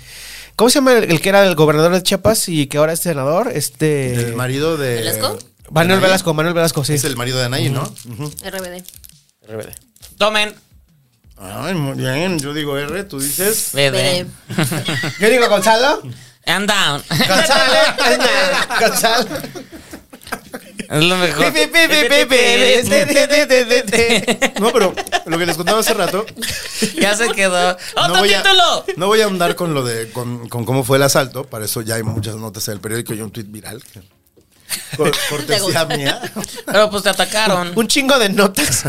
[SPEAKER 2] ¿Cómo se llama el, el que era el gobernador de Chiapas y que ahora es senador? Este.
[SPEAKER 6] El marido de.
[SPEAKER 7] ¿Velasco?
[SPEAKER 2] Manuel
[SPEAKER 6] Anaí.
[SPEAKER 2] Velasco, Manuel Velasco, sí.
[SPEAKER 6] Es el marido de Anaí, ¿no? Ujú.
[SPEAKER 7] RBD.
[SPEAKER 5] Tomen.
[SPEAKER 6] Ay, muy bien. Yo digo R, tú dices.
[SPEAKER 5] Bebe.
[SPEAKER 2] Yo digo Gonzalo.
[SPEAKER 5] And
[SPEAKER 6] (laughs)
[SPEAKER 5] down.
[SPEAKER 2] (laughs) Gonzalo. Gonzalo.
[SPEAKER 5] es lo mejor.
[SPEAKER 2] Pi, pi, pi, pi, pi, pi, pi, pi, pi, pi, pi, pi.
[SPEAKER 6] No, pero lo que les contaba hace rato.
[SPEAKER 5] (laughs) ya se quedó. ¡Otro
[SPEAKER 6] voy a-
[SPEAKER 5] título!
[SPEAKER 6] no voy a ahondar con lo de con, con cómo fue el asalto. Para eso ya hay muchas notas en el periódico y un tuit viral. que- Cor- cortesía mía.
[SPEAKER 5] Pero pues te atacaron.
[SPEAKER 2] Un chingo de notas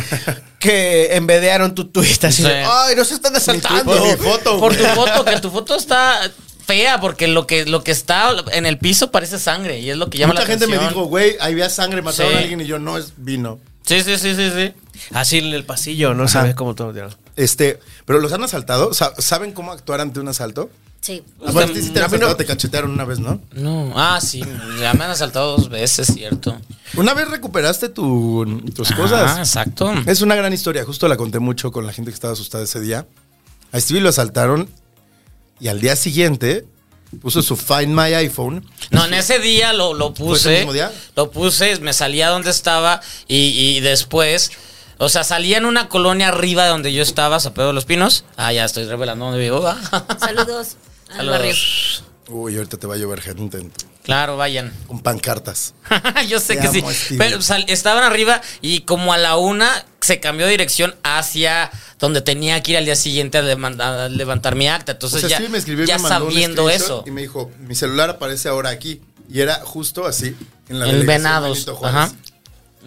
[SPEAKER 2] que envedearon tu tweet así. de,
[SPEAKER 5] Sí. Ah,
[SPEAKER 2] Ay, nos están asaltando.
[SPEAKER 6] Ah, Por mi foto.
[SPEAKER 5] Por
[SPEAKER 6] güey.
[SPEAKER 5] tu foto, que tu foto está fea, porque lo que, lo que está en el piso parece sangre y es lo que llama
[SPEAKER 6] Mucha
[SPEAKER 5] la
[SPEAKER 6] gente
[SPEAKER 5] atención.
[SPEAKER 6] me dijo, güey, ahí había sangre, mataron
[SPEAKER 5] Sí.
[SPEAKER 6] a alguien y yo no es vino.
[SPEAKER 5] Sí, sí, sí, sí, sí.
[SPEAKER 2] Así en el pasillo, no sabes cómo todo.
[SPEAKER 6] Este, pero los han asaltado. Sa- ¿Saben cómo actuar ante un asalto?
[SPEAKER 7] Sí.
[SPEAKER 6] Aparte, si te, han
[SPEAKER 2] a mí no-
[SPEAKER 6] asaltado, te cachetearon una vez, ¿no?
[SPEAKER 5] No, ah, sí, ya me han asaltado dos veces, cierto.
[SPEAKER 6] Una vez recuperaste tu- tus
[SPEAKER 5] Ah,
[SPEAKER 6] cosas.
[SPEAKER 5] exacto.
[SPEAKER 6] (laughs) Es una gran historia. Justo la conté mucho con la gente que estaba asustada ese día. A Stevie lo asaltaron y al día siguiente puso su Find My iPhone.
[SPEAKER 5] No, en ese día lo, lo puse.
[SPEAKER 6] ese mismo día?
[SPEAKER 5] Lo puse, me salía donde estaba y, y después. O sea, salía en una colonia arriba de donde yo estaba, San Pedro de los Pinos. Ah, ya estoy revelando dónde vivo. va.
[SPEAKER 7] Saludos al
[SPEAKER 5] Saludos.
[SPEAKER 7] barrio.
[SPEAKER 6] Uy, ahorita te va a llover gente en-
[SPEAKER 5] Claro, vayan. (laughs)
[SPEAKER 6] con pancartas.
[SPEAKER 5] yo sé
[SPEAKER 6] Te
[SPEAKER 5] que
[SPEAKER 6] amo,
[SPEAKER 5] sí.
[SPEAKER 6] Stevie.
[SPEAKER 5] Pero sal- estaban arriba y como a la una se cambió de dirección hacia donde tenía que ir al día siguiente a, deman- a levantar mi acta.
[SPEAKER 6] O
[SPEAKER 5] Entonces
[SPEAKER 6] sea,
[SPEAKER 5] ya,
[SPEAKER 6] Stevie me escribió y
[SPEAKER 5] ya
[SPEAKER 6] me mandó un
[SPEAKER 5] sabiendo
[SPEAKER 6] screenshot
[SPEAKER 5] eso.
[SPEAKER 6] Y me dijo, mi celular aparece ahora aquí. Y era justo así, en la
[SPEAKER 5] en
[SPEAKER 6] delegación
[SPEAKER 5] Venados.
[SPEAKER 6] Benito Juárez.
[SPEAKER 5] Ajá.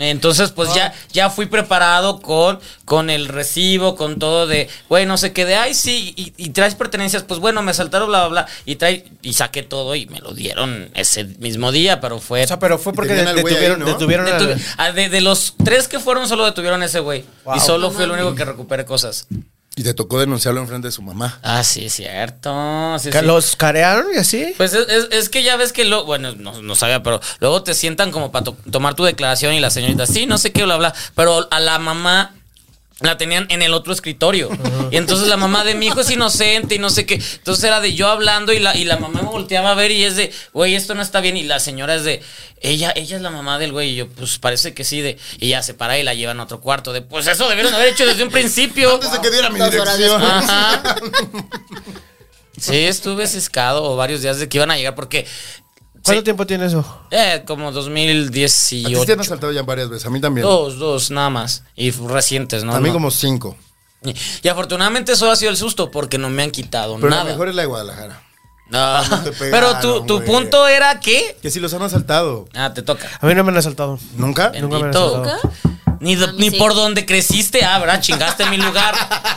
[SPEAKER 5] Entonces, pues ya, ya fui preparado con, con el recibo, con todo de, güey, no sé qué, de, ay, sí, y, y traes pertenencias, pues bueno, me saltaron, bla, bla, bla, y, trae, y saqué todo y me lo dieron ese mismo día, pero fue...
[SPEAKER 2] O sea, pero fue
[SPEAKER 6] Y
[SPEAKER 2] porque
[SPEAKER 6] tenían al güey
[SPEAKER 2] detuvieron,
[SPEAKER 6] ahí, ¿no?
[SPEAKER 2] detuvieron al-
[SPEAKER 5] Detuve- ah, de, de los tres que fueron, solo detuvieron a ese güey. Y solo
[SPEAKER 7] No
[SPEAKER 5] fue el único
[SPEAKER 7] mames.
[SPEAKER 5] que recuperé cosas.
[SPEAKER 6] Y te tocó denunciarlo enfrente de su mamá.
[SPEAKER 5] Ah, sí, cierto. sí,
[SPEAKER 2] que
[SPEAKER 5] sí.
[SPEAKER 2] los carearon y así.
[SPEAKER 5] Pues es, es- es que ya ves que lo, bueno, no, no sabía, pero luego te sientan como para to- tomar tu declaración y la señorita, sí, no sé qué, bla, bla. Pero a la mamá la tenían en el otro escritorio. Y entonces la mamá de mi hijo es inocente y no sé qué. Entonces era de yo hablando y la, y la mamá me volteaba a ver y es de, güey, esto no está bien. Y la señora es de, ella, ella es la mamá del güey. Y yo, pues parece que sí, de, y ya se para y la llevan a otro cuarto. De, pues eso debieron haber hecho desde un principio.
[SPEAKER 6] Antes de que diera mi
[SPEAKER 7] Dos horas
[SPEAKER 6] dirección.
[SPEAKER 5] Ajá. Sí, estuve ciscado varios días de que iban a llegar porque.
[SPEAKER 2] ¿Cuánto
[SPEAKER 5] sí,
[SPEAKER 2] tiempo tiene eso?
[SPEAKER 5] eh, como
[SPEAKER 6] A ti te han
[SPEAKER 5] 2018.
[SPEAKER 6] asaltado ya varias veces, a mí también.
[SPEAKER 5] Dos, dos, nada más. Y f- recientes, ¿no?
[SPEAKER 6] a mí
[SPEAKER 5] No.
[SPEAKER 6] como cinco.
[SPEAKER 5] Y, y afortunadamente eso ha sido el susto porque no me han quitado
[SPEAKER 6] Pero
[SPEAKER 5] nada.
[SPEAKER 6] la mejor es la de Guadalajara.
[SPEAKER 5] Ah,
[SPEAKER 6] no te pegaron,
[SPEAKER 5] (laughs) pero tu, tu
[SPEAKER 6] güey.
[SPEAKER 5] punto era que.
[SPEAKER 6] Que si los han asaltado.
[SPEAKER 5] Ah, te toca.
[SPEAKER 2] A mí no me han asaltado.
[SPEAKER 6] ¿Nunca?
[SPEAKER 2] Nunca me han
[SPEAKER 5] Bendito.
[SPEAKER 2] asaltado.
[SPEAKER 5] Ni, do-
[SPEAKER 7] mí
[SPEAKER 5] ni
[SPEAKER 7] sí.
[SPEAKER 5] por donde creciste, ah, ¿verdad? Chingaste mi
[SPEAKER 6] (laughs)
[SPEAKER 5] lugar,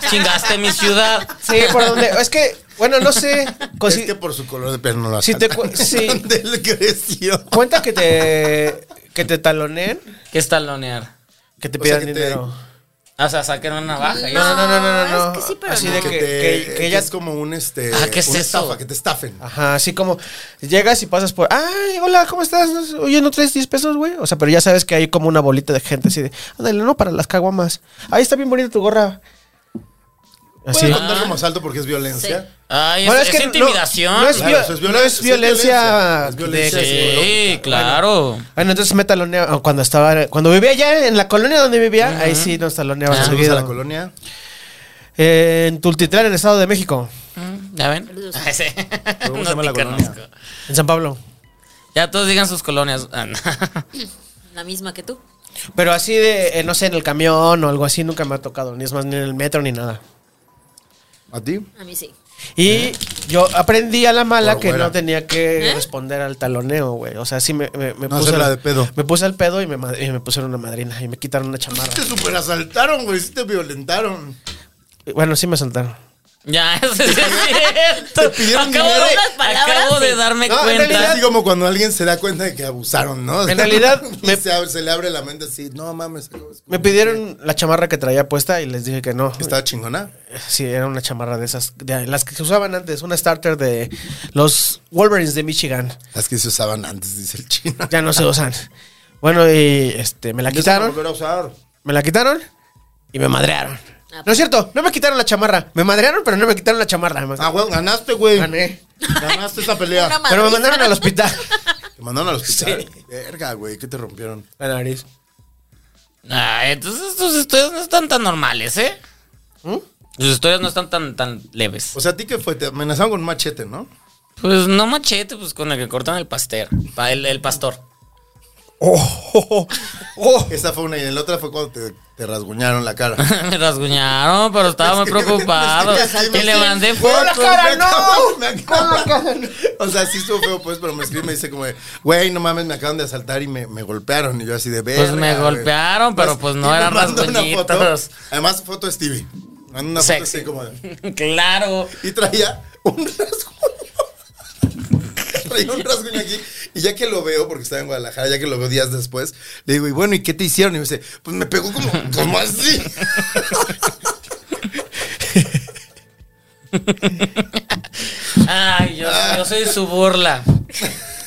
[SPEAKER 5] chingaste mi ciudad.
[SPEAKER 2] Sí, por donde. Es que, bueno, no sé.
[SPEAKER 6] Es
[SPEAKER 2] consi-
[SPEAKER 6] que Este por su color de piel no lo
[SPEAKER 2] Si te
[SPEAKER 6] asaltan. (laughs)
[SPEAKER 2] cu- sí.
[SPEAKER 6] Donde él creció.
[SPEAKER 2] Cuenta que te. Que te taloneen,
[SPEAKER 5] ¿Qué es talonear?
[SPEAKER 2] que te
[SPEAKER 6] O sea,
[SPEAKER 2] pidan
[SPEAKER 6] que te-
[SPEAKER 2] dinero.
[SPEAKER 5] O sea, saquen una navaja. y-
[SPEAKER 7] No.
[SPEAKER 2] No, no, no, no, no.
[SPEAKER 7] es que sí, pero
[SPEAKER 2] así
[SPEAKER 7] no.
[SPEAKER 2] de
[SPEAKER 6] Que,
[SPEAKER 2] que,
[SPEAKER 6] te,
[SPEAKER 2] que- que
[SPEAKER 6] que
[SPEAKER 2] ya.
[SPEAKER 6] es como un este.
[SPEAKER 5] Ah, ¿qué es
[SPEAKER 6] una
[SPEAKER 5] eso?
[SPEAKER 6] estafa, que te estafen.
[SPEAKER 2] Ajá, así como llegas y pasas por. Ay, hola, ¿cómo estás? No sé, Oye, ¿no traes 10 pesos, güey? O sea, pero ya sabes que hay como una bolita de gente así de. Ándale, no para las caguamas. Ahí está bien bonita tu gorra. Así.
[SPEAKER 6] Pueden
[SPEAKER 5] Ah.
[SPEAKER 6] contar como asalto porque es violencia.
[SPEAKER 5] Ay,
[SPEAKER 2] Bueno,
[SPEAKER 5] es, es
[SPEAKER 2] no-
[SPEAKER 5] intimidación.
[SPEAKER 2] No, es,
[SPEAKER 6] Claro,
[SPEAKER 2] vio-
[SPEAKER 6] eso es
[SPEAKER 2] no
[SPEAKER 6] violencia,
[SPEAKER 2] es
[SPEAKER 6] eso es
[SPEAKER 2] violencia.
[SPEAKER 6] violencia, es violencia
[SPEAKER 2] de-
[SPEAKER 6] sí,
[SPEAKER 5] Sí,
[SPEAKER 6] psicológica.
[SPEAKER 5] claro.
[SPEAKER 2] Bueno, Ah, entonces me taloneaba cuando estaba, cuando vivía allá en la colonia donde vivía, ahí sí nos taloneaban
[SPEAKER 6] Saludos
[SPEAKER 2] seguido.
[SPEAKER 6] Ah, a la colonia.
[SPEAKER 2] Eh, en Tultitlán, en el Estado de México,
[SPEAKER 5] Mm, ¿Ya ven?
[SPEAKER 7] Saludos.
[SPEAKER 5] Ah, (laughs) sí.
[SPEAKER 6] ¿Cómo
[SPEAKER 5] No
[SPEAKER 6] se llama
[SPEAKER 5] te
[SPEAKER 6] la
[SPEAKER 5] conozco.
[SPEAKER 6] colonia?
[SPEAKER 2] en San Pablo.
[SPEAKER 5] Ya todos digan sus colonias. Ah, no. (laughs)
[SPEAKER 7] La misma que tú.
[SPEAKER 2] Pero así de, eh, no sé, en el camión o algo así nunca me ha tocado, ni es más, ni en el metro ni nada.
[SPEAKER 6] ¿A ti?
[SPEAKER 7] A mí sí.
[SPEAKER 2] Y yo aprendí a la mala
[SPEAKER 6] ¿Eh? Por
[SPEAKER 2] que
[SPEAKER 6] güera.
[SPEAKER 2] no tenía que
[SPEAKER 7] ¿Eh?
[SPEAKER 2] responder al taloneo, güey. O sea, sí me, me, me
[SPEAKER 6] No hacerla de pedo.
[SPEAKER 2] Me puse al pedo y me, ma- y me pusieron una madrina y me quitaron una
[SPEAKER 6] Pues
[SPEAKER 2] chamarra.
[SPEAKER 6] sí te superasaltaron, güey. Sí te violentaron.
[SPEAKER 2] Bueno, sí me saltaron.
[SPEAKER 5] Ya, (laughs) eso sí es cierto.
[SPEAKER 6] Te pidieron
[SPEAKER 5] Acabo
[SPEAKER 6] dinero.
[SPEAKER 5] de,
[SPEAKER 7] Unas palabras,
[SPEAKER 5] acabo de
[SPEAKER 7] sí.
[SPEAKER 5] darme
[SPEAKER 6] No, en realidad,
[SPEAKER 5] cuenta.
[SPEAKER 6] así como cuando alguien se da cuenta de que abusaron, ¿no?
[SPEAKER 2] En realidad,
[SPEAKER 6] (laughs) Y
[SPEAKER 2] me-
[SPEAKER 6] se, abre- se le abre la mente así, no mames. acabo de
[SPEAKER 2] Me
[SPEAKER 6] escuchar".
[SPEAKER 2] pidieron la chamarra que traía puesta y les dije que no.
[SPEAKER 6] Estaba chingona.
[SPEAKER 2] Sí, era una chamarra de esas, de las que se usaban antes, una starter de los Wolverines de Michigan.
[SPEAKER 6] Las que se usaban antes, dice el chino.
[SPEAKER 2] Ya no se usan. Bueno, y este, me la quitaron.
[SPEAKER 6] volver a usar.
[SPEAKER 2] Me la quitaron y me madrearon.
[SPEAKER 7] Ah,
[SPEAKER 2] No es cierto, no me quitaron la chamarra. Me madrearon, pero no me quitaron la chamarra. Me-
[SPEAKER 6] pues. Ah, güey, ganaste, güey.
[SPEAKER 2] Gané.
[SPEAKER 6] Ganaste esa
[SPEAKER 7] Una
[SPEAKER 6] pelea.
[SPEAKER 7] ma-
[SPEAKER 2] Pero me mandaron
[SPEAKER 6] (laughs)
[SPEAKER 2] al hospital.
[SPEAKER 6] Te mandaron al hospital. Verga, güey, ¿qué te rompieron?
[SPEAKER 2] La nariz.
[SPEAKER 5] Ah, entonces estos estudios no están tan normales, ¿eh?
[SPEAKER 6] ¿Mm?
[SPEAKER 5] Sus historias no están tan, tan leves.
[SPEAKER 6] O sea, ¿a ti qué fue? Te amenazaron con un machete, ¿no?
[SPEAKER 5] Pues no machete, pues con el que cortan el pastel. pa- El, el pastor. (laughs)
[SPEAKER 2] Oh, oh, oh, oh.
[SPEAKER 6] Esa fue una y la otra fue cuando te, te rasguñaron
[SPEAKER 5] (laughs)
[SPEAKER 6] la cara.
[SPEAKER 5] Me rasguñaron, pero estaba muy preocupado. Y le mandé
[SPEAKER 6] Güey,
[SPEAKER 5] fotos.
[SPEAKER 6] pues, me acaban- (laughs) me acaban- O sea, sí estuvo feo, pues, pero me escribe y me dice como, de, güey, no mames, me acaban de asaltar y me, me golpearon. Y yo así de verga.
[SPEAKER 5] Pues me
[SPEAKER 6] güey".
[SPEAKER 5] golpearon, pero pues no
[SPEAKER 6] y me
[SPEAKER 5] eran
[SPEAKER 6] manda una foto.
[SPEAKER 5] rasguñitos.
[SPEAKER 6] Además, foto de Stevie. Manda Una foto
[SPEAKER 5] Sexy.
[SPEAKER 6] así como
[SPEAKER 5] (laughs)
[SPEAKER 6] de-
[SPEAKER 5] Claro.
[SPEAKER 6] Y traía un rasguño. (laughs) traía un rasguño aquí. Y ya que lo veo, porque estaba en Guadalajara, ya que lo veo días después, le digo, y bueno, ¿y qué te hicieron? Y me dice, pues me pegó como,
[SPEAKER 5] (laughs)
[SPEAKER 6] como así.
[SPEAKER 5] Ay, yo,
[SPEAKER 6] Ah.
[SPEAKER 5] yo soy su burla.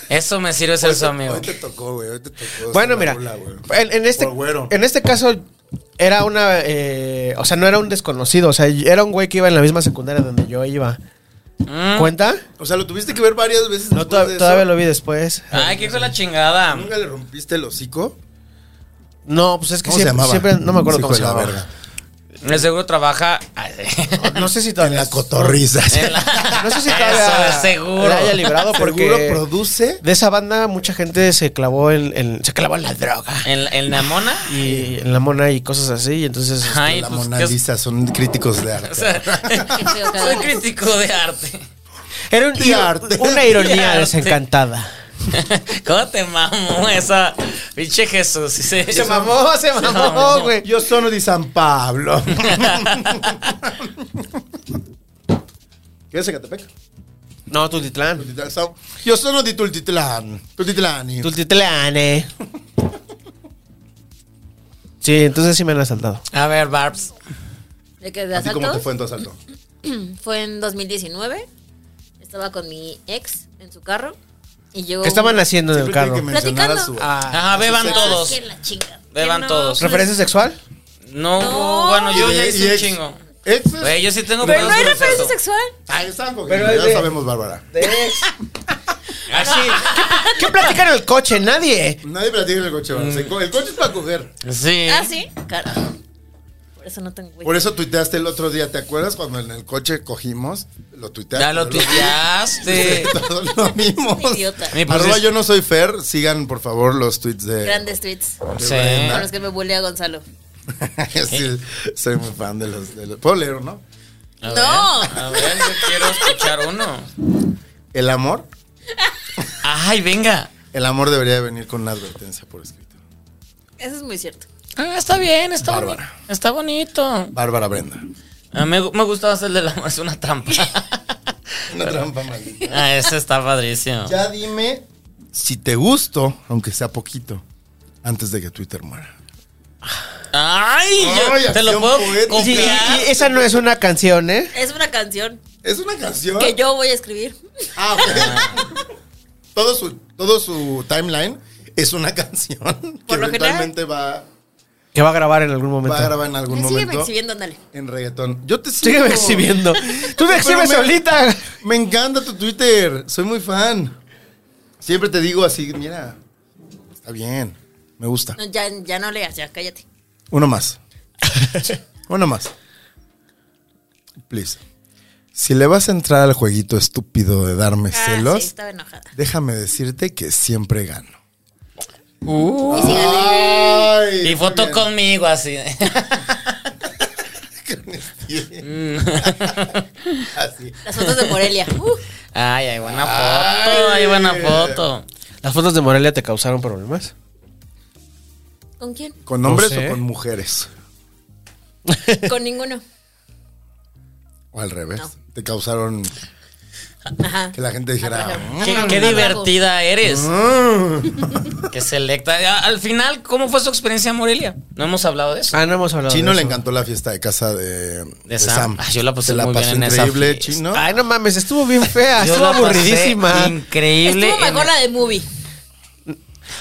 [SPEAKER 5] Eso me sirve ser su amigo.
[SPEAKER 6] Hoy te tocó, güey. Hoy te tocó.
[SPEAKER 2] Bueno,
[SPEAKER 6] ser
[SPEAKER 2] mira,
[SPEAKER 6] Pues, la bola, güey.
[SPEAKER 2] en, en este,
[SPEAKER 6] Por güero.
[SPEAKER 2] en este caso era una, eh, o sea, no era un desconocido, o sea, era un güey que iba en la misma secundaria donde yo iba. ¿Cuenta?
[SPEAKER 6] O sea, lo tuviste que ver varias veces.
[SPEAKER 2] No,
[SPEAKER 6] Mm. después
[SPEAKER 2] to-
[SPEAKER 6] de
[SPEAKER 2] todavía
[SPEAKER 6] eso.
[SPEAKER 2] lo vi después.
[SPEAKER 5] Ay, qué hijo de la chingada.
[SPEAKER 6] ¿Nunca le rompiste el hocico?
[SPEAKER 2] No, pues es que
[SPEAKER 6] ¿Cómo se
[SPEAKER 2] siempre,
[SPEAKER 6] llamaba?
[SPEAKER 2] siempre- no me acuerdo
[SPEAKER 6] Hijo
[SPEAKER 2] cómo se
[SPEAKER 6] de la
[SPEAKER 2] llamaba.
[SPEAKER 6] verga.
[SPEAKER 5] El seguro trabaja. (laughs) Ay,
[SPEAKER 2] No sé si todavía.
[SPEAKER 6] La cotorriza.
[SPEAKER 5] en la-
[SPEAKER 2] (laughs) No sé si
[SPEAKER 5] Eso
[SPEAKER 2] todavía
[SPEAKER 5] es seguro.
[SPEAKER 2] la haya librado porque
[SPEAKER 6] Seguro produce.
[SPEAKER 2] de esa banda mucha gente se clavó en, en- se clavó en la droga
[SPEAKER 5] ¿En, en la mona?
[SPEAKER 2] y en la mona y cosas así y entonces este,
[SPEAKER 5] Ay,
[SPEAKER 6] la
[SPEAKER 5] pues,
[SPEAKER 6] Mona
[SPEAKER 5] ¿qué (laughs) es-
[SPEAKER 6] Lisa son críticos de
[SPEAKER 5] o
[SPEAKER 6] arte.
[SPEAKER 5] sea,
[SPEAKER 7] feo, cada
[SPEAKER 5] soy
[SPEAKER 7] uno.
[SPEAKER 5] crítico de arte.
[SPEAKER 2] era un-
[SPEAKER 6] y arte.
[SPEAKER 2] una
[SPEAKER 5] (laughs)
[SPEAKER 2] ironía
[SPEAKER 5] arte.
[SPEAKER 2] desencantada.
[SPEAKER 5] ¿Cómo te mamó esa pinche Jesús? Sí, sí.
[SPEAKER 2] Se mamó,
[SPEAKER 6] (laughs)
[SPEAKER 2] se mamó, güey.
[SPEAKER 6] Yo sono de San
[SPEAKER 2] (laughs)
[SPEAKER 6] Pablo. ¿Qué es Zacatepec?
[SPEAKER 2] No, Tultitlán.
[SPEAKER 6] Tultitlán, Sao- Yo sono de Tultitlán. Tultitlán. y-
[SPEAKER 2] Tultitlán, eh. Sí, entonces sí me han asaltado.
[SPEAKER 5] A ver, Barbs.
[SPEAKER 7] ¿De que de
[SPEAKER 6] ¿A ti
[SPEAKER 7] asalto? mm,
[SPEAKER 6] cómo te fue en tu asalto?
[SPEAKER 7] Fue en 2019. Estaba con mi ex en su carro. Y llegó.
[SPEAKER 2] ¿Qué estaban
[SPEAKER 7] un-
[SPEAKER 2] haciendo en el
[SPEAKER 6] Siempre tiene
[SPEAKER 2] carro?
[SPEAKER 6] que mencionar a su...
[SPEAKER 7] Platicando.
[SPEAKER 5] Ajá, beban
[SPEAKER 7] Ah,
[SPEAKER 5] todos.
[SPEAKER 7] que la chinga.
[SPEAKER 5] Beban
[SPEAKER 7] Que
[SPEAKER 5] todos.
[SPEAKER 7] pues,
[SPEAKER 2] ¿Referencia sexual?
[SPEAKER 5] No,
[SPEAKER 7] No.
[SPEAKER 5] bueno, yo
[SPEAKER 6] Y de-
[SPEAKER 5] ya
[SPEAKER 6] y
[SPEAKER 5] hice un
[SPEAKER 6] ex-
[SPEAKER 5] chingo.
[SPEAKER 6] exes.
[SPEAKER 5] Güey, yo sí tengo
[SPEAKER 7] Pero no hay
[SPEAKER 5] con
[SPEAKER 7] referencia
[SPEAKER 5] eso.
[SPEAKER 7] sexual.
[SPEAKER 6] Ahí están
[SPEAKER 2] Pero
[SPEAKER 6] cogiendo,
[SPEAKER 2] es
[SPEAKER 6] ya
[SPEAKER 2] de-
[SPEAKER 6] sabemos, Bárbara.
[SPEAKER 5] Así.
[SPEAKER 2] ¿Qué platican en el coche? Nadie.
[SPEAKER 6] Nadie platica en el coche, Bárbara.
[SPEAKER 5] Mm.
[SPEAKER 6] Se co- El coche es para coger.
[SPEAKER 5] Sí.
[SPEAKER 7] Ah, sí. Carajo. Por eso no tengo. güey.
[SPEAKER 6] Por eso tuiteaste el otro día, ¿te acuerdas cuando en el coche cogimos? Lo tuiteaste.
[SPEAKER 5] Ya lo
[SPEAKER 6] (laughs)
[SPEAKER 5] tuiteaste.
[SPEAKER 6] Todos lo vimos.
[SPEAKER 7] Un idiota.
[SPEAKER 5] Me
[SPEAKER 6] Arroba
[SPEAKER 5] pusiste-
[SPEAKER 6] yo no soy Fer, sigan por favor los tweets de...
[SPEAKER 7] Grandes tweets.
[SPEAKER 5] Sí.
[SPEAKER 6] (laughs)
[SPEAKER 7] Con los que me bulea Gonzalo.
[SPEAKER 6] Sí, soy muy fan de los, de los- ¿Puedo leer no?
[SPEAKER 5] A ver,
[SPEAKER 7] No.
[SPEAKER 5] A ver, yo quiero escuchar uno.
[SPEAKER 6] El amor,
[SPEAKER 5] Ay, venga.
[SPEAKER 6] el amor debería de venir con una advertencia por escrito.
[SPEAKER 7] Eso es muy cierto.
[SPEAKER 5] Ah, está bien, está bonito.
[SPEAKER 6] Bárbara.
[SPEAKER 5] Está bonito.
[SPEAKER 6] Bárbara Brenda.
[SPEAKER 5] Ah, me, gu- me gustaba hacerle la (laughs) es una trampa.
[SPEAKER 6] Una trampa maldita.
[SPEAKER 5] ah, ese está padrísimo.
[SPEAKER 6] Ya dime si te gusto, aunque sea poquito, antes de que Twitter muera.
[SPEAKER 5] Ay, yo
[SPEAKER 6] Ay,
[SPEAKER 5] te lo
[SPEAKER 6] acción
[SPEAKER 5] puedo
[SPEAKER 6] poética.
[SPEAKER 2] Y- y-
[SPEAKER 5] copiar.
[SPEAKER 2] y esa no es una canción, ¿eh?
[SPEAKER 7] Es una canción
[SPEAKER 6] Es una canción.
[SPEAKER 7] que yo voy a escribir.
[SPEAKER 6] Ah, ok. todo, su, todo su timeline es una canción que
[SPEAKER 7] Por lo general.
[SPEAKER 6] eventualmente va,
[SPEAKER 2] Que va a grabar en algún momento.
[SPEAKER 6] va a grabar en algún
[SPEAKER 7] Sígueme
[SPEAKER 6] momento.
[SPEAKER 7] exhibiendo, ándale.
[SPEAKER 6] En reggaetón. Yo te sigo.
[SPEAKER 2] Sígueme exhibiendo. Tú me exhibes
[SPEAKER 6] Pero me-
[SPEAKER 2] solita.
[SPEAKER 6] Me encanta tu Twitter. Soy muy fan. Siempre te digo así, mira. Está bien. Me gusta.
[SPEAKER 7] No, ya, ya no leas, ya cállate.
[SPEAKER 6] Uno
[SPEAKER 2] (laughs)
[SPEAKER 6] más. Uno más. Please. Si le vas a entrar al jueguito estúpido de darme
[SPEAKER 7] Ah,
[SPEAKER 6] celos,
[SPEAKER 7] sí, estaba enojada.
[SPEAKER 6] déjame decirte que siempre gano.
[SPEAKER 7] Y sí gané.
[SPEAKER 6] Ay,
[SPEAKER 5] Y foto conmigo así. (laughs)
[SPEAKER 6] (laughs) Así.
[SPEAKER 7] Las fotos de
[SPEAKER 2] (laughs)
[SPEAKER 7] Morelia. Uh,
[SPEAKER 5] Ay, hay buena foto, hay buena foto.
[SPEAKER 2] ¿Las fotos de Morelia te causaron problemas?
[SPEAKER 7] ¿Con quién?
[SPEAKER 6] ¿Con hombres
[SPEAKER 2] sé.
[SPEAKER 6] o con mujeres?
[SPEAKER 7] Con ninguno.
[SPEAKER 6] O al revés.
[SPEAKER 7] No.
[SPEAKER 6] Te causaron
[SPEAKER 7] Ajá.
[SPEAKER 6] que la gente dijera. "Mm,
[SPEAKER 7] Atrajeron.
[SPEAKER 5] Qué, qué divertida eres. Qué selecta. A- Al final, ¿cómo fue su experiencia en Morelia? No hemos hablado de eso.
[SPEAKER 2] Ah, no hemos hablado
[SPEAKER 6] Chino
[SPEAKER 2] de
[SPEAKER 6] le
[SPEAKER 2] eso.
[SPEAKER 6] encantó la fiesta de casa de, de
[SPEAKER 5] Sam.
[SPEAKER 6] Sam.
[SPEAKER 5] Ah, yo la pasé
[SPEAKER 6] Se
[SPEAKER 5] muy bien en esa
[SPEAKER 6] increíble,
[SPEAKER 5] fiesta.
[SPEAKER 6] Chino.
[SPEAKER 2] Ay, no
[SPEAKER 4] Ah,
[SPEAKER 2] mames, estuvo bien fea,
[SPEAKER 5] Yo
[SPEAKER 2] estuvo
[SPEAKER 5] la pasé
[SPEAKER 2] aburridísima.
[SPEAKER 5] Increíble.
[SPEAKER 7] Estuvo
[SPEAKER 5] en-
[SPEAKER 7] mejor la de movie.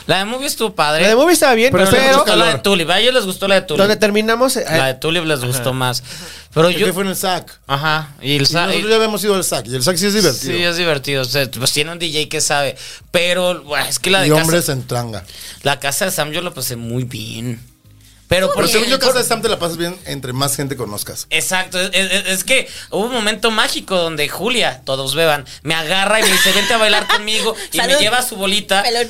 [SPEAKER 5] La de Movie estuvo padre.
[SPEAKER 2] La de Movie estaba bien,
[SPEAKER 5] Pero,
[SPEAKER 2] pero,
[SPEAKER 5] les gustó la de Tulip. A ellos les gustó la de Tulip.
[SPEAKER 2] donde terminamos. eh,
[SPEAKER 5] La de Tulip les gustó más. Pero
[SPEAKER 6] Porque
[SPEAKER 5] yo.
[SPEAKER 6] fue en el SAC.
[SPEAKER 5] Ajá. Y el
[SPEAKER 6] Y
[SPEAKER 5] sa-
[SPEAKER 6] nosotros ya habíamos ido al SAC. Y el SAC sí es divertido.
[SPEAKER 5] Sí, es divertido. O sea, pues tiene un DJ que sabe. Pero bueno, es que la de
[SPEAKER 6] y
[SPEAKER 5] casa,
[SPEAKER 6] hombres en tranga.
[SPEAKER 5] la casa de Sam yo la pasé muy bien. Pero
[SPEAKER 7] Estuvo
[SPEAKER 5] por
[SPEAKER 6] Pero según yo,
[SPEAKER 5] por-
[SPEAKER 6] Casa de Sam te la pasas bien entre más gente conozcas.
[SPEAKER 5] Exacto, es, es- es que hubo un momento mágico donde Julia, todos beban, me agarra y me dice, vente a bailar conmigo y me
[SPEAKER 7] (laughs) Salud.
[SPEAKER 5] lleva a su bolita
[SPEAKER 7] Pelón.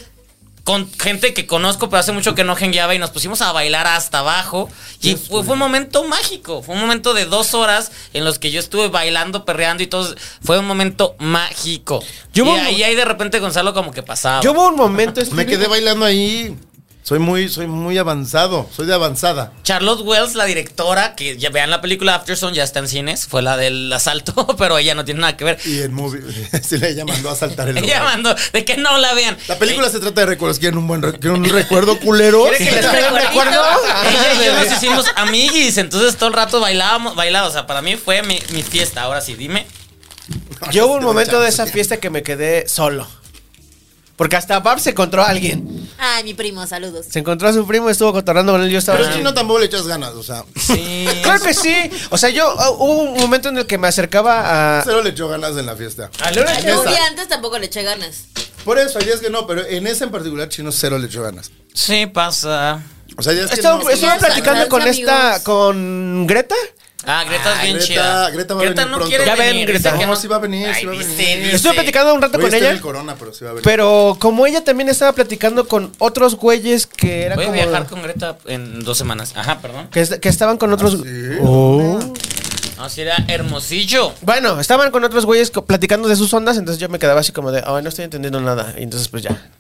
[SPEAKER 5] con gente que conozco, pero hace mucho que no jengueaba y nos pusimos a bailar hasta abajo. Y fue, fue un momento mágico, fue un momento de dos horas en los que yo estuve bailando, perreando y todo. Fue un momento mágico.
[SPEAKER 2] Yo
[SPEAKER 5] y
[SPEAKER 2] hubo un-
[SPEAKER 5] ahí, ahí de repente Gonzalo como que pasaba.
[SPEAKER 2] Yo hubo un momento.
[SPEAKER 5] Pues
[SPEAKER 6] Me quedé bailando ahí. Soy muy, soy muy avanzado. Soy de avanzada.
[SPEAKER 5] Charlotte Wells, la directora, que ya vean la película Afterson, ya está en cines, fue la del asalto, (laughs) pero ella no tiene nada que ver.
[SPEAKER 6] Y el movie. (laughs) sí, le llamando a saltar el
[SPEAKER 5] Ella
[SPEAKER 6] lugar.
[SPEAKER 5] mandó de que no la vean.
[SPEAKER 6] La película se trata de recuerdos. ¿Quieren un buen re- quieren un recuerdo culero?
[SPEAKER 5] ¿Quiere (laughs)
[SPEAKER 6] (laughs)
[SPEAKER 5] que les traiga un
[SPEAKER 2] recuerdo?
[SPEAKER 5] Ella y yo nos hicimos amiguis, entonces todo el rato bailábamos, bailaba, o sea, para mí fue mi, mi fiesta, ahora sí, dime.
[SPEAKER 2] Yo hubo un momento de esa fiesta que me quedé solo. Porque hasta Barb se encontró a alguien.
[SPEAKER 7] Ay, mi primo, saludos.
[SPEAKER 2] Se encontró a su primo, estuvo cotorrando con él. Yo estaba.
[SPEAKER 6] Pero es que no tampoco le echas ganas, o
[SPEAKER 2] (laughs)
[SPEAKER 6] sea.
[SPEAKER 5] Sí.
[SPEAKER 2] Claro que sí. O sea, yo ah, hubo un momento en el que me acercaba a.
[SPEAKER 6] Cero le echó ganas en la fiesta.
[SPEAKER 5] Alguna-
[SPEAKER 7] Pero un día antes tampoco le eché ganas.
[SPEAKER 6] Por eso, ahí es que no, pero en esa en particular, Chino cero le echó ganas.
[SPEAKER 5] Sí, pasa.
[SPEAKER 6] O sea, ya es que
[SPEAKER 2] Estaba,
[SPEAKER 6] no-
[SPEAKER 2] estuve
[SPEAKER 7] sí,
[SPEAKER 2] platicando
[SPEAKER 7] exacto.
[SPEAKER 2] con
[SPEAKER 7] Amigos.
[SPEAKER 2] esta. con Greta.
[SPEAKER 5] Ah, Greta es
[SPEAKER 6] Ah,
[SPEAKER 5] bien
[SPEAKER 6] Greta-
[SPEAKER 5] chida.
[SPEAKER 6] Greta va a venir
[SPEAKER 5] no
[SPEAKER 6] pronto.
[SPEAKER 5] quiere
[SPEAKER 2] Ya ven,
[SPEAKER 5] venir,
[SPEAKER 2] Greta.
[SPEAKER 5] dice que
[SPEAKER 6] No, sí va a venir, sí va a
[SPEAKER 5] Ay,
[SPEAKER 6] venir.
[SPEAKER 5] dice,
[SPEAKER 2] Estuve
[SPEAKER 5] dice.
[SPEAKER 2] platicando un rato
[SPEAKER 6] Hoy
[SPEAKER 2] con
[SPEAKER 6] está en
[SPEAKER 2] ella.
[SPEAKER 6] el corona, pero sí va a venir.
[SPEAKER 2] Pero como ella también estaba platicando con otros güeyes que era
[SPEAKER 5] Voy a
[SPEAKER 2] como.
[SPEAKER 5] viajar con Greta en dos semanas. Ajá, perdón.
[SPEAKER 2] Que, est- que estaban con otros.
[SPEAKER 6] sí?
[SPEAKER 2] Oh.
[SPEAKER 5] No, si era hermosillo.
[SPEAKER 2] Bueno, estaban con otros güeyes co- platicando de sus ondas, entonces yo me quedaba así como de, ay, no estoy entendiendo nada. Y entonces, pues ya.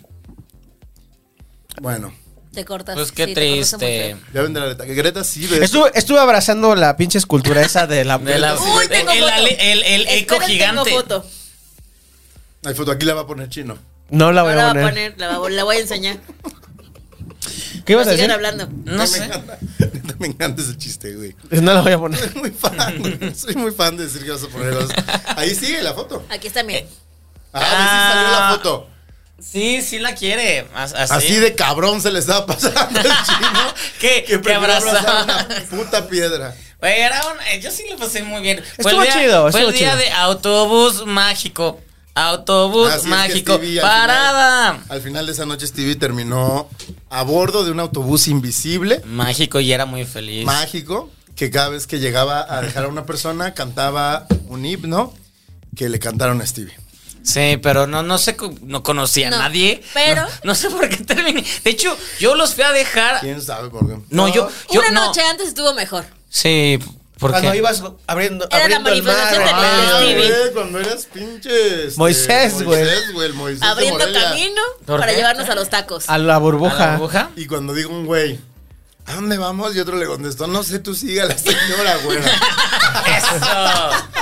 [SPEAKER 6] Bueno,
[SPEAKER 7] Te cortas.
[SPEAKER 5] Pues qué
[SPEAKER 7] Ah, sí, te cortaste muy
[SPEAKER 5] triste.
[SPEAKER 6] ya vendrá la letra. Que Greta sí ve.
[SPEAKER 2] Estuve, estuve abrazando la pinche escultura esa de
[SPEAKER 5] (laughs)
[SPEAKER 2] la.
[SPEAKER 5] De la-
[SPEAKER 7] feo. Uy, tengo
[SPEAKER 5] el,
[SPEAKER 7] foto.
[SPEAKER 5] ale- el- el eco
[SPEAKER 7] Esperen,
[SPEAKER 5] gigante.
[SPEAKER 7] Tengo foto.
[SPEAKER 6] Hay foto, aquí la va a poner Chino.
[SPEAKER 2] No la voy
[SPEAKER 7] No la
[SPEAKER 2] a
[SPEAKER 7] voy a
[SPEAKER 2] poner.
[SPEAKER 7] poner, la, va- la voy a enseñar.
[SPEAKER 2] ¿Qué ibas a
[SPEAKER 7] Sigan
[SPEAKER 2] decir?
[SPEAKER 7] hablando.
[SPEAKER 5] No
[SPEAKER 6] Me
[SPEAKER 5] sé.
[SPEAKER 6] encanta, (laughs) neta, me encanta ese chiste, güey.
[SPEAKER 2] (laughs) No la voy a poner.
[SPEAKER 6] Soy muy fan, (laughs) güey. Soy muy fan de decir que vas a poner las- Ahí sigue la foto.
[SPEAKER 7] Aquí está, miren.
[SPEAKER 5] Eh,
[SPEAKER 6] Ah, ahí sí salió la foto.
[SPEAKER 5] Sí, sí la quiere. As- Así,
[SPEAKER 6] Así de cabrón se le estaba
[SPEAKER 5] (laughs)
[SPEAKER 6] pasando al chino.
[SPEAKER 5] Que- que
[SPEAKER 6] prefirió
[SPEAKER 5] abrazaba.
[SPEAKER 6] abrazar una puta piedra.
[SPEAKER 5] Güey, era un- eh, yo sí lo pasé muy bien. Fue
[SPEAKER 2] Estuvo
[SPEAKER 5] el día-
[SPEAKER 2] chido,
[SPEAKER 5] Fue
[SPEAKER 2] estuvo
[SPEAKER 5] el día
[SPEAKER 2] chido.
[SPEAKER 5] de autobús mágico. Autobús
[SPEAKER 6] Así es que
[SPEAKER 5] mágico.
[SPEAKER 6] Stevie al
[SPEAKER 5] Parada.
[SPEAKER 6] final- al final de esa noche, Stevie terminó a bordo de un autobús invisible,
[SPEAKER 5] Mágico y era muy feliz.
[SPEAKER 6] mágico, que cada vez que llegaba a dejar a una persona, cantaba un himno que le cantaron a Stevie.
[SPEAKER 5] sí, pero no, no sé, co- no conocía
[SPEAKER 7] No,
[SPEAKER 5] a nadie.
[SPEAKER 7] pero-
[SPEAKER 5] No, no sé por qué terminé. De hecho, yo los fui a dejar.
[SPEAKER 6] ¿Quién sabe por qué?
[SPEAKER 5] No, yo. yo
[SPEAKER 7] Una
[SPEAKER 5] no.
[SPEAKER 7] noche antes estuvo mejor.
[SPEAKER 5] Sí, porque.
[SPEAKER 2] Cuando ibas abriendo,
[SPEAKER 7] Era la
[SPEAKER 2] abriendo el mar.
[SPEAKER 7] manifestación del
[SPEAKER 2] ah,
[SPEAKER 7] Stevie.
[SPEAKER 2] güey.
[SPEAKER 6] güey, cuando eras pinche. este,
[SPEAKER 2] Moisés, güey.
[SPEAKER 6] Moisés, güey, el Moisés de
[SPEAKER 7] Abriendo
[SPEAKER 6] Morelia.
[SPEAKER 7] camino
[SPEAKER 5] ¿Por
[SPEAKER 7] para
[SPEAKER 5] qué?
[SPEAKER 7] llevarnos a los tacos.
[SPEAKER 2] A la burbuja.
[SPEAKER 5] ¿A la burbuja?
[SPEAKER 6] Y cuando digo un güey, ¿a dónde vamos? Y otro le contestó, no sé, tú sigue a la señora, güey.
[SPEAKER 5] Eso.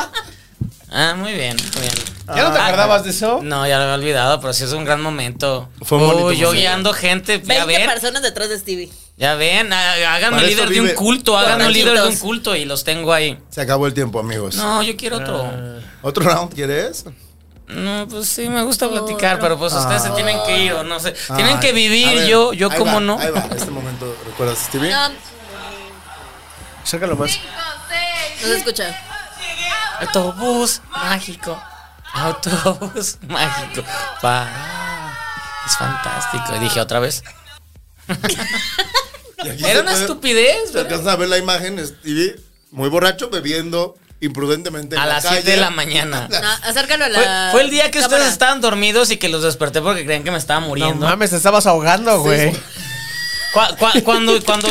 [SPEAKER 5] Ah, muy bien, muy bien.
[SPEAKER 2] ¿Ya no te
[SPEAKER 5] Ah,
[SPEAKER 2] acordabas de eso?
[SPEAKER 5] No, ya lo había olvidado, pero sí es un gran momento.
[SPEAKER 6] Fue un bonito
[SPEAKER 5] Uy, yo
[SPEAKER 6] momento.
[SPEAKER 5] guiando gente, ya
[SPEAKER 7] 20
[SPEAKER 5] ven.
[SPEAKER 7] personas detrás de Stevie.
[SPEAKER 5] Ya ven, há- háganme
[SPEAKER 6] Para
[SPEAKER 5] líder
[SPEAKER 6] eso
[SPEAKER 5] de un
[SPEAKER 6] vive-
[SPEAKER 5] culto, háganme
[SPEAKER 7] Borrachitos.
[SPEAKER 5] líder de un culto y los tengo ahí.
[SPEAKER 6] Se acabó el tiempo, amigos.
[SPEAKER 5] No, yo quiero otro.
[SPEAKER 6] ¿Otro round quieres?
[SPEAKER 5] No, pues sí, me gusta platicar, pero pues ustedes se tienen que ir o no sé. Tienen
[SPEAKER 6] Ay,
[SPEAKER 5] que vivir,
[SPEAKER 6] a ver,
[SPEAKER 5] yo, yo
[SPEAKER 6] ahí
[SPEAKER 5] como
[SPEAKER 6] va,
[SPEAKER 5] no.
[SPEAKER 6] Ahí va, este momento, ¿recuerdas, Stevie?
[SPEAKER 7] No,
[SPEAKER 2] Sácalo más.
[SPEAKER 7] no se escucha.
[SPEAKER 5] Autobús mágico, autobús (laughs) mágico. Pa. Es fantástico. Y dije otra vez.
[SPEAKER 6] Y aquí se
[SPEAKER 5] Era una
[SPEAKER 6] puede-
[SPEAKER 5] estupidez,
[SPEAKER 6] Se
[SPEAKER 5] ¿verdad?
[SPEAKER 6] alcanza a ver la imagen, Stevie, muy borracho, bebiendo imprudentemente. en
[SPEAKER 5] A
[SPEAKER 6] la
[SPEAKER 5] las 7
[SPEAKER 6] calle.
[SPEAKER 5] de la
[SPEAKER 6] (laughs)
[SPEAKER 5] mañana.
[SPEAKER 7] No, acércalo a la.
[SPEAKER 5] Fue, fue el día que
[SPEAKER 7] cámara.
[SPEAKER 5] ustedes estaban dormidos y que los desperté porque creían que me estaba
[SPEAKER 2] No
[SPEAKER 5] muriendo.
[SPEAKER 2] mames, te estabas ahogando, güey.
[SPEAKER 5] Cu- cu- cuando, cuando.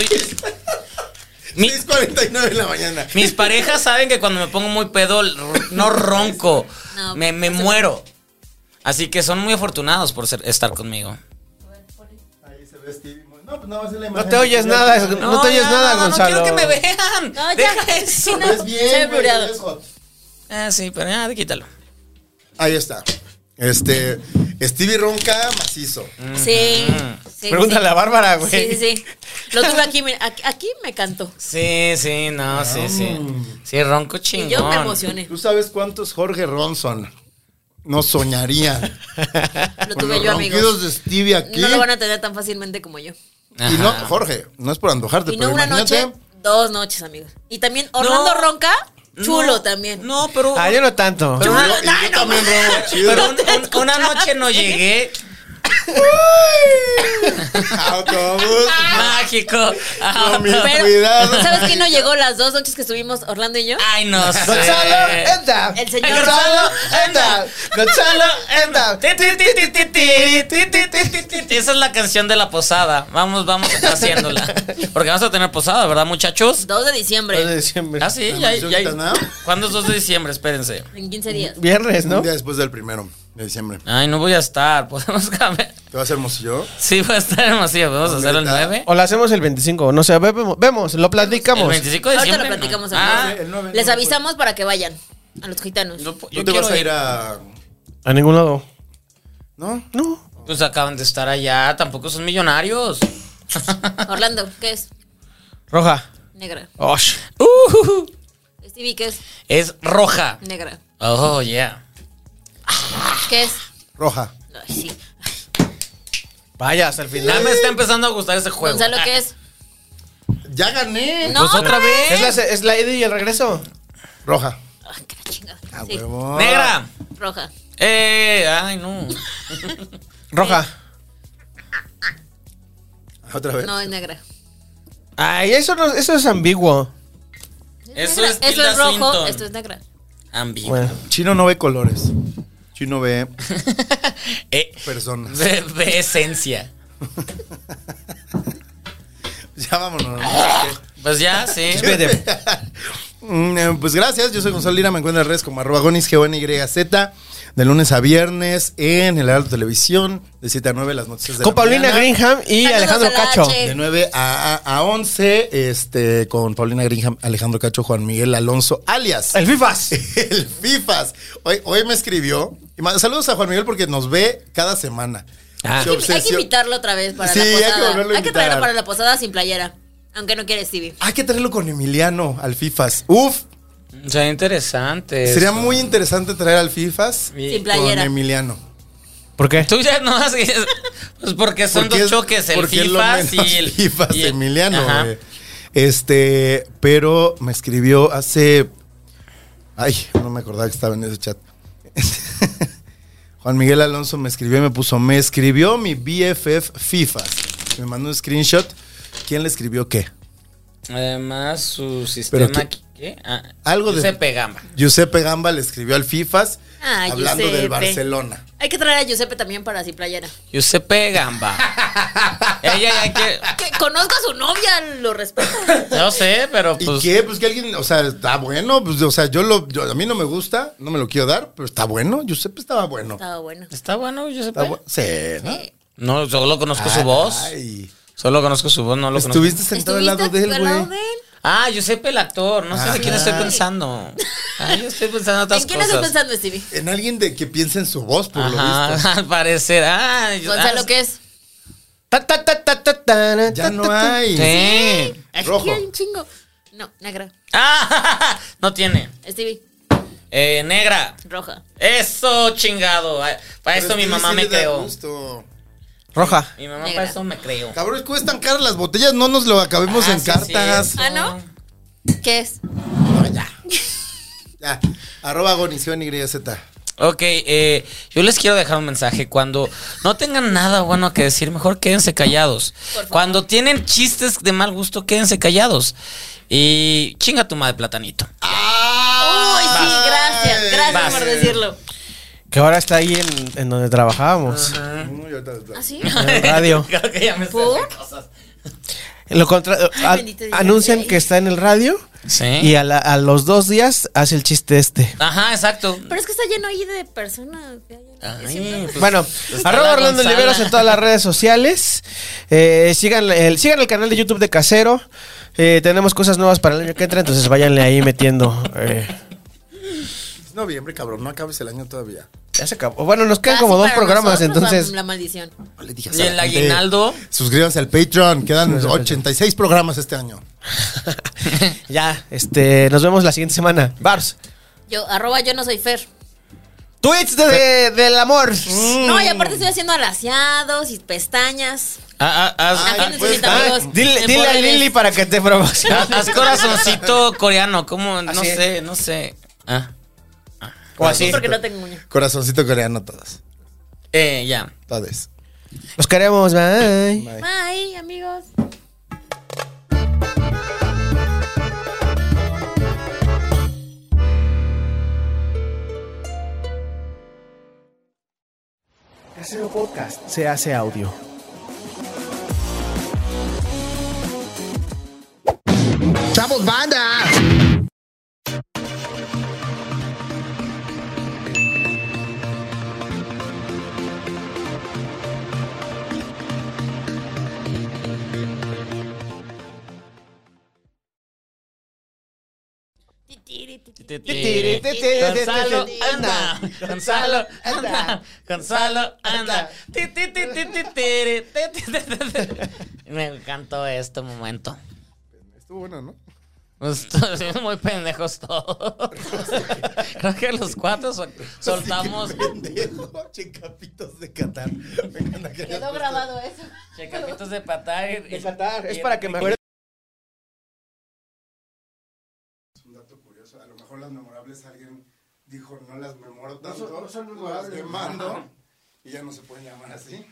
[SPEAKER 5] Mi-
[SPEAKER 6] 6.49 de la mañana.
[SPEAKER 5] Mis parejas saben que cuando me pongo muy pedo, l- no ronco.
[SPEAKER 7] No,
[SPEAKER 5] me me muero. Así que son muy afortunados por ser- estar conmigo.
[SPEAKER 6] Ahí se ve Stevie. muy- No, pues no, es la imagen.
[SPEAKER 2] No te oyes nada, es- no, te oyes
[SPEAKER 5] ya,
[SPEAKER 2] nada,
[SPEAKER 5] no,
[SPEAKER 2] Gonzalo.
[SPEAKER 5] No quiero que me vean.
[SPEAKER 7] No, ya.
[SPEAKER 5] Deja eso.
[SPEAKER 7] Sí,
[SPEAKER 6] Es
[SPEAKER 7] Se ve
[SPEAKER 6] bien, güey,
[SPEAKER 7] blureado.
[SPEAKER 6] es hot.
[SPEAKER 5] Ah, sí, pero ya, quítalo.
[SPEAKER 6] Ahí está. Este, Stevie ronca macizo.
[SPEAKER 7] Sí. sí,
[SPEAKER 2] Pregúntale a Bárbara, güey.
[SPEAKER 7] Sí, sí, sí. Lo tuve aquí, mira, aquí, aquí me cantó.
[SPEAKER 5] Sí, sí, no, sí, sí. Sí, ronco chingón.
[SPEAKER 7] Y yo me emocioné.
[SPEAKER 6] ¿Tú sabes cuántos Jorge Ronson? No soñarían.
[SPEAKER 7] Lo
[SPEAKER 6] Con
[SPEAKER 7] tuve
[SPEAKER 6] los
[SPEAKER 7] yo, amigos.
[SPEAKER 6] ronquidos de Stevie aquí.
[SPEAKER 7] No lo van a tener tan fácilmente como yo.
[SPEAKER 6] Y no,
[SPEAKER 5] Ajá.
[SPEAKER 6] Jorge, no es por antojarte,
[SPEAKER 7] Y no
[SPEAKER 6] pero
[SPEAKER 7] una
[SPEAKER 6] imagínate.
[SPEAKER 7] noche, dos noches, amigos. Y también Orlando
[SPEAKER 5] No.
[SPEAKER 7] Ronca, chulo
[SPEAKER 5] No,
[SPEAKER 7] también.
[SPEAKER 5] No, pero.
[SPEAKER 2] Ah, yo no tanto.
[SPEAKER 5] Pero
[SPEAKER 6] Yo-
[SPEAKER 5] una,
[SPEAKER 6] y yo también robo chido.
[SPEAKER 5] pero un- un- una noche no
[SPEAKER 2] (laughs)
[SPEAKER 5] llegué.
[SPEAKER 6] Autobús.
[SPEAKER 5] Mágico. Ah,
[SPEAKER 6] Con mi
[SPEAKER 7] Pero,
[SPEAKER 6] cuidado.
[SPEAKER 7] ¿sabes quién no llegó las dos noches que estuvimos Orlando y yo?
[SPEAKER 5] Ay, no sé.
[SPEAKER 2] Gonzalo Endap.
[SPEAKER 7] El señor
[SPEAKER 2] Gonzalo Endap. Gonzalo Endap.
[SPEAKER 5] Ti, ti, ti, ti, ti, ti, ti, ti, ti, ti, ti, ti. Esa es la canción de la posada. Vamos, vamos haciéndola. Porque vamos a tener posada, ¿verdad, muchachos?
[SPEAKER 7] 2 de diciembre,
[SPEAKER 5] Ah, sí, ya, ya.
[SPEAKER 6] ¿No?
[SPEAKER 5] ¿Cuándo es 2 de diciembre? Espérense.
[SPEAKER 7] en 15 días.
[SPEAKER 2] Viernes, ¿no?
[SPEAKER 6] Un día después del primero de diciembre.
[SPEAKER 5] Ay, no voy a estar. (laughs) Podemos cambiar.
[SPEAKER 6] ¿Te vas a hermosillo?
[SPEAKER 5] Sí, va a estar demasiado. Vamos a hacer el 9.
[SPEAKER 2] O la hacemos el 25, no sé, vemos, vemos, lo
[SPEAKER 5] El
[SPEAKER 2] platicamos.
[SPEAKER 5] 25 de
[SPEAKER 7] Ahorita lo
[SPEAKER 5] diciembre. ¿no?
[SPEAKER 7] platicamos.
[SPEAKER 5] Ah,
[SPEAKER 7] amigos.
[SPEAKER 6] el nueve,
[SPEAKER 7] Les
[SPEAKER 6] no,
[SPEAKER 7] avisamos para que vayan a los gitanos.
[SPEAKER 5] yo, yo
[SPEAKER 6] ¿No te vas
[SPEAKER 5] quiero
[SPEAKER 6] a ir a.?
[SPEAKER 2] A ningún lado.
[SPEAKER 6] ¿No?
[SPEAKER 2] No.
[SPEAKER 5] Pues acaban de estar allá. Tampoco son millonarios. (laughs)
[SPEAKER 7] Orlando, ¿qué es?
[SPEAKER 2] Roja.
[SPEAKER 7] Negra. Uh.
[SPEAKER 2] Osh.
[SPEAKER 5] Ujujuju.
[SPEAKER 7] Stevie, ¿qué es?
[SPEAKER 5] Es roja.
[SPEAKER 7] Negra.
[SPEAKER 5] Oh, yeah.
[SPEAKER 7] ¿Qué es?
[SPEAKER 6] Roja.
[SPEAKER 7] Ay, sí.
[SPEAKER 2] Vaya, hasta el final.
[SPEAKER 5] Ya me está empezando a gustar ese juego.
[SPEAKER 7] Gonzalo,
[SPEAKER 5] Ah,
[SPEAKER 7] ¿qué es?
[SPEAKER 6] Ya gané.
[SPEAKER 7] No,
[SPEAKER 5] Pues otra vez.
[SPEAKER 2] ¿Es la, ¿Es la ida y el regreso?
[SPEAKER 6] Roja.
[SPEAKER 7] Ay, qué la chingada.
[SPEAKER 6] A
[SPEAKER 7] Sí,
[SPEAKER 6] Ah, huevo.
[SPEAKER 5] Ah, Negra.
[SPEAKER 7] roja.
[SPEAKER 5] Eh, ay, no.
[SPEAKER 2] Roja.
[SPEAKER 6] Ah, Otra vez.
[SPEAKER 7] No, es negra.
[SPEAKER 2] Ay, eso, no, eso es ambiguo.
[SPEAKER 5] Eso
[SPEAKER 7] Negra.
[SPEAKER 5] es,
[SPEAKER 7] Esto
[SPEAKER 5] Tilda
[SPEAKER 7] es rojo,
[SPEAKER 5] Swinton.
[SPEAKER 7] esto es negra.
[SPEAKER 5] Ambiguo.
[SPEAKER 2] Bueno.
[SPEAKER 6] Chino no ve colores. Chino ve
[SPEAKER 5] Eh,
[SPEAKER 6] personas. (laughs)
[SPEAKER 5] de, de esencia.
[SPEAKER 6] Ya vámonos.
[SPEAKER 7] (laughs)
[SPEAKER 5] Pues ya,
[SPEAKER 6] (laughs)
[SPEAKER 5] sí.
[SPEAKER 6] Mm, eh, Pues gracias, yo soy Gonzalo Lira, me encuentro en redes como arroba gonis, g o n y z de lunes a viernes en el Heraldo Televisión, de 7 a 9 las noticias de
[SPEAKER 2] Con
[SPEAKER 6] la
[SPEAKER 2] Paulina
[SPEAKER 6] mañana.
[SPEAKER 2] Greenham y
[SPEAKER 7] Saludos
[SPEAKER 2] Alejandro
[SPEAKER 7] a la
[SPEAKER 2] Cacho.
[SPEAKER 7] H.
[SPEAKER 6] De 9 a, a, a 11, este, con Paulina Greenham, Alejandro Cacho, Juan Miguel Alonso, alias
[SPEAKER 2] El FIFAS.
[SPEAKER 6] (laughs) el FIFAs. Hoy, hoy me escribió. y ma- Saludos a Juan Miguel porque nos ve cada semana.
[SPEAKER 5] Ah.
[SPEAKER 6] Se
[SPEAKER 7] Hay que- Hay que
[SPEAKER 6] obsesio-
[SPEAKER 7] invitarlo otra vez para
[SPEAKER 6] Sí,
[SPEAKER 7] la
[SPEAKER 6] hay que
[SPEAKER 7] posada.
[SPEAKER 6] volverlo a
[SPEAKER 7] Hay que traerlo
[SPEAKER 6] invitar.
[SPEAKER 7] para la posada sin playera. Aunque no quiere Stevie.
[SPEAKER 6] Hay que traerlo con Emiliano al FIFAs. Uf,
[SPEAKER 5] Sería interesante.
[SPEAKER 6] sería
[SPEAKER 5] esto.
[SPEAKER 6] muy interesante traer al FIFAs
[SPEAKER 5] Sí.
[SPEAKER 6] con
[SPEAKER 7] Sin playera.
[SPEAKER 6] Emiliano.
[SPEAKER 2] ¿Por qué?
[SPEAKER 5] Tú ya no haces. Pues porque son
[SPEAKER 6] Porque
[SPEAKER 5] dos
[SPEAKER 6] es-
[SPEAKER 5] choques, el
[SPEAKER 6] porque es lo
[SPEAKER 5] FIFA
[SPEAKER 6] menos
[SPEAKER 5] y el.
[SPEAKER 6] (laughs) FIFAs
[SPEAKER 5] y el-
[SPEAKER 6] Emiliano. eh.
[SPEAKER 5] Ajá.
[SPEAKER 6] güey. Este, pero me escribió hace. Ay, no me acordaba que estaba en ese chat. (laughs) Juan Miguel Alonso me escribió y me puso, me escribió mi BFF FIFAs. Me mandó un screenshot. ¿Quién le escribió qué?
[SPEAKER 5] Además, su sistema.
[SPEAKER 6] Pero
[SPEAKER 5] ¿Qué? Ah,
[SPEAKER 6] Algo de-
[SPEAKER 5] Se pegaba.
[SPEAKER 6] Giuseppe Gamba le escribió al FIFAs
[SPEAKER 7] Ah,
[SPEAKER 6] hablando del
[SPEAKER 7] Giuseppe.
[SPEAKER 6] Barcelona.
[SPEAKER 7] Hay que traer a Giuseppe también para sin playera.
[SPEAKER 5] Giuseppe
[SPEAKER 6] (laughs)
[SPEAKER 5] Gamba. Ella ya que.
[SPEAKER 7] Que conozco a su novia, lo respeto.
[SPEAKER 5] No sé, pero
[SPEAKER 6] ¿Y
[SPEAKER 5] pues.
[SPEAKER 6] qué? Pues que alguien, o sea, está bueno, pues, o sea, yo lo, yo- a mí no me gusta, no me lo quiero dar, pero está bueno, Giuseppe estaba bueno.
[SPEAKER 7] Estaba Ah, bueno.
[SPEAKER 5] Está bueno, Giuseppe.
[SPEAKER 6] Está bu- Ah, sí, ¿no?
[SPEAKER 5] Ah, No, solo conozco su voz.
[SPEAKER 6] Ay.
[SPEAKER 5] Solo conozco su voz, no lo conozco.
[SPEAKER 6] Estuviste sentado al lado de él, güey.
[SPEAKER 5] Ah, Giuseppe el actor. No sé de quién estoy
[SPEAKER 6] Ajá.
[SPEAKER 5] pensando. Ah, yo estoy pensando en otras
[SPEAKER 7] ¿En quién
[SPEAKER 5] cosas.
[SPEAKER 7] estás pensando, Stevie?
[SPEAKER 6] En alguien de que piensa en su voz, por lo visto.
[SPEAKER 5] Ajá, (laughs) al parecer. Ah, yo-
[SPEAKER 7] Gonzalo,
[SPEAKER 5] ah,
[SPEAKER 7] ¿qué es?
[SPEAKER 2] Ta, ta, ta, ta, ta, ta,
[SPEAKER 6] Ya
[SPEAKER 2] ta,
[SPEAKER 6] no
[SPEAKER 2] ta, ta.
[SPEAKER 6] hay.
[SPEAKER 5] Sí.
[SPEAKER 7] Ay,
[SPEAKER 6] Rojo.
[SPEAKER 7] que hay un chingo. No, negra.
[SPEAKER 5] Ah, (laughs) no tiene.
[SPEAKER 7] Stevie,
[SPEAKER 5] Eh, negra.
[SPEAKER 7] roja.
[SPEAKER 5] Eso, chingado. Ay, Para
[SPEAKER 6] Pero
[SPEAKER 5] esto mi
[SPEAKER 6] sí,
[SPEAKER 5] mamá
[SPEAKER 6] sí
[SPEAKER 5] me
[SPEAKER 6] le da
[SPEAKER 5] creó.
[SPEAKER 6] gusto.
[SPEAKER 2] Roja.
[SPEAKER 5] Mi mamá
[SPEAKER 7] Negra.
[SPEAKER 5] para eso me creó.
[SPEAKER 6] Cabrón, cuestan caras las botellas, no nos lo acabemos
[SPEAKER 5] Ah,
[SPEAKER 6] en
[SPEAKER 5] sí,
[SPEAKER 6] cartas.
[SPEAKER 5] sí.
[SPEAKER 7] ¿Ah, no? ¿Qué es?
[SPEAKER 6] No, ya. ya. Arroba agonición YZ.
[SPEAKER 5] Ok, eh, yo les quiero dejar un mensaje. Cuando no tengan nada bueno que decir, mejor quédense callados. Cuando tienen chistes de mal gusto, quédense callados. Y chinga tu madre, platanito.
[SPEAKER 2] Ah.
[SPEAKER 7] Uy, sí, gracias. Gracias
[SPEAKER 5] Vas.
[SPEAKER 7] por decirlo.
[SPEAKER 2] Que ahora está ahí en, en donde trabajábamos.
[SPEAKER 6] Uy, ahorita- ahorita.
[SPEAKER 7] (laughs) ¿Ah, sí?
[SPEAKER 2] En radio.
[SPEAKER 5] (laughs) Creo que ya me sé de
[SPEAKER 7] ¿Por?
[SPEAKER 5] cosas.
[SPEAKER 2] Lo contra- a-
[SPEAKER 7] bendito Dios.
[SPEAKER 2] anuncian que está en el radio
[SPEAKER 5] Sí.
[SPEAKER 2] y a, la- a los dos días hace el chiste este.
[SPEAKER 5] Ajá, exacto.
[SPEAKER 7] Pero es que está lleno ahí de personas. que hay en-
[SPEAKER 5] Ay, pues,
[SPEAKER 2] Bueno,
[SPEAKER 5] está
[SPEAKER 2] arroba
[SPEAKER 5] la
[SPEAKER 2] Orlando
[SPEAKER 5] Gonzala.
[SPEAKER 2] Oliveros en todas las redes sociales. Eh, sigan, el, sigan el canal de YouTube de Casero. Eh, tenemos cosas nuevas para el año que entra, entonces váyanle ahí metiendo. eh.
[SPEAKER 6] Es noviembre, cabrón, no acabes el año todavía.
[SPEAKER 2] ya se acabó. Bueno, nos quedan
[SPEAKER 7] Ah,
[SPEAKER 2] como
[SPEAKER 7] sí,
[SPEAKER 2] dos
[SPEAKER 7] para
[SPEAKER 2] programas,
[SPEAKER 7] nosotros,
[SPEAKER 2] entonces.
[SPEAKER 7] La, la maldición.
[SPEAKER 6] No le digas
[SPEAKER 5] Y
[SPEAKER 6] a
[SPEAKER 5] el
[SPEAKER 6] la gente.
[SPEAKER 5] aguinaldo.
[SPEAKER 6] Suscríbanse al Patreon, quedan 86 programas este año.
[SPEAKER 2] Ya, este, nos vemos la siguiente semana. Bars.
[SPEAKER 7] Yo, arroba yo no soy Fer.
[SPEAKER 2] Tweets de- de- del (laughs) amor.
[SPEAKER 7] No, y aparte estoy haciendo alaciados y pestañas.
[SPEAKER 5] Ah, ah, haz-
[SPEAKER 7] También
[SPEAKER 5] ah,
[SPEAKER 7] necesito
[SPEAKER 5] pues,
[SPEAKER 7] amigos.
[SPEAKER 2] Dile,
[SPEAKER 7] en
[SPEAKER 2] dile a
[SPEAKER 7] poderes.
[SPEAKER 2] Lili para que te
[SPEAKER 5] ah,
[SPEAKER 2] promocione.
[SPEAKER 5] haz corazoncito coreano, ¿cómo? No
[SPEAKER 2] Así es.
[SPEAKER 5] sé, no sé. Ah,
[SPEAKER 2] O así.
[SPEAKER 7] Porque no tengo uña.
[SPEAKER 8] Corazoncito coreano, todas.
[SPEAKER 5] eh, ya.
[SPEAKER 8] Todas.
[SPEAKER 2] Los queremos, bye.
[SPEAKER 7] Bye, amigos.
[SPEAKER 2] Casero Podcast se hace audio.
[SPEAKER 9] ¡Chavos, banda!
[SPEAKER 5] Gonzalo, anda. Gonzalo, anda. Gonzalo, anda. Ti, ti, ti, ti, ti, tiri, ti, ti, ti, ti, ti. Me encantó este momento.
[SPEAKER 8] Estuvo bueno, ¿no?
[SPEAKER 5] Estuvimos (laughs) muy pendejos todos. (laughs) Creo que los cuatro sol- soltamos.
[SPEAKER 8] Pendejo, checapitos de Qatar. Me encanta que hayas
[SPEAKER 7] Quedó
[SPEAKER 8] puesto-
[SPEAKER 7] grabado eso.
[SPEAKER 5] Checapitos de patar. y-
[SPEAKER 2] Es para que me acuerde.
[SPEAKER 6] un dato curioso. A lo mejor las memorables alguien dijo, no las memoro tanto, las demando y ya no se pueden llamar así.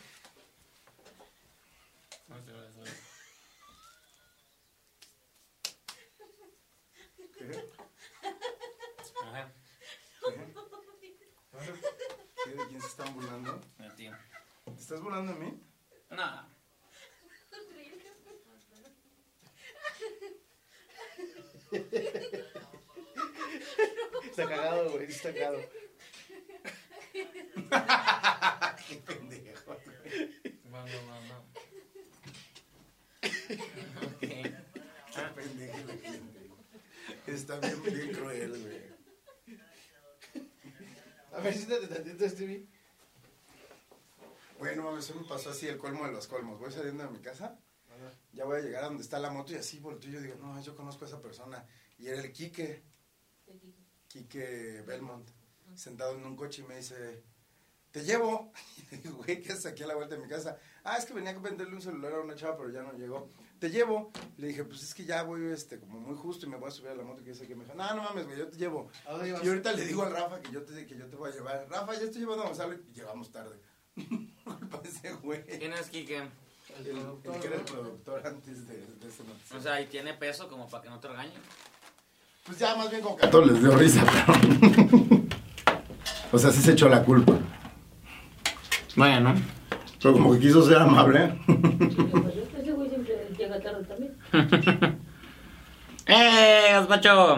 [SPEAKER 6] ¿Qué? ¿De quién se están burlando? ¿Te estás burlando a mí?
[SPEAKER 5] No.
[SPEAKER 2] Está cagado, güey. Está cagado.
[SPEAKER 6] Qué pendeja la gente. Está bien, bien cruel, güey.
[SPEAKER 2] A ver, siéntate tantito, Stevie.
[SPEAKER 6] Bueno, mames, se me pasó así el colmo de los colmos. Voy saliendo de mi casa, ya voy a llegar a donde está la moto y así volteo y yo digo, no, yo conozco a esa persona. Y era el Quique, Quique Belmont, sentado en un coche y me dice, te llevo. (laughs) Y le digo, güey, ¿qué haces aquí a la vuelta de mi casa? Ah, es que venía a venderle un celular a una chava, pero ya no llegó. Te llevo. Le dije, pues es que ya voy este, como muy justo y me voy a subir a la moto. Que dice que me dijo, no, no mames, güey, yo te llevo. Y ahorita le digo a Rafa que yo te, que yo te voy a llevar. Rafa, ya estoy llevando a Gonzalo y llegamos tarde. (laughs) Culpa de ese güey. El,
[SPEAKER 5] ¿Quién es Kike?
[SPEAKER 6] el que era el productor antes de, de ese noticiero.
[SPEAKER 5] O sea, y tiene peso como para que no te regañe.
[SPEAKER 6] Pues ya más bien con que a todos les dio risa, (laughs) pero. o sea, sí se echó la culpa.
[SPEAKER 5] Bueno.
[SPEAKER 6] Pero como que quiso ser amable. (laughs)
[SPEAKER 10] Ese güey siempre llega tarde también.
[SPEAKER 5] ¡Eh, Gazpacho!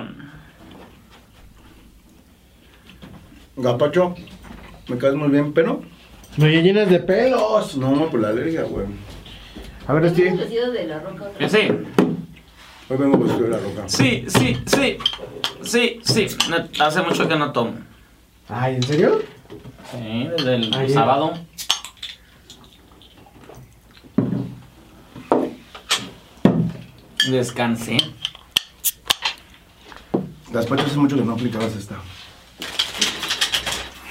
[SPEAKER 6] Gapacho, me caes muy bien, pero.
[SPEAKER 2] No, ya llenas de pelo.
[SPEAKER 6] No, por la alergia, güey.
[SPEAKER 2] A ver,
[SPEAKER 10] ¿Qué vestido de la roca otra vez?
[SPEAKER 5] Sí,
[SPEAKER 6] Hoy vengo vestido de la roca.
[SPEAKER 5] sí, sí, sí. Sí, sí. No- hace mucho que no tomo.
[SPEAKER 2] Ay, ¿en serio?
[SPEAKER 5] Sí,
[SPEAKER 2] eh.
[SPEAKER 5] desde el
[SPEAKER 2] Ayer.
[SPEAKER 5] sábado. Descansé.
[SPEAKER 6] Gaspacho, hace mucho que no aplicabas esta.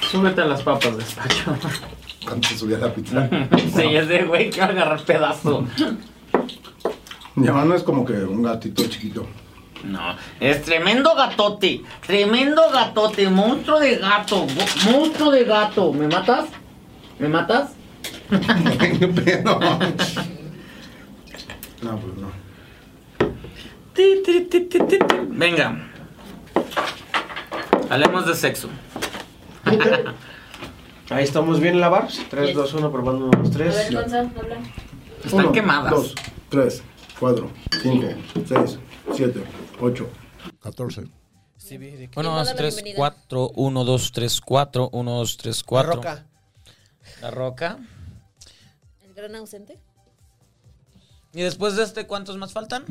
[SPEAKER 5] Súbete a las papas, despacho.
[SPEAKER 6] Cuando se subía la pizza.
[SPEAKER 5] (laughs) sí, es de güey que va a agarrar pedazo.
[SPEAKER 6] Mi hermano es como que un gatito chiquito. (laughs)
[SPEAKER 5] No, es tremendo gatote, tremendo gatote, monstruo de gato, mo- monstruo de gato. ¿Me matas? ¿Me matas?
[SPEAKER 6] ¿Qué pedo? No, pues no.
[SPEAKER 5] Ti, ti, ti, ti, ti, ti. Venga, hablemos de sexo.
[SPEAKER 2] Ahí estamos bien en la bar. 3, 2, 1, probando 1, 2,
[SPEAKER 10] A ver,
[SPEAKER 2] 3.
[SPEAKER 10] Gonzalo, habla.
[SPEAKER 5] Están
[SPEAKER 6] Uno,
[SPEAKER 5] quemadas.
[SPEAKER 6] Dos, tres, cuatro, cinco, seis, siete, ocho.
[SPEAKER 8] 14.
[SPEAKER 7] Uno, dos, tres, Bienvenida.
[SPEAKER 5] 4, 1, 2, 3, 4, 1, 2, 3,
[SPEAKER 2] La roca.
[SPEAKER 5] La roca.
[SPEAKER 7] El gran ausente.
[SPEAKER 5] Y después de este, ¿cuántos más faltan?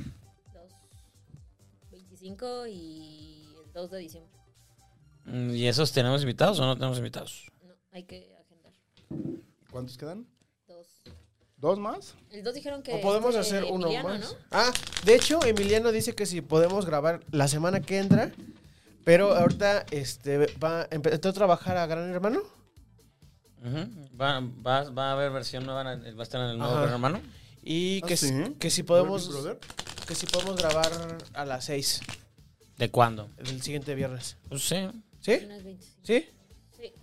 [SPEAKER 7] 25 y el 2 de diciembre.
[SPEAKER 5] Mm, ¿Y esos tenemos invitados o no tenemos invitados?
[SPEAKER 7] No, hay que agendar.
[SPEAKER 8] ¿Cuántos quedan?
[SPEAKER 7] Dos.
[SPEAKER 8] ¿Dos más?
[SPEAKER 7] El 2 dijeron que.
[SPEAKER 2] O podemos
[SPEAKER 7] este,
[SPEAKER 2] hacer uno
[SPEAKER 7] Emiliano,
[SPEAKER 2] más.
[SPEAKER 7] ¿no?
[SPEAKER 2] Ah, de hecho, Emiliano dice que si podemos grabar la semana que entra. Pero ahorita este, va, empezó a trabajar a Gran Hermano.
[SPEAKER 11] Ujú. va, va- va a haber versión nueva, en el- va a estar en el nuevo
[SPEAKER 2] Ajá.
[SPEAKER 11] Gran hermano.
[SPEAKER 2] Y
[SPEAKER 6] Ah,
[SPEAKER 2] que,
[SPEAKER 6] ¿sí?
[SPEAKER 2] si- que si podemos.
[SPEAKER 6] Big Brother.
[SPEAKER 2] Que si podemos grabar a las 6
[SPEAKER 11] ¿De cuándo?
[SPEAKER 2] del siguiente viernes.
[SPEAKER 11] Pues sí.
[SPEAKER 2] ¿Sí?
[SPEAKER 7] Unas 25.
[SPEAKER 2] ¿Sí?
[SPEAKER 7] Sí.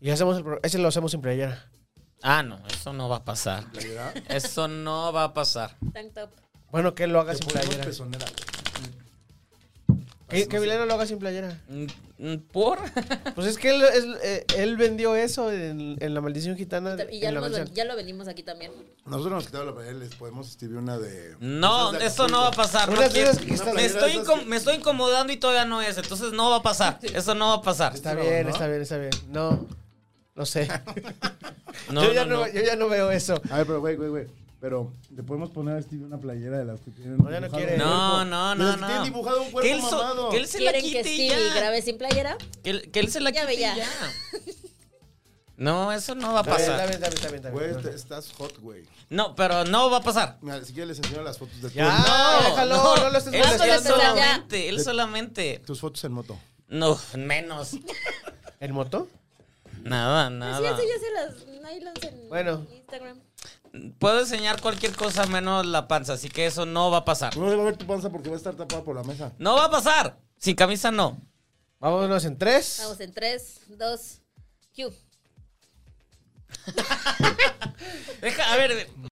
[SPEAKER 2] Y hacemos el pro- ese lo hacemos sin playera.
[SPEAKER 11] Ah, no, eso no va a pasar. Eso no va a pasar.
[SPEAKER 7] Tank top.
[SPEAKER 2] Bueno, que él lo haga
[SPEAKER 6] Te
[SPEAKER 2] sin
[SPEAKER 6] ponemos
[SPEAKER 2] playera.
[SPEAKER 6] pezonera, güey.
[SPEAKER 2] Que, que Vilena lo haga sin playera.
[SPEAKER 11] Mm, mm, ¿Por? (laughs)
[SPEAKER 2] Pues es que él, es- eh, él vendió eso en, en La Maldición Gitana.
[SPEAKER 7] Y
[SPEAKER 2] en
[SPEAKER 7] ya,
[SPEAKER 2] la
[SPEAKER 7] nos-
[SPEAKER 2] mansión.
[SPEAKER 7] ya lo venimos aquí también.
[SPEAKER 6] Nosotros nos quitamos la pared, les podemos escribir una de.
[SPEAKER 11] No,
[SPEAKER 6] Esas de
[SPEAKER 11] eso
[SPEAKER 6] Acapulco.
[SPEAKER 11] no va a pasar. no
[SPEAKER 2] Unas
[SPEAKER 11] quiero.
[SPEAKER 2] vidas que están-
[SPEAKER 11] me, estoy
[SPEAKER 6] esas
[SPEAKER 11] incom-
[SPEAKER 6] que-
[SPEAKER 11] me estoy incomodando y todavía no es. Entonces no va a pasar. Eso no va a pasar.
[SPEAKER 2] Está bien,
[SPEAKER 6] ¿no?
[SPEAKER 2] está bien, está bien. No, no sé. (laughs)
[SPEAKER 11] No,
[SPEAKER 2] yo, ya
[SPEAKER 11] no,
[SPEAKER 2] no,
[SPEAKER 11] no.
[SPEAKER 2] yo ya no veo eso.
[SPEAKER 6] A ver, pero güey, güey, güey. Pero le podemos poner a Stevie una playera de las que tienen.
[SPEAKER 2] No, ya no
[SPEAKER 6] dibujado
[SPEAKER 2] quiere.
[SPEAKER 6] un
[SPEAKER 11] No,
[SPEAKER 6] cuerpo.
[SPEAKER 11] no,
[SPEAKER 6] De
[SPEAKER 11] no,
[SPEAKER 6] las que
[SPEAKER 11] no.
[SPEAKER 6] tienen dibujado un
[SPEAKER 11] que él,
[SPEAKER 6] cuerpo
[SPEAKER 11] so-
[SPEAKER 6] mamado.
[SPEAKER 11] que él se la
[SPEAKER 7] ¿Quieren
[SPEAKER 11] quite
[SPEAKER 7] que
[SPEAKER 11] y
[SPEAKER 7] Stevie
[SPEAKER 11] ya.
[SPEAKER 7] grabe sin playera?
[SPEAKER 11] Que, él- que él se la
[SPEAKER 7] Ya
[SPEAKER 11] quite
[SPEAKER 7] ve, ya.
[SPEAKER 11] y ya. No, eso no va a
[SPEAKER 2] Está bien, está
[SPEAKER 11] pasar.
[SPEAKER 2] bien, está bien, está bien, está
[SPEAKER 6] Güey,
[SPEAKER 2] bien.
[SPEAKER 6] este- estás hot, güey.
[SPEAKER 11] No, pero no va a pasar.
[SPEAKER 6] Mira, si quieres les enseño las fotos de tu-
[SPEAKER 2] Ya. Ah, déjalo, no lo estés
[SPEAKER 11] él
[SPEAKER 7] molestando.
[SPEAKER 11] solamente, él solamente.
[SPEAKER 6] tus fotos en moto.
[SPEAKER 11] No, menos. (laughs)
[SPEAKER 2] ¿En moto?
[SPEAKER 11] Nada,
[SPEAKER 7] Pues Sí,
[SPEAKER 11] nada.
[SPEAKER 7] sí, ya se las nylons en
[SPEAKER 2] Bueno.
[SPEAKER 7] Instagram.
[SPEAKER 11] Puedo enseñar cualquier cosa menos la panza, así que eso no va a pasar.
[SPEAKER 6] No se va a ver tu panza porque va a estar tapada por la mesa.
[SPEAKER 11] No va a pasar. Sin camisa no.
[SPEAKER 2] Vámonos en tres.
[SPEAKER 7] Vamos en 3, 2, Q.
[SPEAKER 11] Deja, a ver,